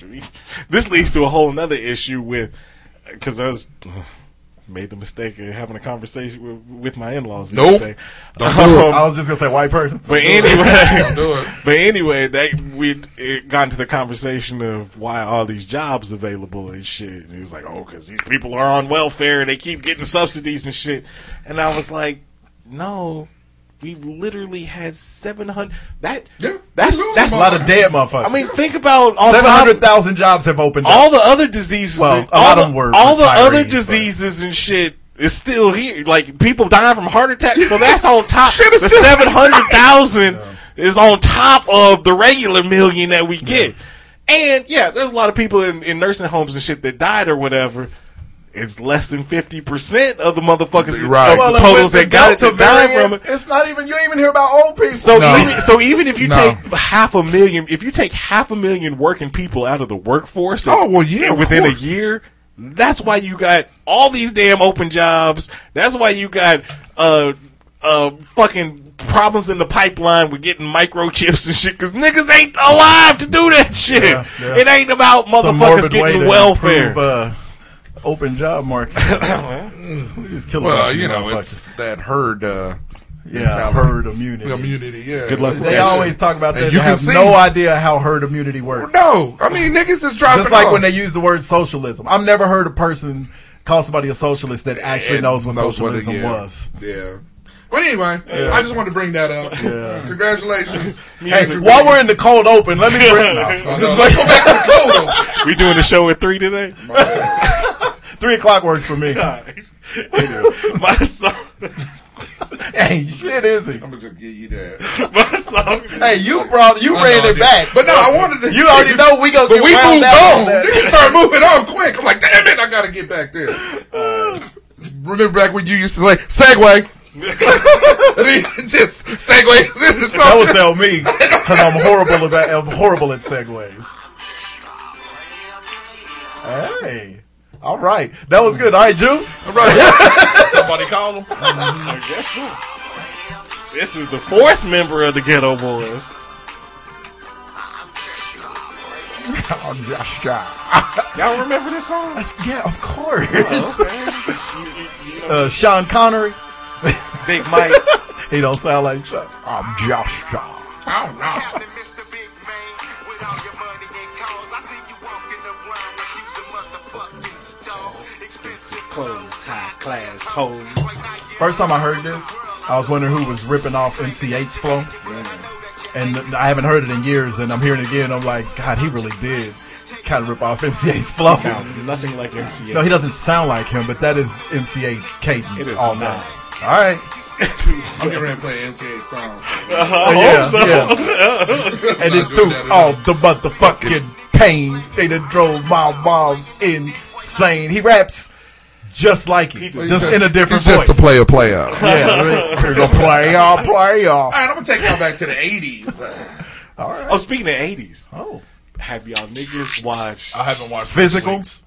Speaker 9: This leads to a whole nother issue with because I was made the mistake of having a conversation with, with my in laws.
Speaker 2: Nope.
Speaker 9: Don't
Speaker 7: I was just gonna say white person.
Speaker 9: But anyway,
Speaker 2: do it.
Speaker 9: but anyway, that we got into the conversation of why all these jobs available and shit. And he was like, "Oh, because these people are on welfare and they keep getting subsidies and shit." And I was like, "No, we literally had seven hundred. That
Speaker 2: Yeah.
Speaker 9: that's
Speaker 2: We lose
Speaker 9: that's
Speaker 7: a lot of dead
Speaker 9: I
Speaker 7: motherfuckers.
Speaker 9: mean, think about all
Speaker 7: seven
Speaker 9: time,
Speaker 7: hundred thousand jobs have opened.
Speaker 9: all
Speaker 7: Up.
Speaker 9: the other diseases.
Speaker 7: Well,
Speaker 9: and
Speaker 7: a
Speaker 9: all
Speaker 7: lot
Speaker 9: the,
Speaker 7: of them were
Speaker 9: all the other
Speaker 7: retirees, but-
Speaker 9: diseases and shit is still here. Like people dying from heart attacks, so that's on top.
Speaker 2: Shit is
Speaker 9: the
Speaker 2: still-
Speaker 9: seven hundred thousand is on top of the regular million that we get. And yeah, there's a lot of people in, in nursing homes and shit that died or whatever. It's less than fifty percent of the motherfuckers,
Speaker 2: Right.
Speaker 9: of
Speaker 7: Well,
Speaker 9: the
Speaker 7: and
Speaker 9: totals
Speaker 7: with the
Speaker 9: that got it
Speaker 7: Delta
Speaker 9: that died
Speaker 7: variant,
Speaker 9: from it.
Speaker 7: It's not even you. Ain't even hear about old people.
Speaker 9: So
Speaker 2: No.
Speaker 9: even so even if you
Speaker 2: No.
Speaker 9: take half a million, if you take half a million working people out of the workforce,
Speaker 2: Oh, well, yeah,
Speaker 9: and
Speaker 2: of
Speaker 9: within
Speaker 2: course.
Speaker 9: a year, that's why you got all these damn open jobs. That's why you got uh uh fucking problems in the pipeline with getting microchips and shit because niggas ain't alive to do that shit.
Speaker 7: Yeah, yeah.
Speaker 9: It ain't about
Speaker 7: Some
Speaker 9: motherfuckers
Speaker 7: morbid way
Speaker 9: getting
Speaker 7: to
Speaker 9: welfare.
Speaker 7: improve, uh, open job market. we just killing. a bunch
Speaker 2: Well,
Speaker 7: of
Speaker 2: you know,
Speaker 7: motherfuckers.
Speaker 2: it's that herd uh,
Speaker 7: yeah, herd immunity.
Speaker 2: immunity. Yeah.
Speaker 9: Good luck with
Speaker 7: They
Speaker 9: Yeah,
Speaker 7: always talk about
Speaker 2: And
Speaker 7: that.
Speaker 2: you
Speaker 7: You
Speaker 2: can
Speaker 7: have
Speaker 2: see-
Speaker 7: no idea how herd immunity works.
Speaker 2: No, I mean niggas is dropping.
Speaker 7: Just like
Speaker 2: off.
Speaker 7: when they use the word socialism. I've never heard a person call somebody a socialist that actually
Speaker 2: And
Speaker 7: knows what
Speaker 2: knows what it-
Speaker 7: socialism
Speaker 2: yeah.
Speaker 7: was.
Speaker 2: Yeah. But anyway, I just wanted to bring that up. Congratulations. Hey,
Speaker 7: While we're in the cold open, let me bring no,
Speaker 2: just let's go back to the cold. open.
Speaker 9: we doing the show at three today.
Speaker 7: three o'clock works for me.
Speaker 9: My song,
Speaker 7: hey, shit, is he?
Speaker 2: I'm gonna just give you that.
Speaker 9: my song.
Speaker 7: Hey, you brought you
Speaker 2: I
Speaker 7: ran
Speaker 2: know I
Speaker 7: it
Speaker 2: did.
Speaker 7: back.
Speaker 2: But no, I wanted to.
Speaker 7: you already know we gonna
Speaker 2: But
Speaker 7: get
Speaker 2: we
Speaker 7: wound
Speaker 2: moved
Speaker 7: out
Speaker 2: on.
Speaker 7: that.
Speaker 2: Niggas started moving on quick. I'm like, damn it, I gotta get back there. Remember back when you used to say segue? just segue into
Speaker 7: That would
Speaker 2: something.
Speaker 7: sell me because I'm horrible about I'm horrible at segues. Hey. All right. That was good. All right, Juice. All
Speaker 8: right. Somebody call him.
Speaker 9: I guess so. This is the fourth member of the Ghetto Boys.
Speaker 7: I'm just shy.
Speaker 9: Y'all remember this song?
Speaker 7: Yeah, of course.
Speaker 9: Oh, okay. You- you- you know-
Speaker 7: Uh, Sean Connery.
Speaker 9: Big Mike.
Speaker 7: he don't sound like Sean. I'm just shy.
Speaker 2: Oh no.
Speaker 11: Clothes, high class hoes.
Speaker 7: First time I heard this, I was wondering who was ripping off NC8's flow. And I haven't heard it in years, and I'm hearing it again. I'm like, God, he really did kind of rip off MCA's flow.
Speaker 9: Sounds nothing like MCA.
Speaker 7: No, he doesn't sound like him, but that is MCA's cadence
Speaker 9: It is
Speaker 7: all
Speaker 9: not.
Speaker 7: night. All right.
Speaker 2: I'm getting ready to play MCA songs.
Speaker 7: Oh, and then through all the motherfucking pain, they done drove my moms insane. He raps just like it, just in a different
Speaker 2: He's just
Speaker 7: voice.
Speaker 2: a player, player.
Speaker 7: yeah, we're gonna play y'all, play y'all.
Speaker 2: All right, I'm gonna take y'all back to the '80s.
Speaker 9: Oh, speaking of 80s.
Speaker 7: Oh.
Speaker 9: Have y'all niggas watched?
Speaker 8: I haven't watched
Speaker 7: Physical?
Speaker 8: This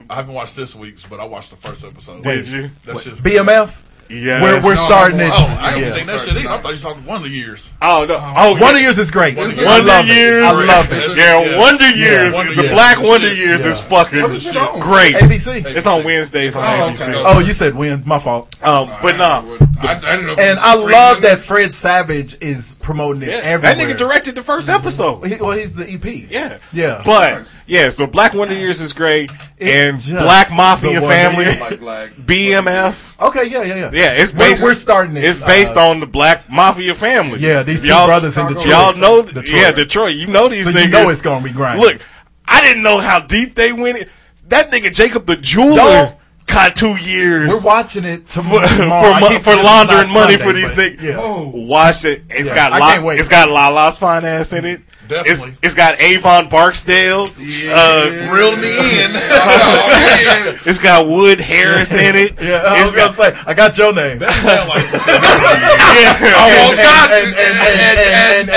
Speaker 8: week's. I haven't watched this week's, but I watched the first episode.
Speaker 9: Did you?
Speaker 8: That's just
Speaker 7: BMF.
Speaker 9: Yes.
Speaker 7: we're we're
Speaker 8: No,
Speaker 7: starting it.
Speaker 8: Oh, I haven't
Speaker 7: yeah.
Speaker 8: seen that shit either. I thought you saw one of the years.
Speaker 9: Oh no!
Speaker 7: Oh,
Speaker 9: Oh,
Speaker 7: Wonder Years is great.
Speaker 8: Wonder
Speaker 7: I
Speaker 9: Wonder
Speaker 7: love
Speaker 9: Years.
Speaker 7: it. I love it.
Speaker 8: That's-
Speaker 9: Yeah,
Speaker 8: yes.
Speaker 9: Wonder Years.
Speaker 8: Wonder
Speaker 9: the
Speaker 8: Years.
Speaker 9: Black
Speaker 8: Good
Speaker 9: Wonder
Speaker 8: shit.
Speaker 9: Years is
Speaker 8: Yeah.
Speaker 9: fucking
Speaker 8: Other shit on.
Speaker 9: great.
Speaker 7: ABC.
Speaker 9: It's on Wednesdays on
Speaker 8: Oh,
Speaker 9: ABC.
Speaker 8: okay.
Speaker 7: Oh, you said win. My fault.
Speaker 9: Um, but nah,
Speaker 8: I, I didn't know.
Speaker 7: And
Speaker 8: if it was
Speaker 7: I
Speaker 8: streaming.
Speaker 7: love that Fred Savage is promoting it
Speaker 9: Yeah,
Speaker 7: everywhere.
Speaker 9: that nigga directed the first episode.
Speaker 7: He- well, he's the EP.
Speaker 9: Yeah,
Speaker 7: Yeah.
Speaker 9: But yeah, so Black Wonder Years is great,
Speaker 7: It's
Speaker 9: and
Speaker 7: just
Speaker 9: Black
Speaker 7: the
Speaker 9: Mafia
Speaker 7: Wonder
Speaker 9: Family,
Speaker 7: Years.
Speaker 2: Like black.
Speaker 9: BMF.
Speaker 7: Okay, yeah, yeah, yeah.
Speaker 9: Yeah, it's
Speaker 7: We're-
Speaker 9: based.
Speaker 7: we're starting it,
Speaker 9: It's based
Speaker 7: uh,
Speaker 9: on the Black Mafia Family.
Speaker 7: Yeah, these 2
Speaker 9: Y'all-
Speaker 7: brothers in Detroit.
Speaker 9: Y'all know,
Speaker 7: Detroit.
Speaker 9: yeah, Detroit. You know these
Speaker 7: So you
Speaker 9: niggas.
Speaker 7: know it's gonna be grinding.
Speaker 9: Look, I didn't know how deep they went. in. That nigga Jacob the Jeweler
Speaker 7: Dog.
Speaker 9: caught two years
Speaker 7: We're watching it
Speaker 9: for,
Speaker 7: tomorrow.
Speaker 9: for,
Speaker 7: I
Speaker 9: mo-
Speaker 7: keep-
Speaker 9: for
Speaker 7: this is
Speaker 9: laundering
Speaker 7: not
Speaker 9: money
Speaker 7: Sunday,
Speaker 9: for these
Speaker 7: but- Oh.
Speaker 9: niggas.
Speaker 7: Yeah.
Speaker 9: Watch it. It's
Speaker 7: Yeah,
Speaker 9: got
Speaker 7: I
Speaker 9: La-
Speaker 7: can't wait.
Speaker 9: it's got Lala's fine ass in it. It's,
Speaker 8: Definitely.
Speaker 9: it's got Avon Barksdale. Uh,
Speaker 8: Reeled me in.
Speaker 9: it's got Wood Harris in it.
Speaker 7: Yeah, I was
Speaker 9: It's
Speaker 7: gonna
Speaker 9: got-
Speaker 7: say I got your name.
Speaker 8: that sound like some shit.
Speaker 9: yeah.
Speaker 2: Oh God! And
Speaker 7: and- and-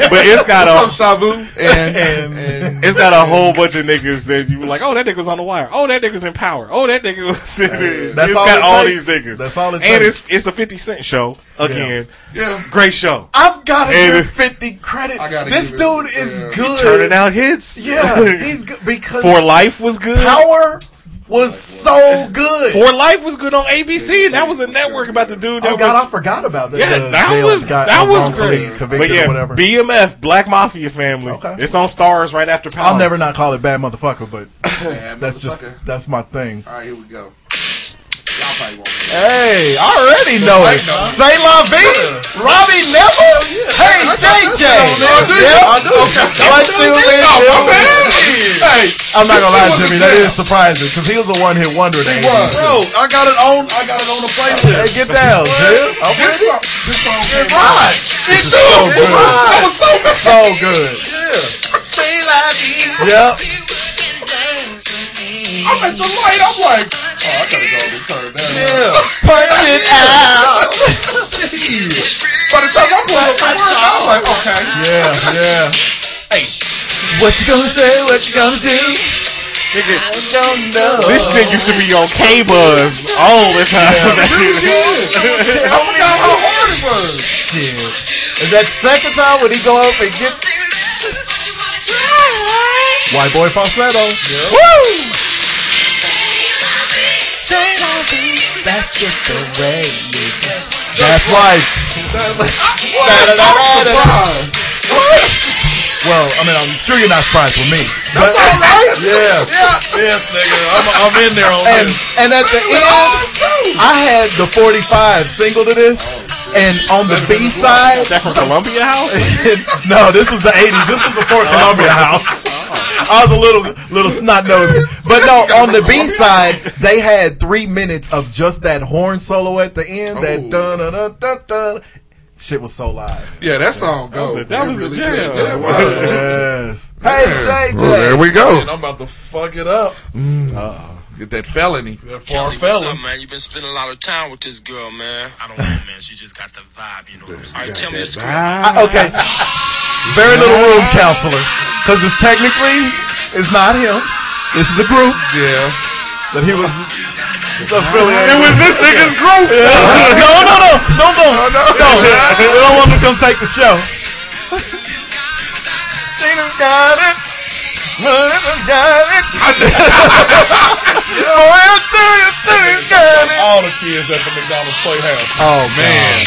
Speaker 7: and-
Speaker 9: but it's got a
Speaker 2: What's up, Shavu? And and,
Speaker 9: It's got a whole bunch of niggas that you were like, oh, that nigga was on the wire. Oh, that nigga's in power. Oh, that nigga was in it.
Speaker 7: That's
Speaker 9: has
Speaker 7: all
Speaker 9: got
Speaker 7: it
Speaker 9: all
Speaker 7: takes.
Speaker 9: these niggas.
Speaker 7: That's all it
Speaker 9: and
Speaker 7: takes.
Speaker 9: it's it's a 50 Cent show again.
Speaker 2: yeah.
Speaker 9: Great show.
Speaker 7: I've got to
Speaker 9: And-
Speaker 7: give fifty credit.
Speaker 2: I gotta
Speaker 7: This
Speaker 2: give it-
Speaker 7: dude is
Speaker 2: yeah.
Speaker 7: good.
Speaker 9: Turning out hits.
Speaker 7: Yeah, he's good because
Speaker 9: For Life was good.
Speaker 7: power was so good.
Speaker 9: For Life was good on ABC. That was a network about the dude that
Speaker 7: oh God, I
Speaker 9: was.
Speaker 7: forgot about that.
Speaker 9: Yeah,
Speaker 7: Uh,
Speaker 9: that
Speaker 7: jail
Speaker 9: was
Speaker 7: got
Speaker 9: that was
Speaker 7: wrongfully
Speaker 9: great.
Speaker 7: Convicted
Speaker 9: But yeah,
Speaker 7: or whatever.
Speaker 9: BMF Black Mafia Family.
Speaker 7: Okay.
Speaker 9: It's on Stars right after Power.
Speaker 7: I'll never not call it bad motherfucker, but
Speaker 2: Oh. Bad
Speaker 7: that's
Speaker 2: motherfucker.
Speaker 7: just that's my thing.
Speaker 2: All right, here we go. Y'all probably won't. know.
Speaker 7: Hey, I already know it. Say La Vie, Robbie Neville, Hey JJ. Yep. What you been doing?
Speaker 2: Hey,
Speaker 7: I'm not gonna lie, Jimmy.
Speaker 2: She wasn't
Speaker 7: That
Speaker 2: there.
Speaker 7: is surprising because he was a one hit wonder. She
Speaker 2: bro, I got it on. I got it on the playlist.
Speaker 7: Hey, get down, Jim. I'm with
Speaker 2: This
Speaker 7: it.
Speaker 2: song, this song came out.
Speaker 7: Right. This is so good.
Speaker 2: That was so good.
Speaker 7: So good.
Speaker 2: Say la vie.
Speaker 7: Yep.
Speaker 2: I'm at the light. I'm like, oh, I gotta go and turn down.
Speaker 7: Punch it out.
Speaker 2: By the time I pulled up the work, I was like, okay.
Speaker 7: Yeah, yeah. What you gonna say? What you gonna do? I don't know.
Speaker 9: This shit used to be on K Buzz all the time.
Speaker 2: I forgot how hard it was.
Speaker 7: shit. Is that second time when he go up and get white boy falsetto? Woo! That's just the way you go. That's life.
Speaker 2: Surprise.
Speaker 7: Well, I mean, I'm sure you're not surprised with me. But, yeah.
Speaker 8: Yes, nigga. I'm, I'm in there on
Speaker 7: And,
Speaker 8: this.
Speaker 7: and at the end, I had the 45 single to this. And on the B side,
Speaker 9: That from Columbia House?
Speaker 7: no, this was the '80s. This was before Columbia House. I was a little little snot nosed, but no. On the B side, they had three minutes of just that horn solo at the end. That
Speaker 2: Oh.
Speaker 7: dun dun dun dun dun. Shit was so live.
Speaker 2: Yeah, that song goes.
Speaker 9: a- that
Speaker 2: It
Speaker 9: was a
Speaker 2: really
Speaker 9: jam.
Speaker 2: did. Yeah, it was.
Speaker 7: Yes. Hey
Speaker 2: Well, there
Speaker 7: JJ.
Speaker 2: we
Speaker 8: And
Speaker 2: go.
Speaker 8: I'm about to fuck it up.
Speaker 2: Mm.
Speaker 8: Uh,
Speaker 2: Get that felony.
Speaker 8: That
Speaker 11: Kelly, what's
Speaker 8: far fella.
Speaker 11: up, man? You've been spending a lot of time with this girl, man. I don't know, man. She just got the vibe, you know. All right, tell me the script.
Speaker 7: I- okay. Very little room counselor, because it's technically it's not him. This is the group.
Speaker 2: Yeah.
Speaker 7: That he was affiliated.
Speaker 9: It was this nigga's group.
Speaker 7: Yeah. no, no, no, no, no, no, no. We don't want him to come take the show. Dana's got it. Dana's got it.
Speaker 8: All the kids at the McDonald's playhouse.
Speaker 7: Oh man.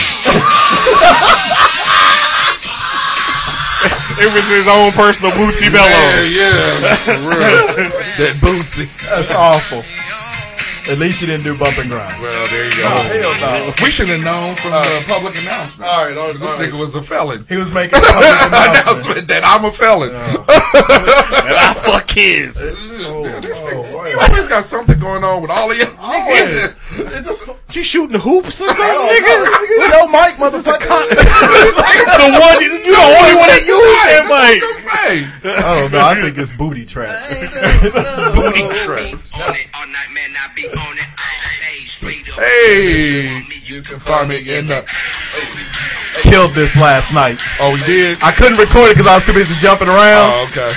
Speaker 9: It was his own personal Bootsy Bellow.
Speaker 2: Yeah,
Speaker 7: that bootsy. That's awful. At least you didn't do bump and grind.
Speaker 2: Well, there you go.
Speaker 7: Oh, hell no.
Speaker 2: We should have known from the public announcement.
Speaker 7: All right, all right,
Speaker 2: this
Speaker 7: all right.
Speaker 2: nigga was a felon.
Speaker 7: He was making a public announcement.
Speaker 2: that I'm a felon.
Speaker 9: And I fuck kids.
Speaker 2: You always got something going on with all of you. Nigga,
Speaker 9: You shooting hoops or something, nigga?
Speaker 7: It's your mic, motherfucker.
Speaker 9: It's the one you the only one that used that mic.
Speaker 2: Say,
Speaker 7: oh no, I think it's booty trap.
Speaker 2: booty trap. Hey, you can find me in the.
Speaker 7: Killed this last night.
Speaker 2: Oh, we did.
Speaker 7: I couldn't record it because I was too busy jumping around.
Speaker 2: Oh, okay.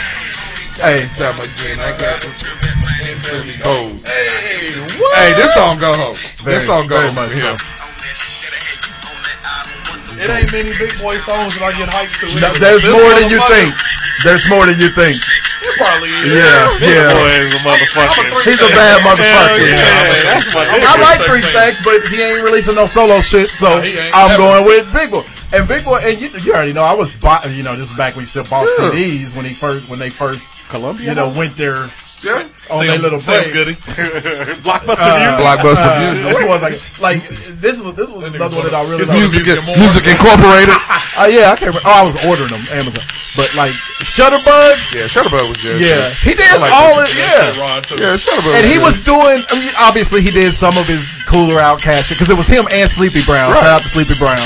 Speaker 7: hey,
Speaker 2: Time again, I got them toes. Oh. Hey,
Speaker 7: Hey,
Speaker 2: this song go home. this song go
Speaker 7: very
Speaker 2: home.
Speaker 7: much
Speaker 2: for him.
Speaker 8: It ain't many big boy songs that I get hyped to.
Speaker 7: No, there's
Speaker 8: This
Speaker 7: more than you
Speaker 8: motherfucker-
Speaker 7: think. There's more than you think.
Speaker 8: It probably is.
Speaker 7: Yeah, yeah.
Speaker 9: Boy is a motherfucker.
Speaker 7: He's a bad
Speaker 9: Hell
Speaker 7: motherfucker.
Speaker 9: yeah, that's my
Speaker 7: I
Speaker 9: nigga.
Speaker 7: like Three Stacks, but he ain't releasing no solo shit, so
Speaker 8: he ain't.
Speaker 7: I'm going with Big Boy. And Big Boy, and you, you already know, I was bought. You know, this is back when you still bought
Speaker 2: Yeah.
Speaker 7: CDs when he first when they first
Speaker 9: Columbia?
Speaker 7: You know, went there
Speaker 2: Yeah.
Speaker 7: on their
Speaker 8: Sam-
Speaker 7: little
Speaker 8: Sam
Speaker 7: break.
Speaker 8: Goody.
Speaker 9: Blockbuster music.
Speaker 2: Blockbuster
Speaker 7: Uh,
Speaker 2: music.
Speaker 7: what was like? Like this was this was another one that I really
Speaker 8: His
Speaker 7: liked.
Speaker 2: Music,
Speaker 8: music more.
Speaker 2: music incorporated.
Speaker 7: Uh, yeah, I can't remember. Oh, I was ordering them Amazon, but like Shutterbug,
Speaker 2: Yeah, Shutterbug was good.
Speaker 7: yeah,
Speaker 2: too.
Speaker 7: he did
Speaker 2: I like
Speaker 7: all
Speaker 2: that
Speaker 7: it,
Speaker 2: shit.
Speaker 7: yeah.
Speaker 8: Rod too.
Speaker 2: Yeah, Shutterbug.
Speaker 7: And he was doing. I mean, obviously, he did some of his cooler outcast shit because it was him and Sleepy Brown.
Speaker 2: Right.
Speaker 7: Shout out to Sleepy Brown.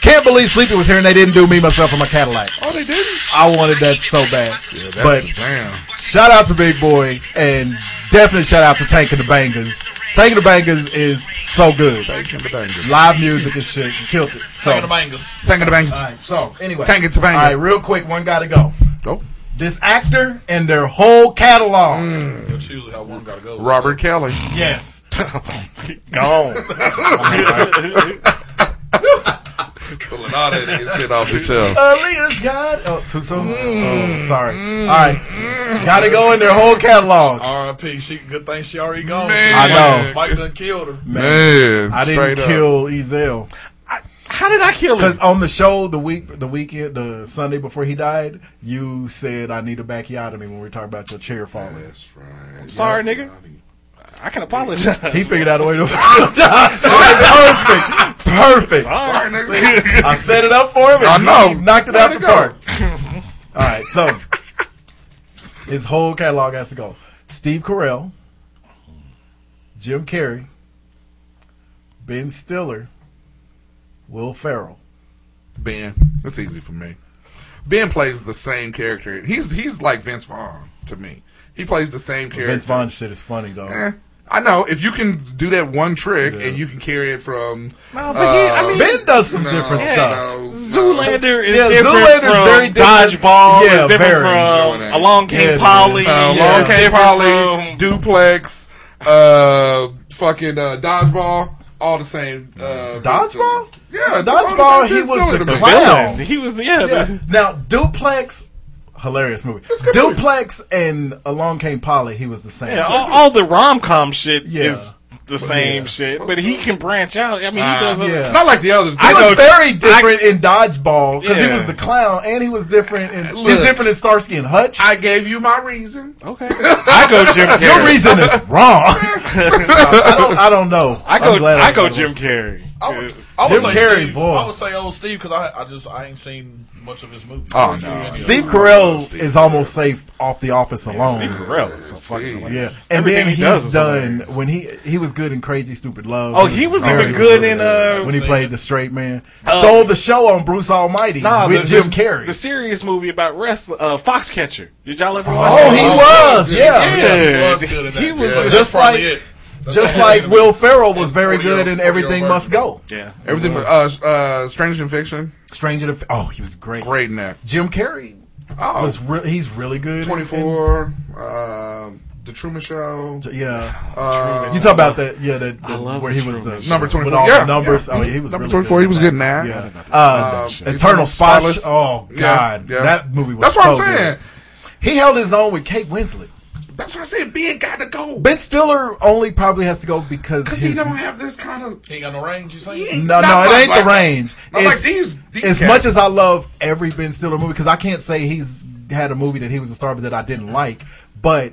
Speaker 7: Can't believe Sleepy was here and they didn't do me myself and my Cadillac.
Speaker 2: Oh, they didn't.
Speaker 7: I wanted that so bad.
Speaker 2: That's
Speaker 7: but
Speaker 2: damn.
Speaker 7: shout out to Big Boy and definitely shout out to Tank and the Bangers. Tank and the Bangers is so good.
Speaker 2: Tank and the Bangers.
Speaker 7: Live music and shit killed it. So,
Speaker 8: Hang on the mangas.
Speaker 2: Tank of the
Speaker 7: all
Speaker 2: Bang.
Speaker 7: right. So anyway,
Speaker 2: Tank and the
Speaker 7: All
Speaker 2: Bangers.
Speaker 7: right, real quick, one got to go.
Speaker 2: Oh,
Speaker 7: This actor and their whole catalog.
Speaker 8: That's usually how one gotta go.
Speaker 2: Robert Kelly.
Speaker 7: Yes.
Speaker 9: Gone.
Speaker 2: Pulling all that nigga shit off the shelf.
Speaker 7: Aaliyah's got. Oh, too soon.
Speaker 2: Mm.
Speaker 7: Oh, sorry. All right, got to go in their whole catalog.
Speaker 8: R.I.P. She good thing she already gone.
Speaker 7: I know.
Speaker 8: Mike done killed her.
Speaker 2: Man,
Speaker 7: I
Speaker 2: straight
Speaker 7: didn't
Speaker 2: up.
Speaker 7: kill Ezel
Speaker 9: How did I kill him?
Speaker 7: because on the show the week, the weekend, the Sunday before he died, you said I need a backyotomy when we talk about your chair falling.
Speaker 2: That's right.
Speaker 9: Sorry, nigga. I can apologize.
Speaker 7: He figured out a way to. perfect, perfect.
Speaker 2: Sorry, nigga.
Speaker 7: I set it up for him. And
Speaker 2: I know.
Speaker 7: he knocked it out
Speaker 2: Way
Speaker 7: the
Speaker 2: to go.
Speaker 7: park. All right, so his whole catalog has to go: Steve Carell, Jim Carrey, Ben Stiller, Will Ferrell.
Speaker 2: Ben, that's easy for me. Ben plays the same character. He's he's like Vince Vaughn to me. He plays the same character.
Speaker 7: Vince Vaughn shit is funny though.
Speaker 2: Eh, I know if you can do that one trick and you can carry it from.
Speaker 9: No, but he- I
Speaker 2: uh,
Speaker 9: mean-
Speaker 7: Ben does some
Speaker 2: no,
Speaker 7: different
Speaker 2: no,
Speaker 7: stuff.
Speaker 2: no. Uh,
Speaker 9: Zoolander is
Speaker 7: Yeah,
Speaker 9: different
Speaker 7: Zoolander's
Speaker 9: from
Speaker 7: very different.
Speaker 9: Dodgeball.
Speaker 7: Yeah,
Speaker 9: is different
Speaker 7: very.
Speaker 9: from
Speaker 2: No, it ain't.
Speaker 9: Along
Speaker 7: Yeah,
Speaker 9: Came
Speaker 7: it is.
Speaker 9: Polly.
Speaker 2: Uh,
Speaker 9: Yeah,
Speaker 2: Long
Speaker 9: it's
Speaker 2: Came
Speaker 9: different
Speaker 2: Polly,
Speaker 9: from-
Speaker 2: Duplex, uh, fucking uh, Dodgeball, all the same. Uh,
Speaker 7: Dodgeball?
Speaker 2: Yeah, it's all the
Speaker 7: Dodgeball.
Speaker 2: same
Speaker 7: He
Speaker 2: Vince
Speaker 7: was
Speaker 2: Stiller
Speaker 7: the
Speaker 2: to me.
Speaker 7: clown.
Speaker 9: He was the yeah.
Speaker 7: Yeah.
Speaker 9: the-
Speaker 7: Now, Duplex, hilarious movie. Duplex and Along Came Polly, he was the same.
Speaker 9: yeah, all, all the rom com shit
Speaker 7: Yeah.
Speaker 9: is the same shit, but he can branch out. I mean, he does. Other,
Speaker 7: yeah.
Speaker 2: Not like the others.
Speaker 7: He
Speaker 2: I
Speaker 7: was
Speaker 2: know.
Speaker 7: very different in Dodgeball because he
Speaker 9: Yeah.
Speaker 7: was the clown and he was different in
Speaker 2: Look.
Speaker 7: he's different in Starsky and Hutch.
Speaker 2: I gave you my reason.
Speaker 9: Okay, I go Jim
Speaker 7: Your
Speaker 9: Carrey.
Speaker 7: reason is wrong. I, don't, I don't know.
Speaker 9: I
Speaker 7: I'm
Speaker 9: go.
Speaker 7: glad
Speaker 9: I go
Speaker 7: got
Speaker 9: Jim
Speaker 7: it.
Speaker 9: Carrey.
Speaker 8: I would, I would
Speaker 7: Jim
Speaker 8: say
Speaker 7: Carrey,
Speaker 8: Steve,
Speaker 7: boy.
Speaker 8: I would say old Steve because I, I just I ain't seen much of his movies.
Speaker 2: Oh,
Speaker 8: Or seen
Speaker 2: no.
Speaker 8: any of them.
Speaker 7: Steve Carell is almost safe off the office alone.
Speaker 9: Steve Carell is a fucking. hilarious.
Speaker 7: Oh. Yeah, and
Speaker 9: Everything
Speaker 7: then
Speaker 9: he
Speaker 7: he's
Speaker 9: does is
Speaker 7: done
Speaker 9: hilarious.
Speaker 7: when he he was good in Crazy Stupid Love.
Speaker 9: Oh, he was
Speaker 7: very
Speaker 9: even good in uh.
Speaker 7: when he played the straight man. Stole the show on Bruce Almighty
Speaker 9: Nah,
Speaker 7: with
Speaker 9: the,
Speaker 7: Jim
Speaker 9: the,
Speaker 7: Carrey.
Speaker 9: The serious movie about wrestling, uh, Foxcatcher. Did y'all ever watch
Speaker 7: oh,
Speaker 9: that?
Speaker 7: he was, yeah.
Speaker 9: Yeah.
Speaker 8: was good in that.
Speaker 9: He was
Speaker 8: Yeah.
Speaker 9: like-
Speaker 8: That's
Speaker 7: Just like-
Speaker 8: probably it. That's
Speaker 7: Just
Speaker 8: probably
Speaker 7: like
Speaker 8: it.
Speaker 7: Will Ferrell was very
Speaker 8: Forty-year-
Speaker 7: good in
Speaker 8: forty-year
Speaker 7: Everything
Speaker 8: version.
Speaker 7: Must Go.
Speaker 9: Yeah.
Speaker 2: Everything but uh, uh, Strange in Fiction,
Speaker 7: Stranger to F- Oh, he was great.
Speaker 2: great in that.
Speaker 7: Jim Carrey
Speaker 2: Oh,
Speaker 7: was re- he's really good. in-
Speaker 2: 24, um, The Truman Show.
Speaker 7: Yeah.
Speaker 2: Uh,
Speaker 7: you talk about that? Yeah, that the- where he was the
Speaker 2: number twenty
Speaker 7: with
Speaker 2: four.
Speaker 7: all
Speaker 2: Yeah,
Speaker 7: the numbers.
Speaker 2: yeah.
Speaker 7: Oh, yeah, he was
Speaker 2: number
Speaker 7: really
Speaker 2: twenty four.
Speaker 7: good
Speaker 2: He was
Speaker 7: in that.
Speaker 2: good in that.
Speaker 7: Yeah. Uh, Eternal Spotless. Oh God, that movie was.
Speaker 2: That's what
Speaker 7: so
Speaker 2: I'm saying.
Speaker 7: good. He held his own with Kate Winslet.
Speaker 2: That's what I'm saying. Ben got to go
Speaker 7: Ben Stiller only probably has to go because
Speaker 2: because he
Speaker 7: his,
Speaker 2: don't have this kind of.
Speaker 8: He ain't got no range. You
Speaker 2: saying?
Speaker 7: no, no, it ain't the range.
Speaker 2: Not like
Speaker 7: It's-
Speaker 2: these. these
Speaker 7: as
Speaker 2: cats.
Speaker 7: much as I love every Ben Stiller movie, because I can't say he's had a movie that he was a star of that I didn't like, but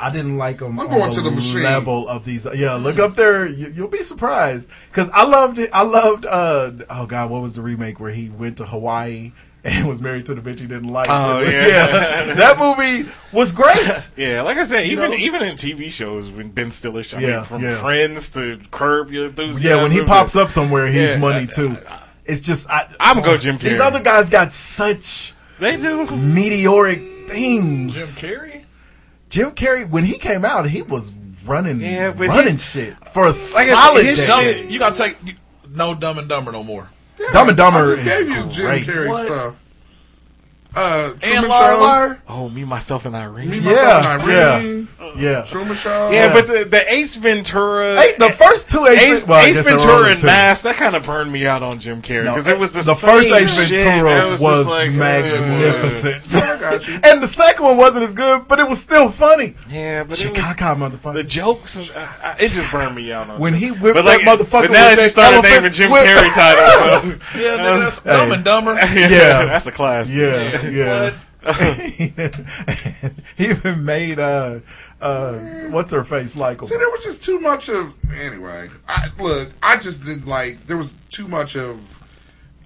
Speaker 7: I didn't like him
Speaker 2: I'm
Speaker 7: on
Speaker 2: going
Speaker 7: the,
Speaker 2: to the machine.
Speaker 7: level of these. Yeah, look up there, you, you'll be surprised. Because I loved, it. I loved. uh Oh God, what was the remake where he went to Hawaii? And was married to the bitch he didn't like.
Speaker 9: Oh, yeah.
Speaker 7: that movie was great.
Speaker 9: Yeah, like I said,
Speaker 7: You
Speaker 9: even
Speaker 7: know?
Speaker 9: even in TV shows, when Ben Stiller, I
Speaker 7: Yeah,
Speaker 9: mean, from
Speaker 7: yeah.
Speaker 9: Friends to Curb Your Enthusiasm.
Speaker 7: Yeah, when he pops up somewhere, he's
Speaker 9: Yeah,
Speaker 7: money
Speaker 9: I-
Speaker 7: too. it's just I,
Speaker 9: I'm go Jim
Speaker 7: These
Speaker 9: Carrey.
Speaker 7: other guys got such
Speaker 9: they do
Speaker 7: meteoric things.
Speaker 8: Jim Carrey?
Speaker 7: Jim Carrey when he came out, he was running,
Speaker 8: Yeah, but
Speaker 7: running
Speaker 8: his-
Speaker 7: shit for a
Speaker 8: Like I said,
Speaker 7: solid
Speaker 8: his
Speaker 7: day.
Speaker 8: dumb- You gotta take you, no Dumb and Dumber no more.
Speaker 7: Dumb and Dumber
Speaker 2: I just gave you
Speaker 7: is
Speaker 2: Jim
Speaker 7: great.
Speaker 2: Carrey
Speaker 8: What?
Speaker 2: stuff. Uh, Truman
Speaker 8: And Lar
Speaker 2: Show.
Speaker 8: Lar?
Speaker 9: Oh, me, myself, and Irene.
Speaker 2: Me,
Speaker 7: Yeah,
Speaker 2: myself, and Irene.
Speaker 7: yeah, yeah.
Speaker 2: Truman Show.
Speaker 9: Yeah, but the, the Ace Ventura,
Speaker 7: Hey, the first two Ace,
Speaker 9: Ace,
Speaker 7: well, I
Speaker 9: Ace
Speaker 7: guess there were
Speaker 9: Ventura
Speaker 7: only
Speaker 9: and
Speaker 7: two.
Speaker 9: Mask, that kind of burned me out on Jim Carrey
Speaker 7: No,
Speaker 9: because it was the,
Speaker 7: first
Speaker 9: same
Speaker 7: Ace
Speaker 9: shit.
Speaker 7: Ventura
Speaker 9: It was,
Speaker 7: was,
Speaker 9: just like, "Oh,
Speaker 7: magnificent,
Speaker 9: uh,
Speaker 7: and the second one wasn't as good, but it was still funny.
Speaker 9: yeah, but it was,
Speaker 7: Chicago motherfucker.
Speaker 9: the jokes, and- I- I- it just burned me out on
Speaker 7: When
Speaker 9: Jim.
Speaker 7: he whipped
Speaker 9: But
Speaker 7: that
Speaker 9: like,
Speaker 7: motherfucker
Speaker 9: But now
Speaker 7: with
Speaker 9: that you
Speaker 7: that
Speaker 9: started
Speaker 7: elephant
Speaker 9: naming Jim
Speaker 7: whip.
Speaker 9: Carrey titles, so.
Speaker 8: Yeah, nigga, that's
Speaker 7: Hey.
Speaker 8: Dumb and Dumber.
Speaker 7: Yeah.
Speaker 9: that's a class.
Speaker 7: Yeah, yeah.
Speaker 9: What?
Speaker 7: he even made uh, uh, what's her face like
Speaker 2: See, there was just too much of. Anyway, I, look, I just didn't like. There was too much of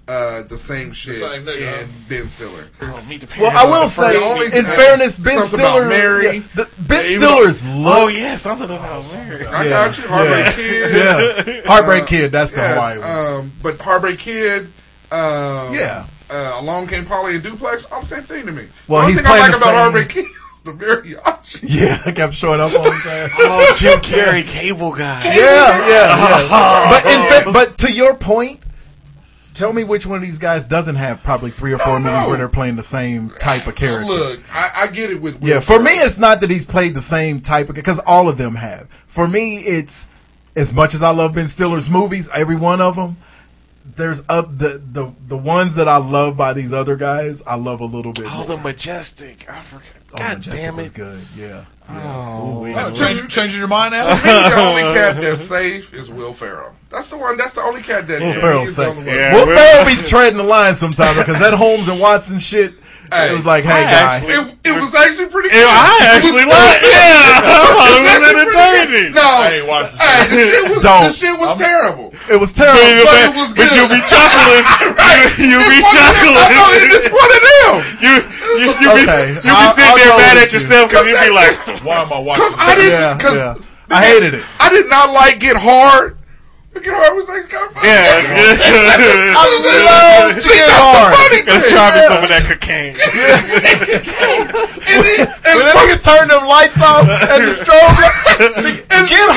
Speaker 2: uh, the same shit
Speaker 8: same nigga, huh?
Speaker 2: and Ben Stiller.
Speaker 7: Well, I will
Speaker 2: The
Speaker 7: say,
Speaker 2: first only
Speaker 7: in
Speaker 2: thing-
Speaker 7: fairness, Ben
Speaker 2: something about
Speaker 7: Stiller,
Speaker 2: Mary.
Speaker 7: yeah, the- Ben
Speaker 2: Yeah, even
Speaker 7: Stiller's
Speaker 2: though-
Speaker 7: look. Oh,
Speaker 9: Oh yeah, something about Larry.
Speaker 2: I got you, Heartbreak
Speaker 7: yeah.
Speaker 2: Kid.
Speaker 7: Yeah. Heartbreak Kid, that's the
Speaker 2: yeah,
Speaker 7: Hawaii one.
Speaker 2: Um, but Heartbreak Kid. Um,
Speaker 7: Yeah.
Speaker 2: Uh, Along Came Polly and Duplex. All the same thing to me.
Speaker 7: Well,
Speaker 2: the only
Speaker 7: he's
Speaker 2: thing I
Speaker 7: playing
Speaker 2: like
Speaker 7: the
Speaker 2: about
Speaker 7: same-
Speaker 2: Heartbreak Kid is the mariachi.
Speaker 7: Yeah, I kept showing up on time.
Speaker 9: Oh, Jim Carrey, cable guy.
Speaker 7: Yeah, yeah, yeah. but in fact, but to your point, tell me which one of these guys doesn't have probably three or four movies
Speaker 2: no.
Speaker 7: where they're playing the same type of character.
Speaker 2: Look, I, I get it with Will
Speaker 7: yeah, for
Speaker 2: Ferrell.
Speaker 7: me, it's not that he's played the same type of because all of them have. For me, it's as much as I love Ben Stiller's movies, every one of them. There's up the the the ones that I love by these other guys. I love a little bit.
Speaker 9: Oh,
Speaker 7: more.
Speaker 9: the majestic. I forgot.
Speaker 7: Oh,
Speaker 9: God
Speaker 7: Majestic
Speaker 9: damn
Speaker 7: was
Speaker 9: it.
Speaker 7: good. Yeah.
Speaker 9: Oh,
Speaker 7: Ooh,
Speaker 2: Uh,
Speaker 7: wait.
Speaker 2: to
Speaker 8: Change, changing your mind
Speaker 2: To me,
Speaker 8: now?
Speaker 2: the only cat that's safe is Will Ferrell. That's the one. That's the only cat that.
Speaker 7: Will
Speaker 2: to me
Speaker 7: Ferrell
Speaker 2: is the
Speaker 7: safe.
Speaker 2: only one.
Speaker 9: Yeah,
Speaker 7: Will
Speaker 9: we're-
Speaker 7: Ferrell be treading the line sometimes because that Holmes and Watson shit.
Speaker 2: Hey,
Speaker 7: it was like, hey,
Speaker 9: I
Speaker 7: guy.
Speaker 9: actually-
Speaker 2: It, it was actually pretty.
Speaker 9: Yeah, I actually liked it. Yeah, I thought it was entertaining.
Speaker 2: No,
Speaker 8: I ain't watching
Speaker 2: hey, the shit was, the
Speaker 7: Don't.
Speaker 2: shit was terrible.
Speaker 7: it was
Speaker 9: But,
Speaker 7: terrible.
Speaker 2: But it was
Speaker 9: but
Speaker 2: good.
Speaker 9: you'll be chuckling. You, you'll be
Speaker 2: It's one of them. I know, it's
Speaker 9: chuckling.
Speaker 2: one of them.
Speaker 9: You, you, you be,
Speaker 7: Okay,
Speaker 9: you be
Speaker 7: I'll-
Speaker 9: sitting
Speaker 7: I'll
Speaker 9: there
Speaker 7: go
Speaker 9: mad
Speaker 7: with
Speaker 9: at
Speaker 7: you.
Speaker 9: yourself because you'd be like,
Speaker 8: Why am I watching?
Speaker 2: Cause I
Speaker 8: that?
Speaker 2: didn't.
Speaker 7: Yeah,
Speaker 2: cause
Speaker 7: yeah. I hated it.
Speaker 2: I did not like Get Hard. But Get Hard was like, God, fuck
Speaker 9: yeah.
Speaker 2: it. I
Speaker 9: yeah.
Speaker 2: love
Speaker 7: Get Hard.
Speaker 2: That's the funny
Speaker 9: Let's
Speaker 2: thing.
Speaker 9: try me some of that cocaine.
Speaker 2: And it- and
Speaker 7: When that
Speaker 2: fuck-
Speaker 7: nigga turned them lights off and the strobe, get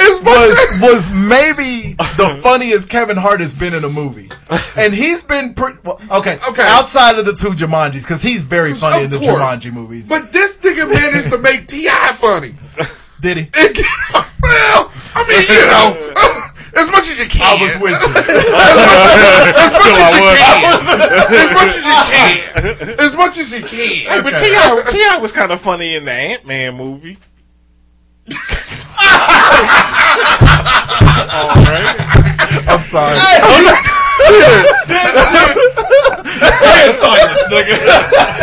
Speaker 7: hard was was maybe the funniest Kevin Hart has been in a movie, and he's been pretty well, okay.
Speaker 2: Okay.
Speaker 7: outside of the two Jumanjis because he's very funny in the
Speaker 2: Of course.
Speaker 7: Jumanji movies.
Speaker 2: But this nigga managed to make Ti funny.
Speaker 7: did he?
Speaker 2: And Get Hard- well, I mean, you know, as much as you can.
Speaker 7: I was with you.
Speaker 2: as much
Speaker 9: I
Speaker 2: as you
Speaker 9: was.
Speaker 2: can. As much as you can. As much as you can.
Speaker 9: But T.I. T.I. was kind of funny in the Ant Man movie. All right.
Speaker 7: I'm sorry.
Speaker 8: Dead silence, nigga.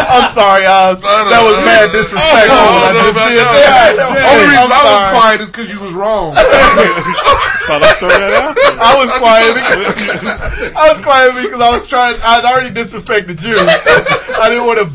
Speaker 7: I'm sorry, Oz. That was mad disrespectful.
Speaker 2: Oh,
Speaker 7: what
Speaker 2: no,
Speaker 7: I just
Speaker 2: no,
Speaker 7: did
Speaker 2: no.
Speaker 7: there.
Speaker 2: The only reason
Speaker 7: I'm
Speaker 2: I was
Speaker 7: sorry.
Speaker 2: quiet is because you was wrong.
Speaker 9: Thought I'd throw that out there.
Speaker 7: I was quiet. Because, I was quiet because I was trying. I'd already disrespected you. I didn't want to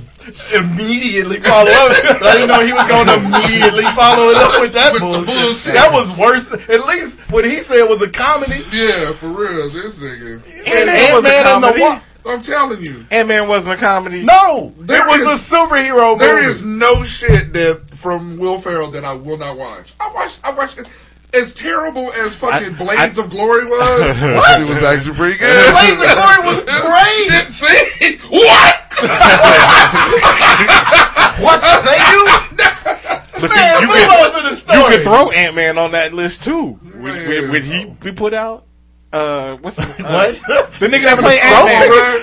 Speaker 7: immediately follow up. But I didn't know he was going to immediately follow it up with that bullshit.
Speaker 2: bullshit.
Speaker 7: That was worse. At least what he said was a comedy.
Speaker 2: yeah, for real, this nigga.
Speaker 7: And
Speaker 9: Ant-Man was a
Speaker 7: Ant-Man and the
Speaker 9: comedy.
Speaker 7: Wa-
Speaker 2: I'm telling you,
Speaker 9: Ant Man wasn't a comedy.
Speaker 7: No,
Speaker 2: There
Speaker 7: it was
Speaker 2: is-
Speaker 7: a superhero
Speaker 2: there
Speaker 7: movie.
Speaker 2: is no shit that from Will Ferrell that I will not watch. I watch, I watch. As terrible as fucking Blades of Glory was, it was actually pretty good.
Speaker 7: Blades of Glory was great.
Speaker 2: See what?
Speaker 7: What say you?
Speaker 9: But see,
Speaker 7: Man,
Speaker 9: you
Speaker 7: move on to
Speaker 9: can,
Speaker 7: the
Speaker 9: you
Speaker 7: story.
Speaker 9: can throw Ant Man on that list too. When, when, when he we put out, uh, what's the,
Speaker 7: What?
Speaker 9: the nigga that
Speaker 7: Having a
Speaker 9: played Ant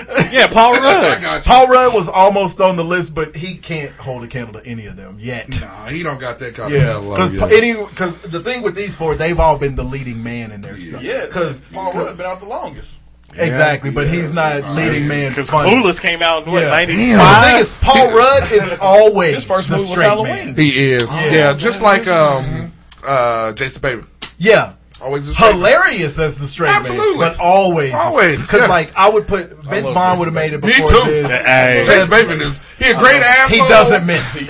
Speaker 7: stroke,
Speaker 9: Man? yeah, Paul Rudd.
Speaker 7: Paul Rudd was almost on the list, but he can't hold a candle to any of them yet.
Speaker 2: Nah, he don't got that kind of oh,
Speaker 7: Yeah, because
Speaker 2: catalog yet.
Speaker 7: any because the thing with these four, they've all been the leading man in their stuff.
Speaker 8: Yeah,
Speaker 7: because
Speaker 8: Paul Rudd been out the longest.
Speaker 7: Exactly, but he's not leading man.
Speaker 9: Because
Speaker 7: funny.
Speaker 9: Clueless came out in what
Speaker 7: Yeah.
Speaker 9: ninety
Speaker 7: The thing
Speaker 9: five.
Speaker 7: is, Paul Rudd is always
Speaker 9: His first
Speaker 7: the
Speaker 9: movie was
Speaker 7: straight
Speaker 9: Halloween.
Speaker 7: man.
Speaker 2: He is. yeah, just like um uh Jason Bateman.
Speaker 7: Yeah.
Speaker 2: Always the straight
Speaker 7: Hilarious as the straight
Speaker 2: Absolutely.
Speaker 7: man, but always,
Speaker 2: Always,
Speaker 7: because
Speaker 2: yeah.
Speaker 7: like I would put Vince
Speaker 2: love
Speaker 7: Vaughn would have made it
Speaker 2: Me
Speaker 7: before
Speaker 2: too.
Speaker 7: this.
Speaker 9: Hey.
Speaker 7: Seth-
Speaker 2: Jason Bateman is he a great
Speaker 7: He
Speaker 2: asshole.
Speaker 7: doesn't miss.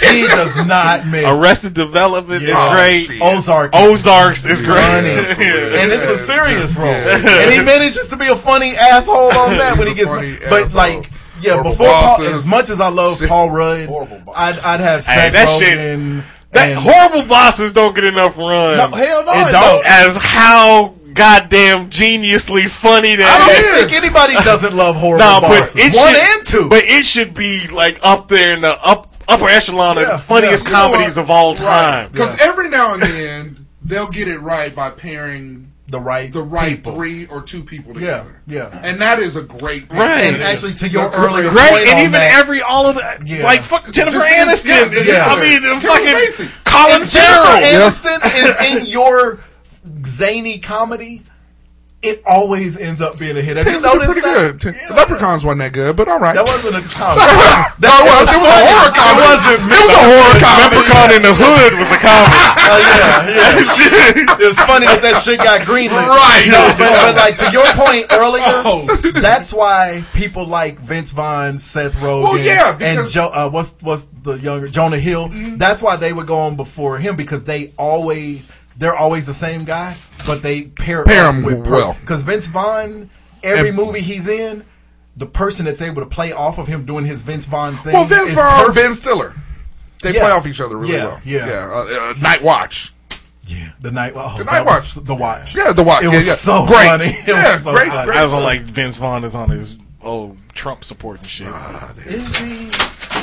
Speaker 7: he does not miss.
Speaker 9: Arrested Development
Speaker 7: Yeah. Oh,
Speaker 9: is great.
Speaker 7: Ozark.
Speaker 9: Ozarks is great.
Speaker 7: Funny.
Speaker 9: Yeah.
Speaker 7: and it's a serious role.
Speaker 9: Yeah.
Speaker 7: And he manages to be a funny asshole on that when he gets. But like, yeah,
Speaker 2: Horrible
Speaker 7: before Paul,
Speaker 2: bosses.
Speaker 7: as much as I love Paul Rudd, I'd, I'd have Seth
Speaker 9: Hey, that shit-
Speaker 7: Rogen.
Speaker 9: That
Speaker 7: and-
Speaker 9: horrible bosses don't get enough run.
Speaker 7: No, hell no,
Speaker 9: It
Speaker 7: it
Speaker 9: don't.
Speaker 7: don't.
Speaker 9: As how goddamn geniously funny that
Speaker 7: I
Speaker 9: is.
Speaker 7: don't think anybody doesn't love horrible
Speaker 9: No, but
Speaker 7: bosses.
Speaker 9: it
Speaker 7: One
Speaker 9: should,
Speaker 7: and two.
Speaker 9: But it should be like up there in the up upper echelon
Speaker 7: Yeah,
Speaker 9: of funniest
Speaker 2: yeah. You know
Speaker 9: comedies
Speaker 2: what?
Speaker 9: of all time.
Speaker 2: Because every now and then they'll get it right by pairing
Speaker 7: the right
Speaker 2: the right three or two people
Speaker 7: Yeah,
Speaker 2: together.
Speaker 7: yeah.
Speaker 2: And that is a great
Speaker 9: Right.
Speaker 7: And actually, to your
Speaker 2: That's
Speaker 7: earlier
Speaker 9: Great,
Speaker 7: point
Speaker 9: and
Speaker 7: on
Speaker 9: even
Speaker 7: that,
Speaker 9: every all of the
Speaker 7: Yeah.
Speaker 9: like fuck Jennifer
Speaker 2: Just-
Speaker 9: Aniston.
Speaker 7: yeah.
Speaker 2: yeah,
Speaker 9: I mean, the
Speaker 2: Kevin
Speaker 9: fucking
Speaker 2: Spacey.
Speaker 9: Colin
Speaker 7: if Jennifer
Speaker 9: Farrell.
Speaker 7: Aniston is in your zany comedy, it always ends up being a hit. Have you
Speaker 2: Tennessee was
Speaker 7: noticed
Speaker 2: pretty
Speaker 7: that?
Speaker 2: good. Leprechauns wasn't that good, but all right.
Speaker 7: That wasn't a comedy.
Speaker 2: no, it was. It was a horror comedy. It wasn't. It was a horror comedy.
Speaker 9: Leprechaun in the Hood was a comedy.
Speaker 7: Oh yeah, yeah. it's funny that that shit got greenlit,
Speaker 2: Right. Oh.
Speaker 7: No, but, but like to your point earlier, that's why people like Vince Vaughn, Seth Rogen,
Speaker 2: Well, yeah,
Speaker 7: and
Speaker 2: because- Mm-hmm.
Speaker 7: jo- uh, what's what's the younger Jonah Hill. That's why they would go on before him because they always they're always the same guy, but they pair
Speaker 2: Pair
Speaker 7: up
Speaker 2: him
Speaker 7: with
Speaker 2: well.
Speaker 7: Because Vince Vaughn, every
Speaker 2: And-
Speaker 7: movie he's in. The person that's able to play off of him doing his Vince Vaughn thing.
Speaker 2: Well, Vince
Speaker 7: is
Speaker 2: Vaughn,
Speaker 7: perfect.
Speaker 2: Ben Stiller. They
Speaker 7: Yeah.
Speaker 2: play off each other really
Speaker 7: Yeah,
Speaker 2: well.
Speaker 7: yeah.
Speaker 2: yeah. Uh, uh, Night Watch.
Speaker 7: Yeah, the night. Oh,
Speaker 2: The
Speaker 7: the
Speaker 2: Night
Speaker 7: night watch.
Speaker 2: Watch.
Speaker 7: The watch.
Speaker 2: Yeah, The Watch.
Speaker 7: It
Speaker 2: Yeah,
Speaker 7: was
Speaker 2: yeah.
Speaker 7: so
Speaker 2: Great.
Speaker 7: funny. It
Speaker 2: Yeah,
Speaker 7: was so
Speaker 2: great,
Speaker 7: funny.
Speaker 2: great.
Speaker 9: I was on like Vince Vaughn is on his old Trump supporting shit.
Speaker 7: Is he-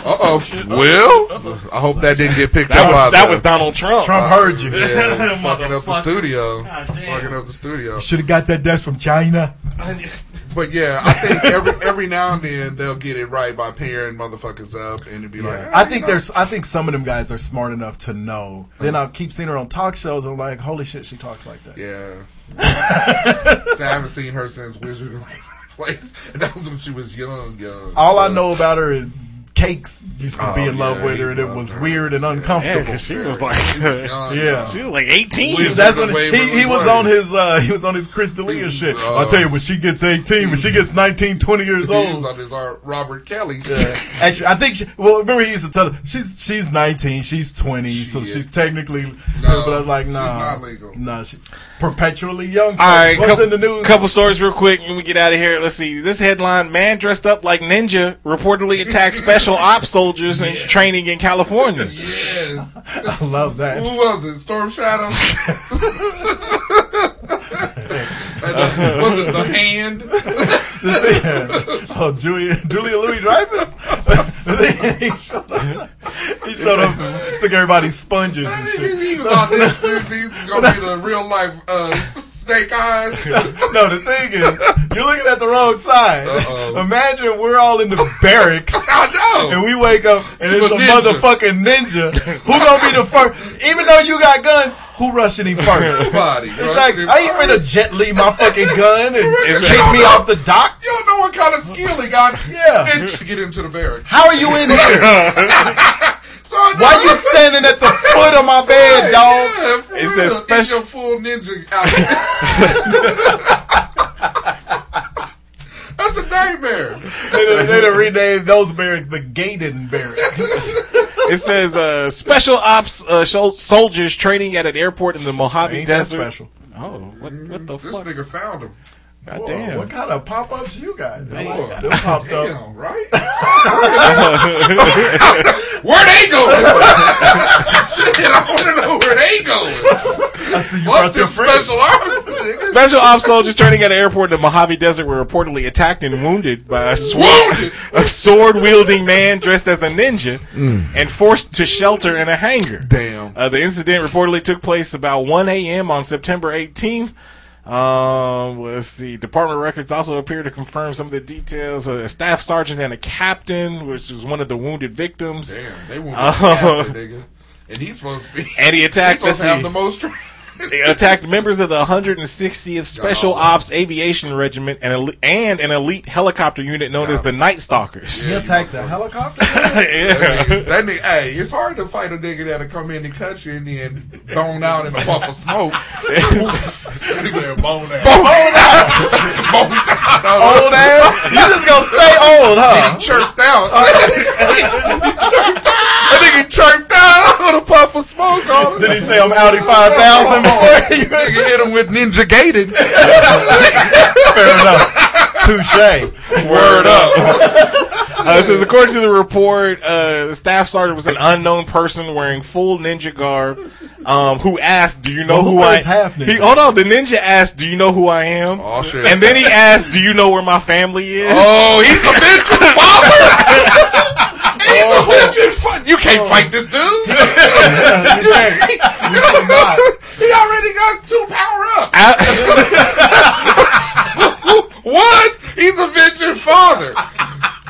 Speaker 2: Uh oh. Will? I hope that didn't get picked up.
Speaker 9: That
Speaker 2: by
Speaker 9: was that
Speaker 2: the-
Speaker 9: was Donald Trump.
Speaker 7: Trump heard you.
Speaker 2: Yeah, fucking up the
Speaker 9: Motherfucker.
Speaker 2: studio. Fucking up the studio.
Speaker 7: Should have got that desk from China.
Speaker 2: But yeah, I think every every now and then they'll get it right by pairing motherfuckers up and it'd be like,
Speaker 7: I think there's. I think some of them guys are smart enough to know. Then I keep seeing her on talk shows. and I'm like, holy shit, she talks like that.
Speaker 2: Yeah. so I haven't seen her since Wizard of Waverly Place, and that was when she was young, young.
Speaker 7: All I
Speaker 2: So-
Speaker 7: know about her is cakes used to be
Speaker 2: Oh,
Speaker 7: in love
Speaker 2: yeah,
Speaker 7: with
Speaker 2: he
Speaker 7: her, and it
Speaker 2: loved
Speaker 7: was
Speaker 2: her.
Speaker 7: weird and
Speaker 9: Yeah,
Speaker 7: uncomfortable.
Speaker 9: 'cause she was like,
Speaker 2: young.
Speaker 7: Yeah.
Speaker 9: she was like eighteen.
Speaker 2: Wizard
Speaker 7: That's when
Speaker 2: of
Speaker 7: he,
Speaker 2: Waverly
Speaker 7: he was
Speaker 2: Place.
Speaker 7: on his uh, he was on his Chris D'Elia shit. I tell you, when she gets eighteen, when she gets 19, 20 years
Speaker 2: He was
Speaker 7: old,
Speaker 2: on his R- Robert Kelly.
Speaker 7: Actually, I think. She, well, remember he used to tell her she's she's nineteen, she's twenty, so
Speaker 2: Shit.
Speaker 7: she's technically.
Speaker 2: No,
Speaker 7: but I was like,
Speaker 2: she's
Speaker 7: nah,
Speaker 2: not legal.
Speaker 7: Nah, she, perpetually young.
Speaker 9: All right,
Speaker 7: what's
Speaker 9: couple,
Speaker 7: in the news?
Speaker 9: couple stories real quick when we get out of here. Let's see. This headline: Man dressed up like ninja reportedly attacked special ops soldiers in training in California.
Speaker 2: yes.
Speaker 7: I love
Speaker 2: Who
Speaker 7: that.
Speaker 2: was it? Storm Shadow? And, uh, was it the hand?
Speaker 7: oh, Julia, Julia Louis Dreyfus. he showed up, he showed up and took everybody's sponges and shit.
Speaker 2: he was out there. He was gonna be the real life uh, Snake Eyes.
Speaker 7: No, the thing is, you're looking at the wrong side.
Speaker 2: Uh-oh.
Speaker 7: Imagine we're all in the barracks.
Speaker 2: I know.
Speaker 7: and we wake up and
Speaker 2: To
Speaker 7: it's a,
Speaker 2: a ninja.
Speaker 7: motherfucking ninja. Who gonna be the first? Even though you got guns, who rushing him first?
Speaker 2: Somebody,
Speaker 7: It's like
Speaker 2: rushing him
Speaker 7: I ain't finna
Speaker 2: first.
Speaker 7: jet Li my fucking gun and
Speaker 2: It's
Speaker 7: kick
Speaker 2: like-
Speaker 7: me off the dock.
Speaker 2: You don't know what kind of skill he got.
Speaker 7: Yeah.
Speaker 2: And to get into the barracks.
Speaker 7: How are you in here?
Speaker 2: So I know-
Speaker 7: Why you standing at the foot of my bed, dog?
Speaker 2: Yeah, for
Speaker 9: It
Speaker 2: real.
Speaker 9: says special-
Speaker 2: In your full ninja outfit. That's a nightmare.
Speaker 7: They done, they done renamed those barracks the Gated Barracks.
Speaker 9: It says uh, special ops uh, shol- soldiers training at an airport in the Mojave
Speaker 7: Ain't that
Speaker 9: Desert.
Speaker 7: special?
Speaker 9: Oh, what, what the
Speaker 2: This
Speaker 9: fuck?
Speaker 2: nigga found him.
Speaker 9: God
Speaker 7: Whoa,
Speaker 9: damn.
Speaker 7: What kind of pop ups you got? They,
Speaker 9: Whoa,
Speaker 7: they popped
Speaker 2: damn,
Speaker 7: up.
Speaker 2: right? Where they going? Shit, I want to know where they going. I see you brought your special ops. nigga.
Speaker 9: Special ops soldiers turning at an airport in the Mojave Desert were reportedly attacked and wounded by a sword, a sword wielding man dressed as a ninja and forced to shelter in a hangar.
Speaker 2: Mm. Damn.
Speaker 9: Uh, the incident reportedly took place about 1 a.m. on September 18th. Um, let's see. Department records also appear to confirm some of the details. A staff sergeant and a captain, which was one of the wounded victims.
Speaker 2: Damn, they won't
Speaker 9: Uh,
Speaker 2: happen, nigga. And he's supposed to be.
Speaker 9: And he attacked-
Speaker 2: He's supposed to
Speaker 9: let's
Speaker 2: have
Speaker 9: see.
Speaker 2: the most.
Speaker 9: They attacked members of the 160th Special Ops Aviation Regiment and, el- and an elite helicopter unit known as the Night Stalkers.
Speaker 7: He attacked the helicopter?
Speaker 2: That nigga, that nigga, hey, it's hard to fight a nigga that'll come in and cut you and then bone out in a puff of smoke.
Speaker 8: bone out.
Speaker 2: Bone out. Bone out.
Speaker 7: Old ass? You just gonna stay old, huh?
Speaker 2: He chirped out. he chirped out. That nigga chirped out on a puff of smoke. dog.
Speaker 7: Did he say I'm Audi 5000 boy?
Speaker 2: You nigga hit him with ninja gated.
Speaker 7: Fair enough. Touche. Word up.
Speaker 9: Uh, it says, according to the report, uh, the staff sergeant was an unknown person wearing full ninja garb um, who asked, Do you know
Speaker 7: Well, who
Speaker 9: who, I
Speaker 7: wears half ninja?
Speaker 9: He, hold on, the ninja asked, Do you know who I am?
Speaker 2: Oh, shit.
Speaker 9: And then he asked, Do you know where my family is?
Speaker 2: Oh, he's a bitch father. he's a bitch father. You can't
Speaker 7: Oh.
Speaker 2: fight this dude. he already got two power up. what? He's a venture father.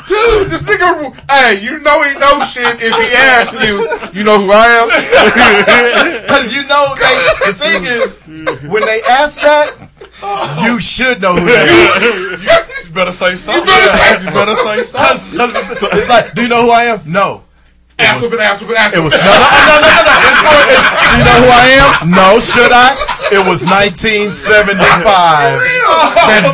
Speaker 2: Dude, this nigga, hey, you know he knows shit if he asks you, you know who I am?
Speaker 7: Because you know, they, the thing is, when they ask that,
Speaker 2: Oh.
Speaker 7: you should know who they are. You better say something. You better, say something. it's like, do you know who I am? No.
Speaker 2: ass whooping, ass whooping, ass
Speaker 7: It was
Speaker 2: whooping.
Speaker 7: no, no, no, no, no. no. It's, more- it's, do you know who I am? No. Should I? It was 1975.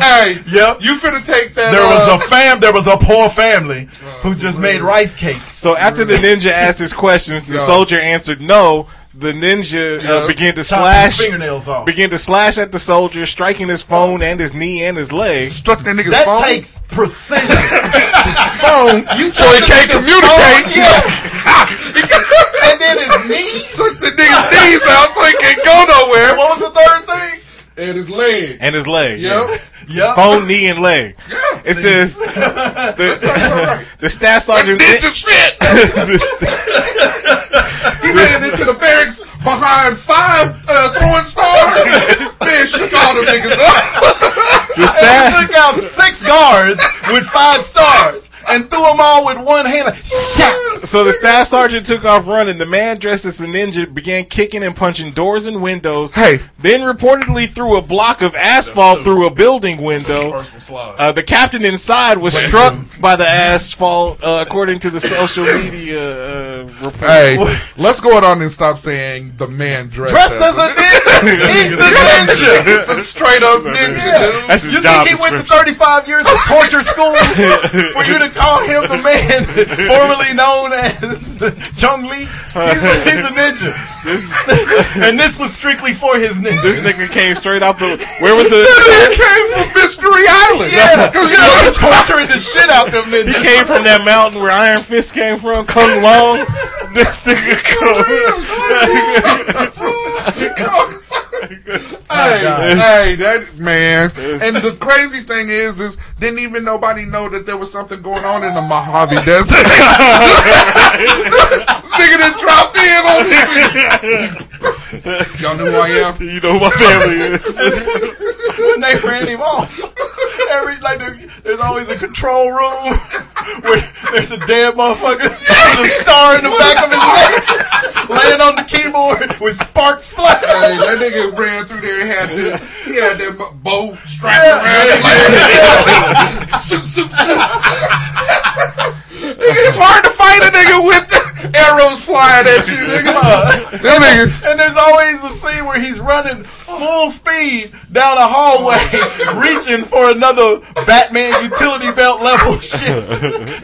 Speaker 2: Real. Hey,
Speaker 7: Yep.
Speaker 2: you finna take that.
Speaker 7: There was
Speaker 2: uh,
Speaker 7: a fam. There was a poor family who just made rice cakes.
Speaker 9: So after the ninja asked his questions, the
Speaker 7: Yeah.
Speaker 9: soldier answered no. The ninja uh,
Speaker 7: Yeah.
Speaker 9: began
Speaker 7: Chopped
Speaker 9: to
Speaker 7: his
Speaker 9: slash,
Speaker 7: fingernails off.
Speaker 9: began to slash at the soldier, striking his phone and his knee and his leg.
Speaker 2: struck that nigga's
Speaker 7: That
Speaker 2: phone.
Speaker 7: takes precision.
Speaker 2: phone.
Speaker 7: You
Speaker 2: so
Speaker 7: took
Speaker 2: he
Speaker 7: the
Speaker 2: can't
Speaker 7: nigga's
Speaker 2: communicate.
Speaker 7: phone, yes. and then his knees.
Speaker 2: Took the nigga's knees out so he can't go nowhere.
Speaker 7: What was the third thing?
Speaker 2: And his leg.
Speaker 9: and his leg.
Speaker 2: Yep.
Speaker 7: Yep.
Speaker 9: Phone, knee, and leg. It says
Speaker 2: right.
Speaker 9: the, the staff sergeant.
Speaker 2: Ninja shit.
Speaker 9: the st-
Speaker 2: He ran into the barracks behind five uh, throwing stars. Man, shook all them niggas up.
Speaker 9: the
Speaker 7: And
Speaker 9: staff
Speaker 7: he took out six guards with five stars and threw them all with one hand. Like, Shut.
Speaker 9: so the staff sergeant took off running. The man dressed as a ninja began kicking and punching doors and windows.
Speaker 2: Hey.
Speaker 9: Then reportedly threw a block of asphalt through a building window.
Speaker 8: First one slide.
Speaker 9: Uh, the captain inside was struck by the asphalt, uh, according to the social media uh, report.
Speaker 2: Hey, let's go on and stop saying the man dressed,
Speaker 7: Dressed as a ninja. He's the ninja.
Speaker 2: It's a straight up ninja,
Speaker 9: That's his
Speaker 7: You
Speaker 9: job
Speaker 7: think he went to
Speaker 9: description.
Speaker 7: 35 years of torture school for you to call him the man formerly known as Chung Lee? He's a, he's a ninja.
Speaker 9: This,
Speaker 7: And this was strictly for his ninja.
Speaker 9: this nigga came straight off the. Where was the?
Speaker 2: dude. He came from Mystery Island.
Speaker 7: Yeah, because you know, he's torturing the shit out them
Speaker 9: He
Speaker 7: ninjas.
Speaker 9: came from that mountain where Iron Fist came from. Come long, this nigga come.
Speaker 2: Hey,
Speaker 7: God.
Speaker 2: hey, that man. And the crazy thing is, is didn't even nobody know that there was something going on in the Mojave Desert. Nigga that dropped in on me. Y'all know who I am.
Speaker 9: You know who my family is.
Speaker 7: when they ran him off. Every like there, there's always a control room where there's a dead motherfucker with a star in the back of his neck, laying on the keyboard with sparks flying.
Speaker 2: Hey, that nigga ran through there and had the, he had that bo- bow strapped
Speaker 7: Yeah.
Speaker 2: around his leg. Soup, soup, soup. Nigga, it's hard to fight a nigga with the arrows flying at you, nigga. Them niggas.
Speaker 7: And there's always a scene where he's running full speed down a hallway, reaching for another Batman utility belt level shit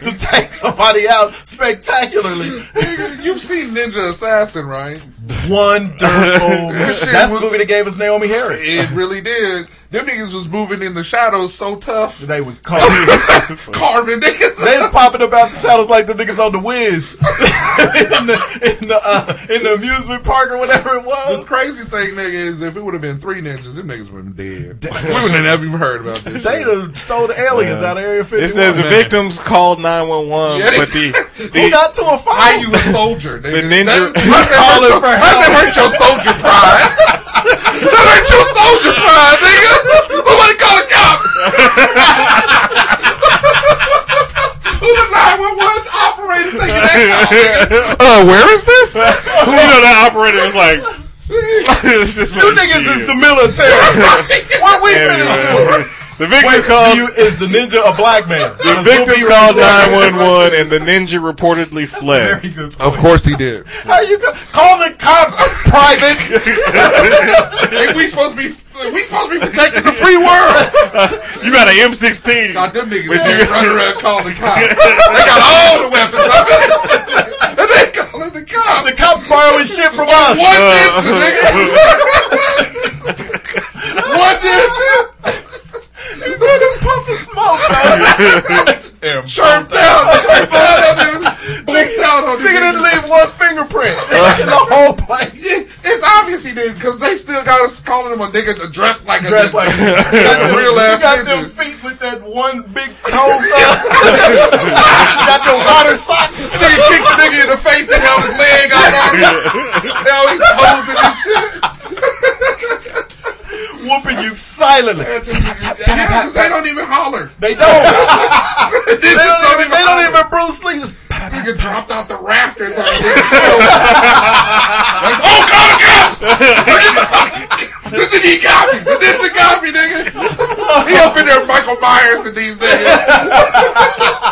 Speaker 7: to take somebody out spectacularly.
Speaker 2: You've seen Ninja Assassin, right?
Speaker 7: one dirt old movie.
Speaker 2: That shit
Speaker 7: That's
Speaker 2: was-
Speaker 7: the movie that gave us Naomi Harris.
Speaker 2: It really did. Them niggas was moving in the shadows so tough.
Speaker 7: They was carving,
Speaker 2: carving niggas.
Speaker 7: They was popping up out the shadows like the niggas on the Wiz in the in the, uh, in the amusement park or whatever it was.
Speaker 2: The crazy thing, nigga, is if it would have been three ninjas, them niggas would have been dead. we would have never even heard about this.
Speaker 7: They done stole the aliens out of Area 51.
Speaker 9: It says the victims called 911,
Speaker 7: Yeah.
Speaker 9: but the,
Speaker 7: Who
Speaker 9: the,
Speaker 7: got to a fire?
Speaker 2: Why you a soldier?
Speaker 9: the
Speaker 2: Nigga?
Speaker 9: ninja.
Speaker 2: Calling for help. That hurt your soldier pride. that hurt your soldier pride, nigga. Somebody call a cop. Who the 911 operator taking that call?
Speaker 9: uh, where is this? you know that operator was like, it's just
Speaker 7: You
Speaker 9: like,
Speaker 7: niggas
Speaker 9: shit.
Speaker 7: is the military. what we
Speaker 9: Anyway,
Speaker 7: finna do?
Speaker 9: the victim called.
Speaker 7: You is the ninja a black man?
Speaker 9: the victims called 911 and the ninja reportedly fled.
Speaker 7: very good
Speaker 2: Of course he did.
Speaker 7: How you go- call the cops, private?
Speaker 2: Ain't we supposed to be? We supposed to be protecting the free world.
Speaker 9: You got an M16.
Speaker 2: God, them niggas
Speaker 9: But
Speaker 2: just
Speaker 9: you-
Speaker 2: running around calling the cops. they got all the weapons. I mean, and they calling the cops.
Speaker 7: the cops borrowing shit from us.
Speaker 2: One ninja, nigga. One ninja.
Speaker 7: He's on this puff of smoke, man.
Speaker 2: Chirped down. Chirped down. Blinked out on
Speaker 7: Nigga didn't leave one fingerprint in the whole place.
Speaker 2: Yeah, It's obvious he did because they still got us calling him a nigga dressed like a
Speaker 7: Dressed like you got
Speaker 2: That's
Speaker 7: them-
Speaker 2: real ass
Speaker 7: You got
Speaker 2: ninja.
Speaker 7: them feet with that one big toe. got them water socks.
Speaker 2: Nigga kicks a nigga in the face and now his leg out on him. Now he's posing and shit.
Speaker 7: whooping you silently.
Speaker 2: Yeah, they don't even holler.
Speaker 7: They don't.
Speaker 2: They,
Speaker 7: They
Speaker 2: just
Speaker 7: don't even. They don't
Speaker 2: holler.
Speaker 7: even Bruce Lee. Just
Speaker 2: Nigga dropped out the rafters on the nigga's shoulder. Like, oh, call the cops! Listen, he got me. The ninja got me, nigga. He up in there Michael Myers and these niggas.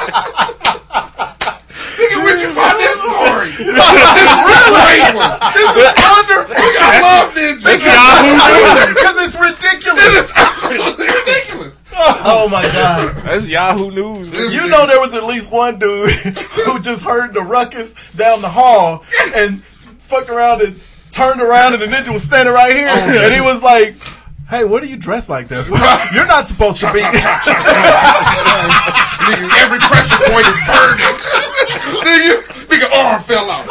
Speaker 2: Nigga, where'd you find this story? This is a great one. This is wonderful. I love ninjas. This
Speaker 7: because it's
Speaker 2: It
Speaker 7: ridiculous.
Speaker 2: is absolutely ridiculous.
Speaker 7: Oh my god!
Speaker 9: That's Yahoo News.
Speaker 7: You know there was at least one dude who just heard the ruckus down the hall and fucked around and turned around and the ninja was standing right here and he was like. Hey, what are you dressed like that? for? You're not supposed to be.
Speaker 2: Nigga, every pressure point is burning. nigga, nigga arm fell out.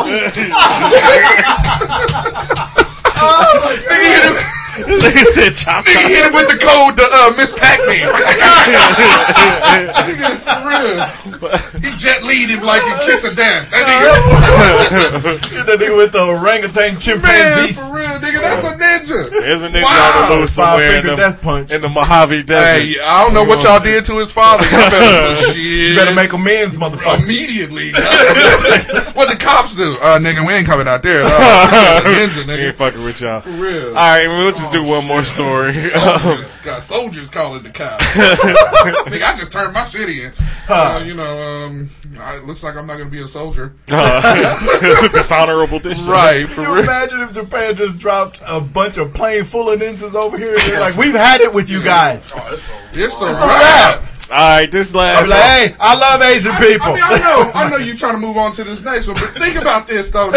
Speaker 2: nigga, hit him,
Speaker 9: They said chop
Speaker 2: nigga
Speaker 9: chop.
Speaker 2: hit him with the code to uh, Miss Pac-Man. nigga, it's for real. He jet lead him like he kiss a death. That nigga,
Speaker 7: You're the nigga with the orangutan
Speaker 2: man,
Speaker 7: chimpanzee.
Speaker 2: for real, nigga, that's a ninja.
Speaker 9: There's a nigga
Speaker 2: Wow.
Speaker 9: on the loose somewhere in
Speaker 7: Five-finger death
Speaker 9: the,
Speaker 7: punch.
Speaker 9: in the Mojave Desert.
Speaker 2: Hey, I don't know what y'all did to his father. Y'all better, shit.
Speaker 7: You better make amends, motherfucker.
Speaker 2: immediately. what the cops do? Uh, nigga, we ain't coming out there. Uh, we got a ninja,
Speaker 9: We
Speaker 2: nigga.
Speaker 9: ain't fucking with y'all.
Speaker 2: real.
Speaker 9: All right, we'll just do one more story. Um,
Speaker 2: Soldiers, got soldiers calling the cops. nigga, I just turned my shit in. Uh, you know, um, I, it looks like I'm not gonna be a soldier.
Speaker 9: uh, it's a dishonorable district.
Speaker 7: Can you imagine if Japan just dropped a bunch of plane full of ninjas over here? They're like, we've had it with you guys.
Speaker 2: It's a
Speaker 7: It's a wrap.
Speaker 2: wrap.
Speaker 9: All right, this
Speaker 7: I'm
Speaker 9: last.
Speaker 7: like, hey, I love Asian people.
Speaker 2: I mean, I know, I know you're trying to move on to this next one, but think about this though.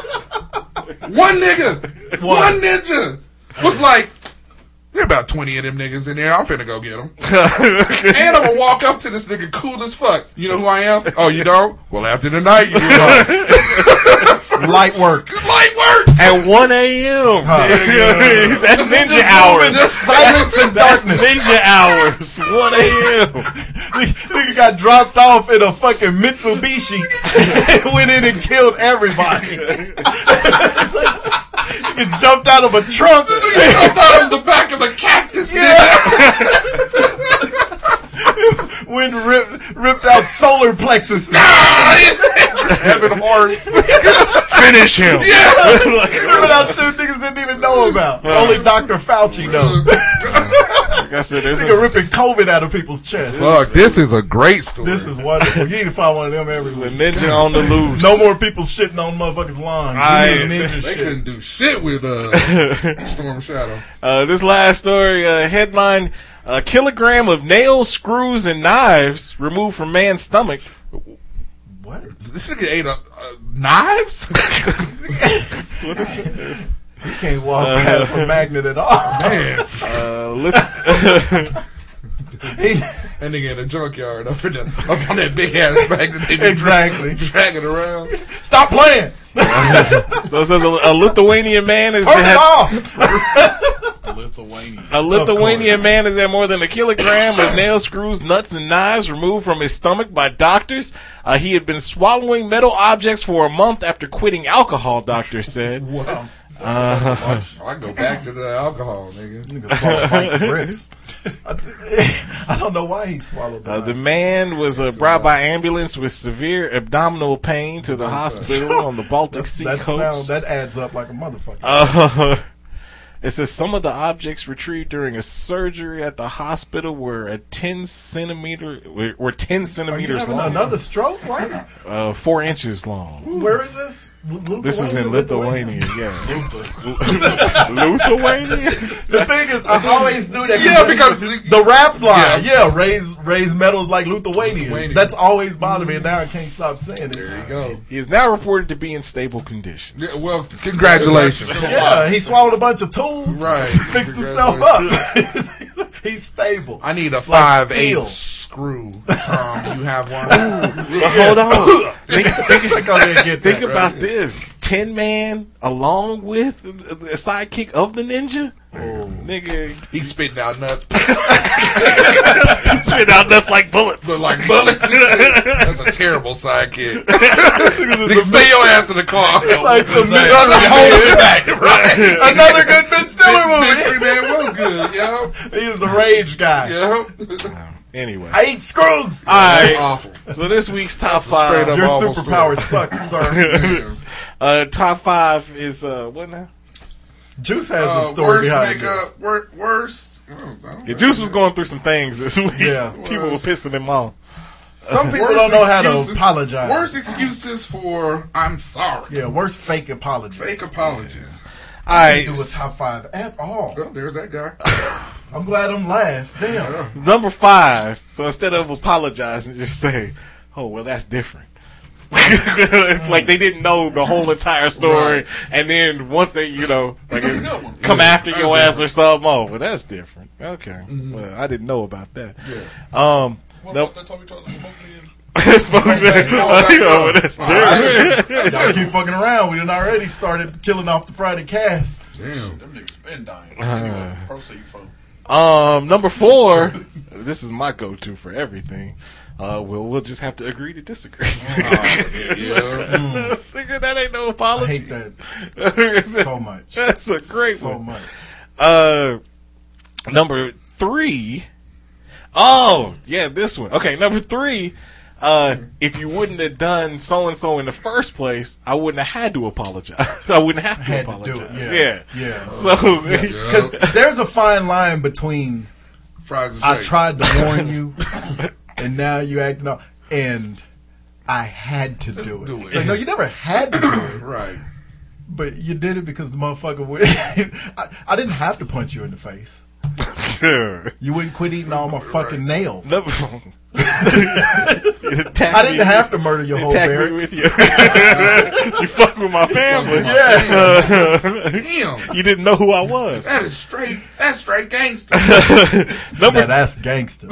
Speaker 2: nigga. one nigga,
Speaker 7: One.
Speaker 2: one ninja was like, there about twenty of them niggas in there. I'm finna go get them, and I'm gonna walk up to this nigga cool as fuck. You know who I am? Oh, you don't? Well, after tonight, you know.
Speaker 7: Light work.
Speaker 2: light work.
Speaker 9: At 1 a.m. That's ninja hours.
Speaker 7: Silence and
Speaker 9: That's
Speaker 7: darkness.
Speaker 9: ninja hours. 1 a.m.
Speaker 7: Nigga got dropped off in a fucking Mitsubishi. Went in and killed everybody. Nigga jumped out of a trunk.
Speaker 2: I thought it was the back of a cactus.
Speaker 7: Went ripped, ripped out solar plexus.
Speaker 2: Heaven hearts.
Speaker 9: Finish him.
Speaker 7: Ripping out shit niggas didn't even know about. Only Dr. Fauci knows.
Speaker 9: Like I said, there's
Speaker 7: Nigga
Speaker 9: a,
Speaker 7: ripping COVID out of people's chest.
Speaker 2: Fuck, this is a great story.
Speaker 7: This is wonderful. You need to find one of them every
Speaker 9: a
Speaker 7: week.
Speaker 9: ninja on the loose.
Speaker 7: No more people shitting on motherfuckers' lawns.
Speaker 9: I-
Speaker 7: You need ninja
Speaker 2: they
Speaker 7: shit.
Speaker 2: couldn't do shit with uh, Storm Shadow.
Speaker 9: Uh, this last story uh, headline: uh, A kilogram of nails, screws, and knives removed from man's stomach.
Speaker 7: What?
Speaker 2: This nigga ate a, uh, knives. That's
Speaker 7: what it says. You can't walk past a magnet at all.
Speaker 2: Man.
Speaker 9: Uh, let
Speaker 2: and nigga in a junkyard up in the, up on that big ass magnet. They be dra-
Speaker 7: Exactly.
Speaker 2: dragging around.
Speaker 7: Stop playing.
Speaker 9: so it says a, a Lithuanian man is
Speaker 7: Turn it
Speaker 9: had-
Speaker 7: off.
Speaker 9: A Lithuanian man has had more than a kilogram of nails, screws, nuts, and knives removed from his stomach by doctors. Uh, he had been swallowing metal objects for a month after quitting alcohol, doctors said.
Speaker 2: What?
Speaker 9: Uh,
Speaker 2: Oh, I go back to the alcohol, nigga.
Speaker 9: swallowed pints of bricks.
Speaker 7: I, th- I don't know why he swallowed that.
Speaker 9: uh, the man was uh, brought by ambulance with severe abdominal pain to the hospital on the Baltic
Speaker 7: That's-
Speaker 9: Sea
Speaker 7: that sound
Speaker 9: coast.
Speaker 7: that adds up like a motherfucker.
Speaker 9: Uh, it says some of the objects retrieved during a surgery at the hospital were a ten centimeter were, were
Speaker 7: Are
Speaker 9: ten
Speaker 7: Oh, you
Speaker 9: centimeters
Speaker 7: having
Speaker 9: long,
Speaker 7: another stroke? Why?
Speaker 9: uh, four inches long.
Speaker 7: Where is this? Lu-
Speaker 9: This is in Lithuania, yeah.
Speaker 7: Lithuania.
Speaker 9: Lithuania?
Speaker 7: the thing is, I always do that.
Speaker 2: Yeah, because-
Speaker 7: the rap line, yeah, raise raise medals like Lithuanians. That's always bothered me, and now I can't stop saying it. There you
Speaker 2: go.
Speaker 9: He is now reported to be in stable condition.
Speaker 2: Yeah, well, congratulations.
Speaker 7: Yeah, he swallowed a bunch of tools.
Speaker 2: Right.
Speaker 7: fixed himself up. He's stable.
Speaker 2: I need a
Speaker 7: Like
Speaker 2: five eight
Speaker 7: steel.
Speaker 2: screw. Tom, you have one.
Speaker 9: But hold on. Think, think-
Speaker 7: Go ahead and get
Speaker 9: think
Speaker 7: that,
Speaker 9: about
Speaker 7: right?
Speaker 9: this. Tin Man along with the the sidekick of the ninja? Nigga.
Speaker 2: He's spitting out nuts.
Speaker 9: Spit out nuts like bullets.
Speaker 2: Look like bullets. That's a terrible sidekick. Nigga, stay your ass in the car.
Speaker 7: Like the mystery
Speaker 2: hold it back.
Speaker 7: man. Another good Ben Stiller
Speaker 2: Mystery
Speaker 7: movie.
Speaker 2: Man was good, yo.
Speaker 7: He was the rage guy.
Speaker 2: Yo.
Speaker 9: Anyway.
Speaker 7: I eat screws.
Speaker 9: Alright.
Speaker 2: Awful.
Speaker 9: So this week's top
Speaker 2: That's a straight
Speaker 9: five.
Speaker 2: up
Speaker 7: Your
Speaker 2: awful
Speaker 7: superpower
Speaker 2: story.
Speaker 7: sucks, sir.
Speaker 9: Uh, top five is uh, what now?
Speaker 7: Juice has
Speaker 2: Uh,
Speaker 7: a story
Speaker 2: worst
Speaker 7: behind it.
Speaker 2: makeup, wor- worst. I don't know.
Speaker 9: Yeah, Juice was going through some things this week.
Speaker 7: Yeah.
Speaker 9: people were pissing him off.
Speaker 7: Some people
Speaker 2: Worst
Speaker 7: don't know how to
Speaker 2: excuses-
Speaker 7: apologize.
Speaker 2: Worst excuses for I'm sorry.
Speaker 7: yeah, worst fake apologies.
Speaker 2: Fake apologies.
Speaker 9: All
Speaker 7: I do a
Speaker 9: right,
Speaker 7: top five at all.
Speaker 2: Well, there's that guy.
Speaker 7: I'm glad I'm last. Damn.
Speaker 9: number five. So instead of apologizing, just say, "Oh well, that's different." like they didn't know the whole entire story, and then once they, you know, like
Speaker 2: That's a good one.
Speaker 9: come
Speaker 2: Yeah,
Speaker 9: after
Speaker 2: that's
Speaker 9: your
Speaker 2: different. Mm-hmm.
Speaker 9: ass or something. Oh, well, that's different. Okay, well, I didn't know about that. Um, nope. Spokesman, you know, well, that's different.
Speaker 7: Y'all keep fucking around. We done already started killing off the Friday cast.
Speaker 8: Them niggas been
Speaker 9: Uh.
Speaker 8: dying. Anyway, proceed, folks.
Speaker 9: Um, number four. this is my go-to for everything. Uh, we'll we'll just have to agree to disagree.
Speaker 2: Ah.
Speaker 9: Nigga, that ain't no
Speaker 7: I
Speaker 9: apology.
Speaker 7: hate that so much.
Speaker 9: That's a great
Speaker 7: so
Speaker 9: one.
Speaker 7: much.
Speaker 9: Uh, number three. Oh yeah, this one. Okay, number three. Uh, if you wouldn't have done so and so in the first place, I wouldn't have had to apologize. I wouldn't have to
Speaker 7: Had to do it,
Speaker 9: apologize.
Speaker 7: yeah.
Speaker 9: yeah.
Speaker 7: Yeah.
Speaker 9: So
Speaker 7: Because there's a fine line between
Speaker 2: Fries and
Speaker 7: I
Speaker 2: shakes.
Speaker 7: tried to warn you, and now you acting up. And I had to do it.
Speaker 2: do it.
Speaker 7: It's Like, no, you never had to do it,
Speaker 2: Right.
Speaker 7: but you did it because the motherfucker would. I, I didn't have to punch you in the face. You wouldn't quit eating all my fucking nails.
Speaker 9: Number
Speaker 7: I didn't have to murder your whole
Speaker 9: attack
Speaker 7: barracks.
Speaker 9: me with you. you fuck with my family. Yeah.
Speaker 2: Damn.
Speaker 9: you didn't know who I was.
Speaker 2: That is straight. That's straight gangster.
Speaker 7: Now
Speaker 9: Number
Speaker 7: that's gangster.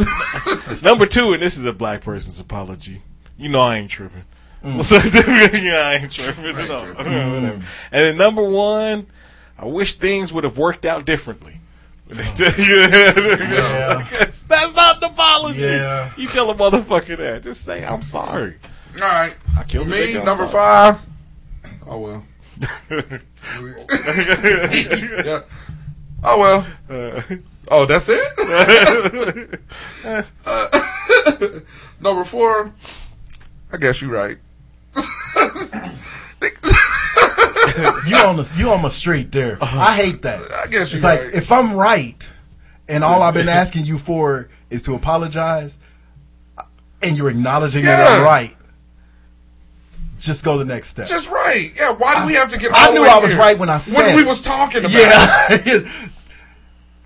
Speaker 9: number two, and this is a black person's apology. You know I ain't tripping.
Speaker 7: Mm.
Speaker 9: you know I ain't tripping at all. Whatever. And then number one, I wish things would have worked out differently. that's, that's not an apology.
Speaker 7: Yeah.
Speaker 9: You tell a motherfucker that. Just say I'm sorry.
Speaker 2: All right.
Speaker 9: I killed
Speaker 2: For
Speaker 9: the
Speaker 2: me,
Speaker 9: nigga, I'm
Speaker 2: number
Speaker 9: sorry.
Speaker 2: five. Oh well. yeah. Oh well.
Speaker 9: Uh,
Speaker 2: oh, that's it. Uh, number four. I guess you're right.
Speaker 7: you on the you on my street there. I hate that.
Speaker 2: Uh-huh. I guess
Speaker 7: it's
Speaker 2: you're
Speaker 7: like
Speaker 2: right.
Speaker 7: if I'm right, and all I've been asking you for is to apologize, and you're acknowledging that I'm
Speaker 2: Yeah.
Speaker 7: right. Just go the next step.
Speaker 2: Just right. Yeah. Why do we have to get?
Speaker 7: I
Speaker 2: all the
Speaker 7: knew
Speaker 2: way
Speaker 7: I was
Speaker 2: here?
Speaker 7: right when I said
Speaker 2: When we
Speaker 7: it.
Speaker 2: was talking about. it.
Speaker 7: yeah.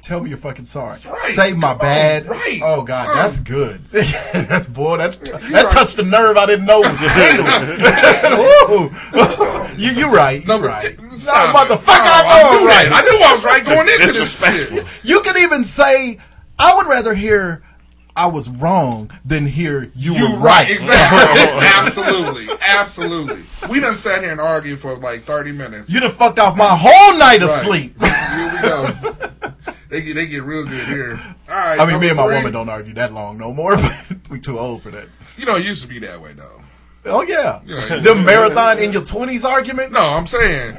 Speaker 7: Tell me you're fucking sorry. Say my bad. Oh God,
Speaker 8: son.
Speaker 7: that's good. that's boy. That that
Speaker 8: right.
Speaker 7: touched the nerve I didn't know was handling. you you right. No right. No, motherfucker, I know
Speaker 2: I
Speaker 7: I'm
Speaker 2: knew
Speaker 7: right.
Speaker 2: that. I knew I was right going into this
Speaker 7: Disrespectful. You can even say, I would rather hear. I was wrong than hear you, were right.
Speaker 2: Exactly. absolutely. Absolutely. We done sat here and argued for like 30 minutes.
Speaker 7: You done fucked off my whole night of
Speaker 2: Right.
Speaker 7: sleep.
Speaker 2: Here we go. They get, they get real good here. All right.
Speaker 7: I mean, me
Speaker 2: number
Speaker 7: and my
Speaker 2: three.
Speaker 7: woman don't argue that long no more, but we too old for that.
Speaker 2: You know, it used to be that way, though.
Speaker 7: Oh yeah,
Speaker 2: You know, it used to
Speaker 7: the
Speaker 2: be-
Speaker 7: marathon in your twenties argument.
Speaker 2: No, I'm saying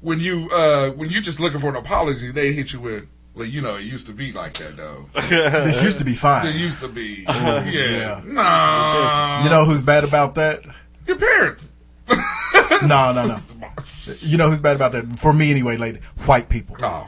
Speaker 2: when you uh when you just looking for an apology, they hit you with well, you know, it used to be like that though.
Speaker 7: This used to be fine.
Speaker 2: It used to be. yeah.
Speaker 7: Uh-huh. yeah.
Speaker 2: Nah.
Speaker 7: You know who's bad about that?
Speaker 2: your parents.
Speaker 7: No, no, no. You know who's bad about that? For me, anyway, lady, white people.
Speaker 2: No.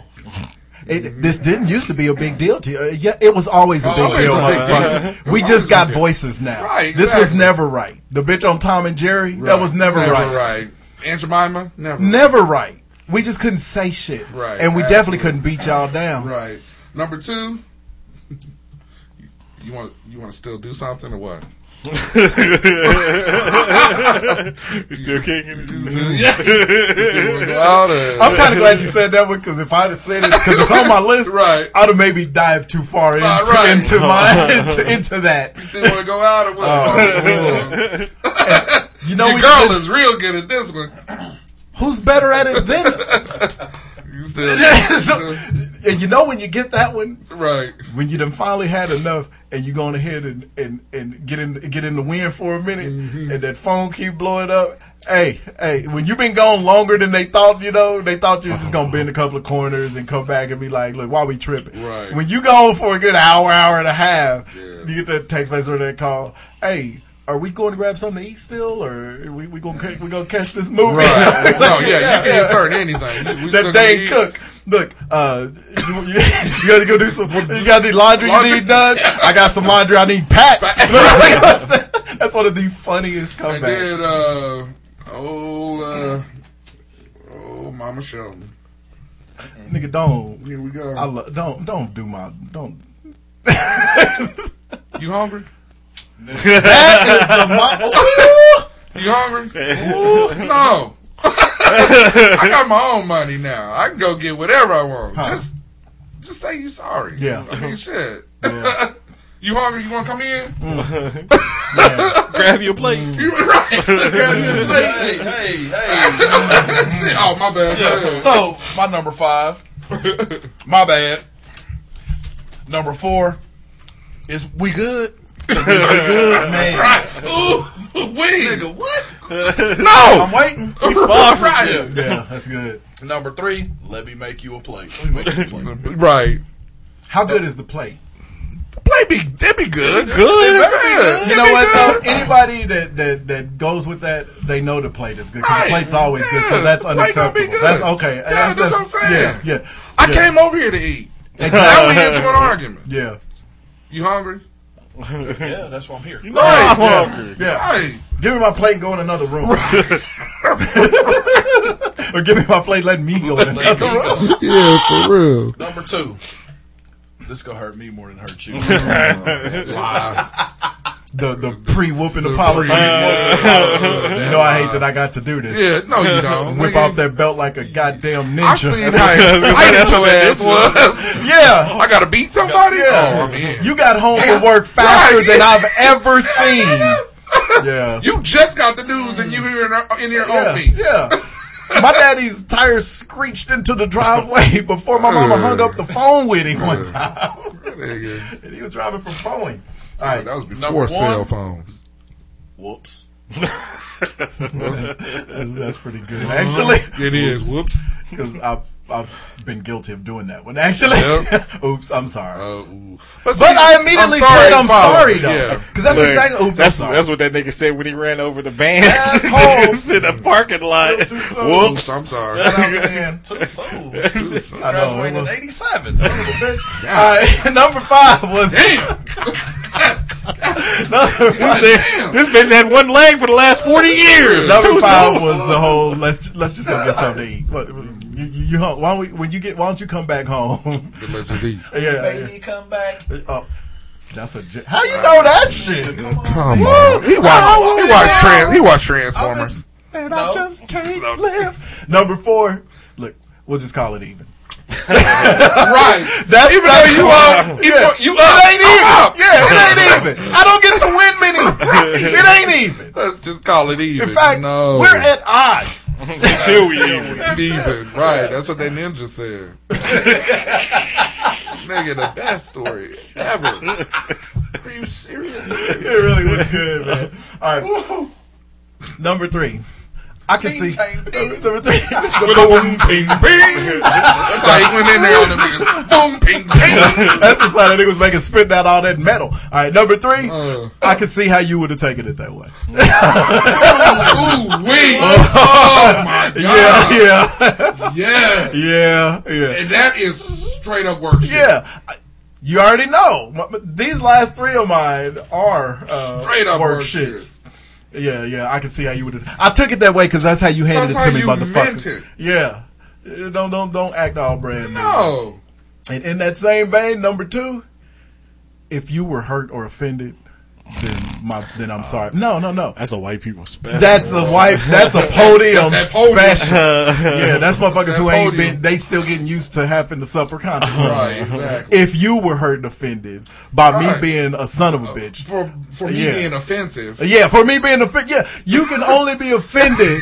Speaker 7: It, this didn't used to be a big deal to you. Uh, Yeah, it was always a big
Speaker 2: Always
Speaker 7: deal.
Speaker 2: a big deal.
Speaker 7: motherfucker.
Speaker 2: oh, Yeah.
Speaker 7: We
Speaker 2: Always
Speaker 7: just
Speaker 2: a
Speaker 7: got
Speaker 2: big deal.
Speaker 7: voices now.
Speaker 2: Right,
Speaker 7: This was
Speaker 2: exactly.
Speaker 7: never right. The bitch on Tom and Jerry, that was never, right.
Speaker 2: right. Aunt Jemima, never.
Speaker 7: Never right. We just couldn't say shit.
Speaker 2: Right.
Speaker 7: And we
Speaker 2: Absolutely.
Speaker 7: definitely couldn't beat y'all down.
Speaker 2: Right. Number two. You want you want to still do something or what?
Speaker 9: You still kicking?
Speaker 7: Mm.
Speaker 2: Yeah.
Speaker 7: I'm kind of glad you said that one because if I'd have said it, because it's on my list, right. I'd have maybe dived too far into,
Speaker 2: Right, right.
Speaker 7: into my into, into that.
Speaker 2: You still want to go out or what?
Speaker 7: Oh, You know,
Speaker 2: Your
Speaker 7: we
Speaker 2: girl
Speaker 7: did-
Speaker 2: is real good at this one.
Speaker 7: who's better at it than?
Speaker 2: You still,
Speaker 7: So- and you know when you get that one,
Speaker 2: right?
Speaker 7: When you done finally had enough, and you going ahead and and and get in get in the wind for a minute, and that phone keep blowing up. Hey, hey, when you been gone longer than they thought, you know, they thought you was just gonna bend a couple of corners and come back and be like, look, why we tripping?
Speaker 2: Right.
Speaker 7: When you gone for a good hour, hour and a half, you get that text message or that call. Hey. Are we going to grab something to eat still, or we we gonna ca- we gonna catch this movie?
Speaker 2: Right. No, yeah, you can insert anything. We- we
Speaker 7: that
Speaker 2: still gonna
Speaker 7: Dane
Speaker 2: eat.
Speaker 7: Cook. Look, uh, you, you, you gotta go do some. You got the laundry, you need done. I got some laundry I need packed. That's one of the funniest
Speaker 2: I did.
Speaker 7: comebacks.
Speaker 2: Uh, old, uh, old Mama Sheldon.
Speaker 7: Nigga, don't.
Speaker 2: Here we go.
Speaker 7: I lo- don't don't do my don't.
Speaker 2: You hungry?
Speaker 7: that
Speaker 2: You hungry? Ooh, no. I got my own money now. I can go get whatever I want. Just, just say you sorry.
Speaker 7: Yeah.
Speaker 2: I mean, shit. you hungry? You want to come in?
Speaker 9: Grab your plate.
Speaker 2: You right? Grab your plate.
Speaker 8: Hey, hey,
Speaker 2: oh my bad.
Speaker 8: Yeah. So Oh, my number five. my bad. Number four is we good. we good, man.
Speaker 2: Right. Ooh, we. Nigga, what?
Speaker 8: I'm waiting.
Speaker 2: Right.
Speaker 7: is. Yeah, that's good.
Speaker 8: Number three, let me make you a plate. Let me make you a plate.
Speaker 2: Right.
Speaker 7: How good is the plate?
Speaker 2: Play be that be good. It
Speaker 9: Good.
Speaker 2: better be good.
Speaker 7: You know
Speaker 2: It be
Speaker 7: what
Speaker 2: good.
Speaker 7: though? Anybody that, that that goes with that, they know the plate is good because
Speaker 2: Right.
Speaker 7: the plate's always good.
Speaker 2: Yeah,
Speaker 7: So that's
Speaker 2: the plate gonna be
Speaker 7: unacceptable.
Speaker 2: good.
Speaker 7: That's okay.
Speaker 2: Yeah, that's what I'm saying.
Speaker 7: Yeah, yeah.
Speaker 2: I
Speaker 7: yeah.
Speaker 2: came over here to eat. Now we into an argument.
Speaker 7: Yeah.
Speaker 2: You hungry?
Speaker 8: Yeah, that's why I'm here.
Speaker 2: Right.
Speaker 9: I'm
Speaker 7: Yeah.
Speaker 9: hungry.
Speaker 2: Right.
Speaker 7: Give me my plate and go in another room. or give me my plate, let me go in
Speaker 8: Let
Speaker 7: another
Speaker 8: me
Speaker 7: room.
Speaker 8: go.
Speaker 2: Yeah, for real.
Speaker 8: Number two. This gonna hurt me more than hurt you.
Speaker 7: The, the pre whooping apology. you know, I hate that I got to do this.
Speaker 2: Uh, Yeah, no, you don't.
Speaker 7: Whip
Speaker 2: Nigga,
Speaker 7: off that belt like a goddamn ninja.
Speaker 2: I seen how excited your ass was.
Speaker 7: yeah.
Speaker 2: I gotta beat somebody.
Speaker 7: Yeah.
Speaker 2: Oh, I mean,
Speaker 7: You got home from work faster
Speaker 2: Right.
Speaker 7: than I've ever seen. Yeah.
Speaker 2: you just got the news and you here in, in here on
Speaker 7: Yeah.
Speaker 2: me.
Speaker 7: yeah. My daddy's tires screeched into the driveway before my mama hung up the phone with him one time.
Speaker 2: Nigga.
Speaker 7: and he was driving from Boeing. All
Speaker 2: All right,
Speaker 7: right.
Speaker 2: that was
Speaker 8: number
Speaker 2: before
Speaker 8: one.
Speaker 2: cell phones.
Speaker 8: Whoops.
Speaker 7: That's, that's pretty good, actually.
Speaker 2: It is. Whoops.
Speaker 7: Because I've, I've been guilty of doing that one, actually. oops, I'm sorry.
Speaker 2: Uh, But,
Speaker 7: but I immediately said I'm sorry, though. Because that's
Speaker 9: Look,
Speaker 7: exactly. Oops,
Speaker 9: that's
Speaker 7: I'm sorry.
Speaker 9: that's what that nigga said when he ran over the van
Speaker 7: Assholes.
Speaker 9: in the parking lot.
Speaker 7: Still too soon.
Speaker 9: Whoops.
Speaker 2: I'm sorry.
Speaker 7: Shout out to him.
Speaker 8: To the soul. To the soul.
Speaker 7: I know,
Speaker 8: Graduated
Speaker 7: it
Speaker 8: in
Speaker 7: was-
Speaker 8: 87. Son of a bitch.
Speaker 7: All right, number five was. number,
Speaker 9: This bitch had one leg for the last forty years.
Speaker 7: number
Speaker 9: Too
Speaker 7: five
Speaker 9: soon.
Speaker 7: was the whole let's let's just go get something to eat. What- You, you you home? Why don't we, when you get? Why don't you come back home?
Speaker 2: Delicious eat.
Speaker 7: yeah,
Speaker 8: Baby, come back.
Speaker 7: yeah. Oh, that's a. j- How you know that shit?
Speaker 2: Come
Speaker 7: Woo!
Speaker 2: on. He
Speaker 7: Oh,
Speaker 2: watched, he watched, trans, he watched Transformers.
Speaker 7: And I just can't live. Number four. Look, we'll just call it even.
Speaker 2: right.
Speaker 7: That's
Speaker 2: even
Speaker 7: that's
Speaker 2: though you
Speaker 7: cool.
Speaker 2: are, you,
Speaker 7: Yeah.
Speaker 2: you up,
Speaker 7: it ain't even.
Speaker 2: I'm up.
Speaker 7: Yeah, it ain't even. I don't get to win many. It ain't even.
Speaker 2: Let's just call it even.
Speaker 7: In fact,
Speaker 2: no.
Speaker 7: we're at odds.
Speaker 2: until we even. Right. That's what that ninja said. Nigga, the best story ever. Are you serious?
Speaker 7: It really was good, man. All right. Number three. I can see. Number three.
Speaker 8: Boom, ping, ping.
Speaker 2: That's how he went in there on the niggas. Boom, ping, ping.
Speaker 7: That's the side that niggas making spitting out all that metal. All right, number three,
Speaker 2: Uh.
Speaker 7: I can see how you would have taken it that way.
Speaker 2: Ooh, wee. Oh, my
Speaker 7: Yeah,
Speaker 2: God. Yes.
Speaker 7: yeah, yeah, yeah.
Speaker 2: And that is straight up work shit.
Speaker 7: Yeah. I- You already know. My- my- These last three of mine are uh,
Speaker 2: Straight up work
Speaker 7: shits. Yeah, yeah. I can see how you would. have I took it that way because that's how you handed
Speaker 2: That's
Speaker 7: it to
Speaker 2: how
Speaker 7: me,
Speaker 2: you meant
Speaker 7: motherfucker.
Speaker 2: it.
Speaker 7: Yeah. Uh, Don't don't don't act all brand new.
Speaker 2: No.
Speaker 7: And in that same vein, number two, if you were hurt or offended, then my then
Speaker 2: Uh.
Speaker 7: I'm sorry. No, no, no.
Speaker 9: That's a white people special.
Speaker 7: That's a wipe. That's a podium
Speaker 2: That's that podium.
Speaker 7: special. yeah, that's motherfuckers
Speaker 2: That's that
Speaker 7: who ain't
Speaker 2: podium.
Speaker 7: been. They still getting used to having to suffer consequences.
Speaker 2: Right, exactly.
Speaker 7: If you were hurt and offended by me
Speaker 2: Right. Oh.
Speaker 7: being a son of a bitch,
Speaker 2: For, for me
Speaker 7: Yeah.
Speaker 2: being offensive.
Speaker 7: yeah, for me being offended, yeah, you can only be offended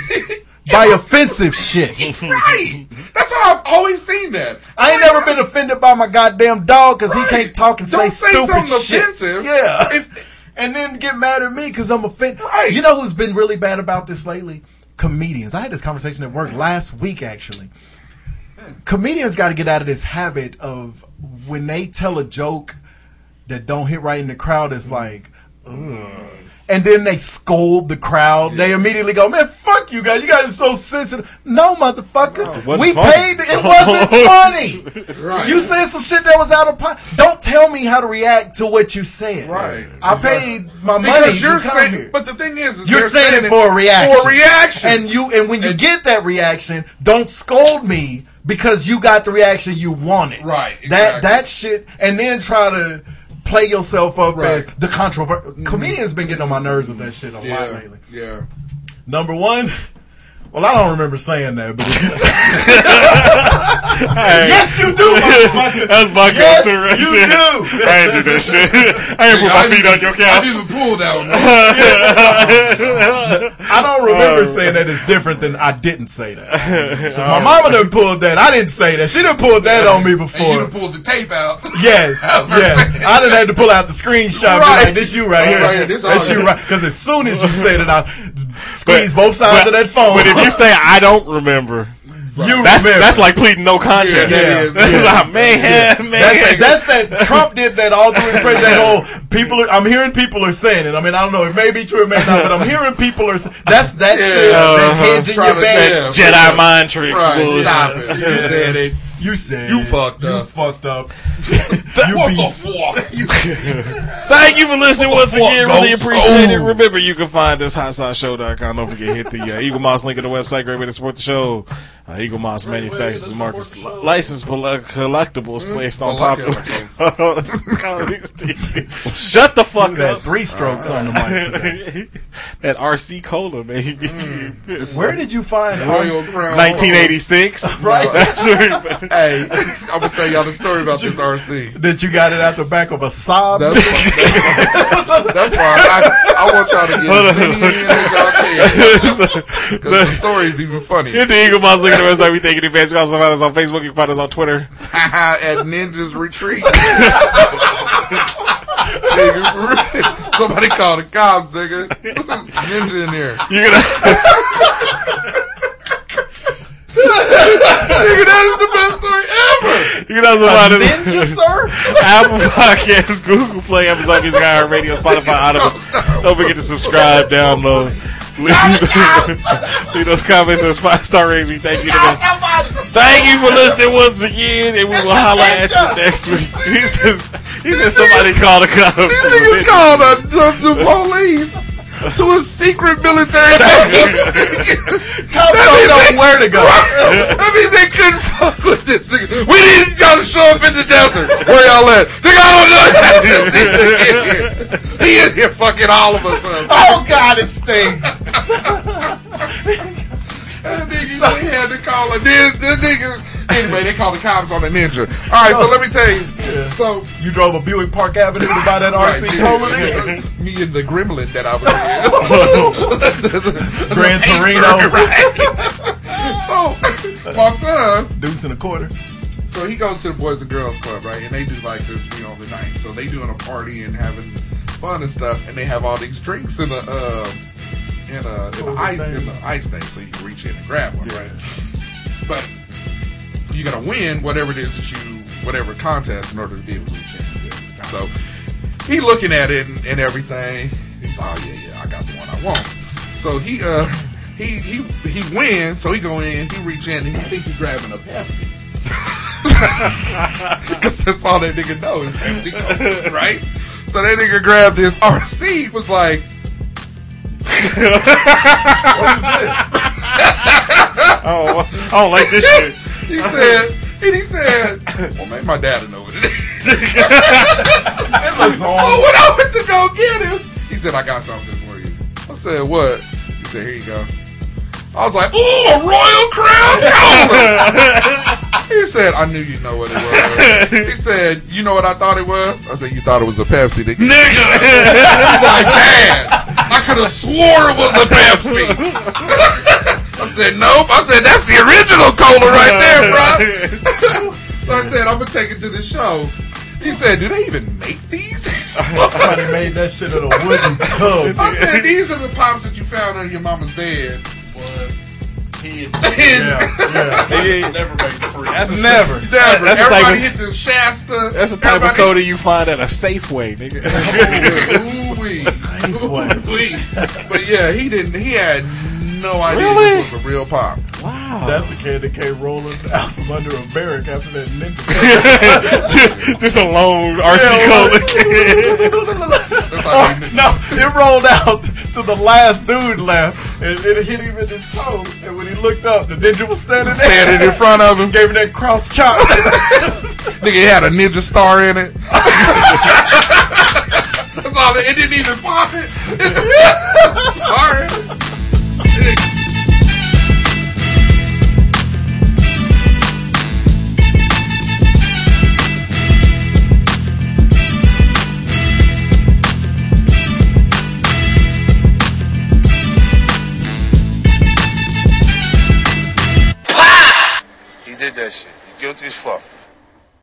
Speaker 7: by offensive shit.
Speaker 2: Right. That's how I've always seen that.
Speaker 7: I ain't never been offended by my goddamn dog because
Speaker 2: Right.
Speaker 7: he can't talk and
Speaker 2: Don't say
Speaker 7: say, stupid
Speaker 2: something
Speaker 7: shit.
Speaker 2: offensive.
Speaker 7: Yeah.
Speaker 2: If-
Speaker 7: and then get mad at me because I'm offended.
Speaker 2: Right.
Speaker 7: You know who's been really bad about this lately? Comedians. I had this conversation at work last week, actually. Comedians got to get out of this habit of when they tell a joke that don't hit right in the crowd, it's like, Ugh. And then they scold the crowd. They immediately go, "Man, fuck you guys! You guys are so sensitive." No, motherfucker,
Speaker 9: wasn't
Speaker 7: we
Speaker 9: funny.
Speaker 7: paid. It wasn't funny.
Speaker 2: Right.
Speaker 7: You said some shit that was out of pocket. Don't tell me how to react to what you said.
Speaker 2: Right.
Speaker 7: I paid my money
Speaker 2: Because
Speaker 7: to
Speaker 2: you're
Speaker 7: come
Speaker 2: saying,
Speaker 7: here.
Speaker 2: but the thing is, is
Speaker 7: You're
Speaker 2: they're
Speaker 7: saying, it for a reaction.
Speaker 2: For a reaction.
Speaker 7: And you and when you get that reaction, don't scold me because you got the reaction you wanted.
Speaker 2: Right, exactly.
Speaker 7: That that shit and then try to play yourself up
Speaker 2: Right. Mm-hmm.
Speaker 7: as the controversial comedians been getting on my nerves with that shit a
Speaker 2: yeah,
Speaker 7: lot lately.
Speaker 2: yeah.
Speaker 7: Number one, well, I don't remember saying that, but yes, you do, motherfucker.
Speaker 9: That's my
Speaker 7: Yes,
Speaker 9: go-to right
Speaker 7: you
Speaker 9: there.
Speaker 7: do.
Speaker 9: I ain't do that shit. I ain't put my feet on your
Speaker 2: I
Speaker 9: couch.
Speaker 2: used to pull that one. man.
Speaker 7: I don't remember saying that it's different than I didn't say that. 'Cause my mama done pulled that. I didn't say that. She done pulled that on me
Speaker 2: and you
Speaker 7: before.
Speaker 2: done pulled the tape out.
Speaker 7: Yes, yeah. I done had to pull out the screenshot. and be
Speaker 2: Right.
Speaker 7: Like, this you right here.
Speaker 2: Right here, this
Speaker 7: That's
Speaker 2: all
Speaker 7: you
Speaker 2: you.
Speaker 7: right. Because as soon as you said it, I squeezed
Speaker 9: But-
Speaker 7: both sides
Speaker 9: but-
Speaker 7: of that phone.
Speaker 9: But if you say I don't remember,
Speaker 7: you
Speaker 9: that's
Speaker 7: remember.
Speaker 9: that's like pleading no contest.
Speaker 2: Yeah,
Speaker 7: yeah,
Speaker 9: It's like, man, man.
Speaker 7: That's, that, that's that Trump did that all through his presidency. That whole people are, I'm hearing people are saying it. I mean, I don't know. It may be true, it may not, but I'm hearing people are. s- That's that shit. That
Speaker 9: Uh-huh.
Speaker 7: heads in
Speaker 2: Trying
Speaker 7: your
Speaker 2: to-
Speaker 7: back.
Speaker 2: yeah.
Speaker 9: Jedi mind tricks.
Speaker 2: Right,
Speaker 9: bullshit.
Speaker 2: stop it. You said it.
Speaker 7: You said
Speaker 2: You
Speaker 7: it.
Speaker 2: fucked
Speaker 7: You
Speaker 2: up.
Speaker 7: fucked up.
Speaker 2: What
Speaker 7: you be
Speaker 2: the fuck? You-
Speaker 9: Thank you for listening once
Speaker 2: fuck,
Speaker 9: again.
Speaker 2: bro?
Speaker 9: Really appreciate it.
Speaker 2: Oh.
Speaker 9: Remember, you can find us hotsauceshow.com. Don't forget, hit the uh, Eagle Moss link on the website. Great way to support the show. Uh, Eagle Moss manufactures and markets li- licensed pol- collectibles based on
Speaker 2: collectibles.
Speaker 9: popular. Shut the fuck
Speaker 7: that
Speaker 9: up.
Speaker 7: three strokes on the mic today.
Speaker 9: that RC Cola, baby.
Speaker 7: Where did you find
Speaker 2: Royal
Speaker 7: RC?
Speaker 2: Crown.
Speaker 9: 1986.
Speaker 7: Right.
Speaker 9: That's where-
Speaker 2: Hey, I'm gonna tell y'all the story about this RC.
Speaker 7: That you got it out the back of a sob.
Speaker 2: That's why, that's why I, I want y'all to get as many in as y'all can. Because the story's even funnier.
Speaker 9: Hit the Eagle Moss link on the website. We thank you in advance. You can also find us on Facebook. You can find us on Twitter.
Speaker 2: At Ninja's Retreat. Nigga, Somebody called the cops, nigga. Ninja in there.
Speaker 9: You're gonna.
Speaker 2: Nigga, that is the best story ever.
Speaker 9: You can also find us
Speaker 7: Ninja, sir?
Speaker 9: Apple Podcasts, Google Play, Amazon Music, Radio, Spotify, Audible. Don't forget to subscribe, download. Leave, leave those comments and five star ratings. We thank you. Thank you for listening once again, and we will holler at you next week. He says, he says somebody called the cops.
Speaker 2: These niggas called the, the, the police. to a secret military base. Cops
Speaker 7: don't know where to go.
Speaker 2: that means they couldn't fuck with this nigga. We need y'all to show up in the desert. Where y'all at? Nigga, I don't know. he in here fucking all of us up.
Speaker 7: Oh God, it stinks.
Speaker 2: That nigga, they had to call a then the nigga. Anyway, they call the cops on the ninja. All right, so let me tell you. So
Speaker 7: you drove a Buick Park Avenue to buy that
Speaker 2: Right,
Speaker 7: RC
Speaker 2: yeah.
Speaker 7: Cola, nigga.
Speaker 2: Me and the gremlin that I was in.
Speaker 7: Gran
Speaker 2: Hey, sir,
Speaker 7: Torino.
Speaker 2: right. so my son
Speaker 7: Deuce and a quarter.
Speaker 2: so he goes to the Boys and Girls Club, right? And they do like this, you know, the night. So they doing a party and having fun and stuff, and they have all these drinks in a uh, in a in a ice in the ice thing, so you can reach in and grab one, right? But you gotta win whatever it is that you whatever contest in order to be able to reach in. So he looking at it and, and everything. He's oh yeah, yeah, I got the one I want. So he uh he he he wins. So he go in, he reach in, and he think he grabbing a Pepsi. Because that's all that nigga knows is Pepsi Cola, right? So that nigga grabbed this RC, was like,
Speaker 9: Oh, I don't like this shit.
Speaker 2: he said, and he said, well, maybe my dad'll know what it is.
Speaker 7: It looks
Speaker 2: so
Speaker 7: horrible.
Speaker 2: when Oh, I went to go get him, he said, I got something for you. I said, what? He said, here you go. I was like, ooh, a Royal Crown Cola. he said, I knew you know what it was. He said, you know what I thought it was? I said, you thought it was a Pepsi, nigga. Nigga! He's like, dad, I could have swore it was a Pepsi. I said, nope. I said, that's the original cola right there, bro. so I said, I'm going to take it to the show. He said, do they even make these?
Speaker 7: Somebody made that shit in a wooden tub.
Speaker 2: I said, these are the pops that you found under your mama's bed.
Speaker 7: Yeah, yeah. They just never made it free.
Speaker 9: That's a-
Speaker 2: Never. Never.
Speaker 9: That's the type
Speaker 2: Everybody
Speaker 9: of-
Speaker 2: hit the Shasta.
Speaker 9: That's the type of
Speaker 2: Everybody-
Speaker 9: soda you find at a Safeway, nigga.
Speaker 2: Ooh-wee. Ooh-wee. But yeah, he didn't. He had no idea
Speaker 7: Really?
Speaker 2: this was a real pop.
Speaker 7: That's the kid that came rolling out from under a barrack after that ninja.
Speaker 9: Just- Just a lone RC Cola kid.
Speaker 7: Or, no, it rolled out to the last dude left, and it hit him in his toe. And when he looked up, the ninja was standing there.
Speaker 2: Standing in front of him.
Speaker 7: Gave him that cross chop.
Speaker 2: Nigga, it had a ninja star in it. That's all. It, it didn't even pop it. It's just star.
Speaker 4: He did that shit. He guilty as fuck.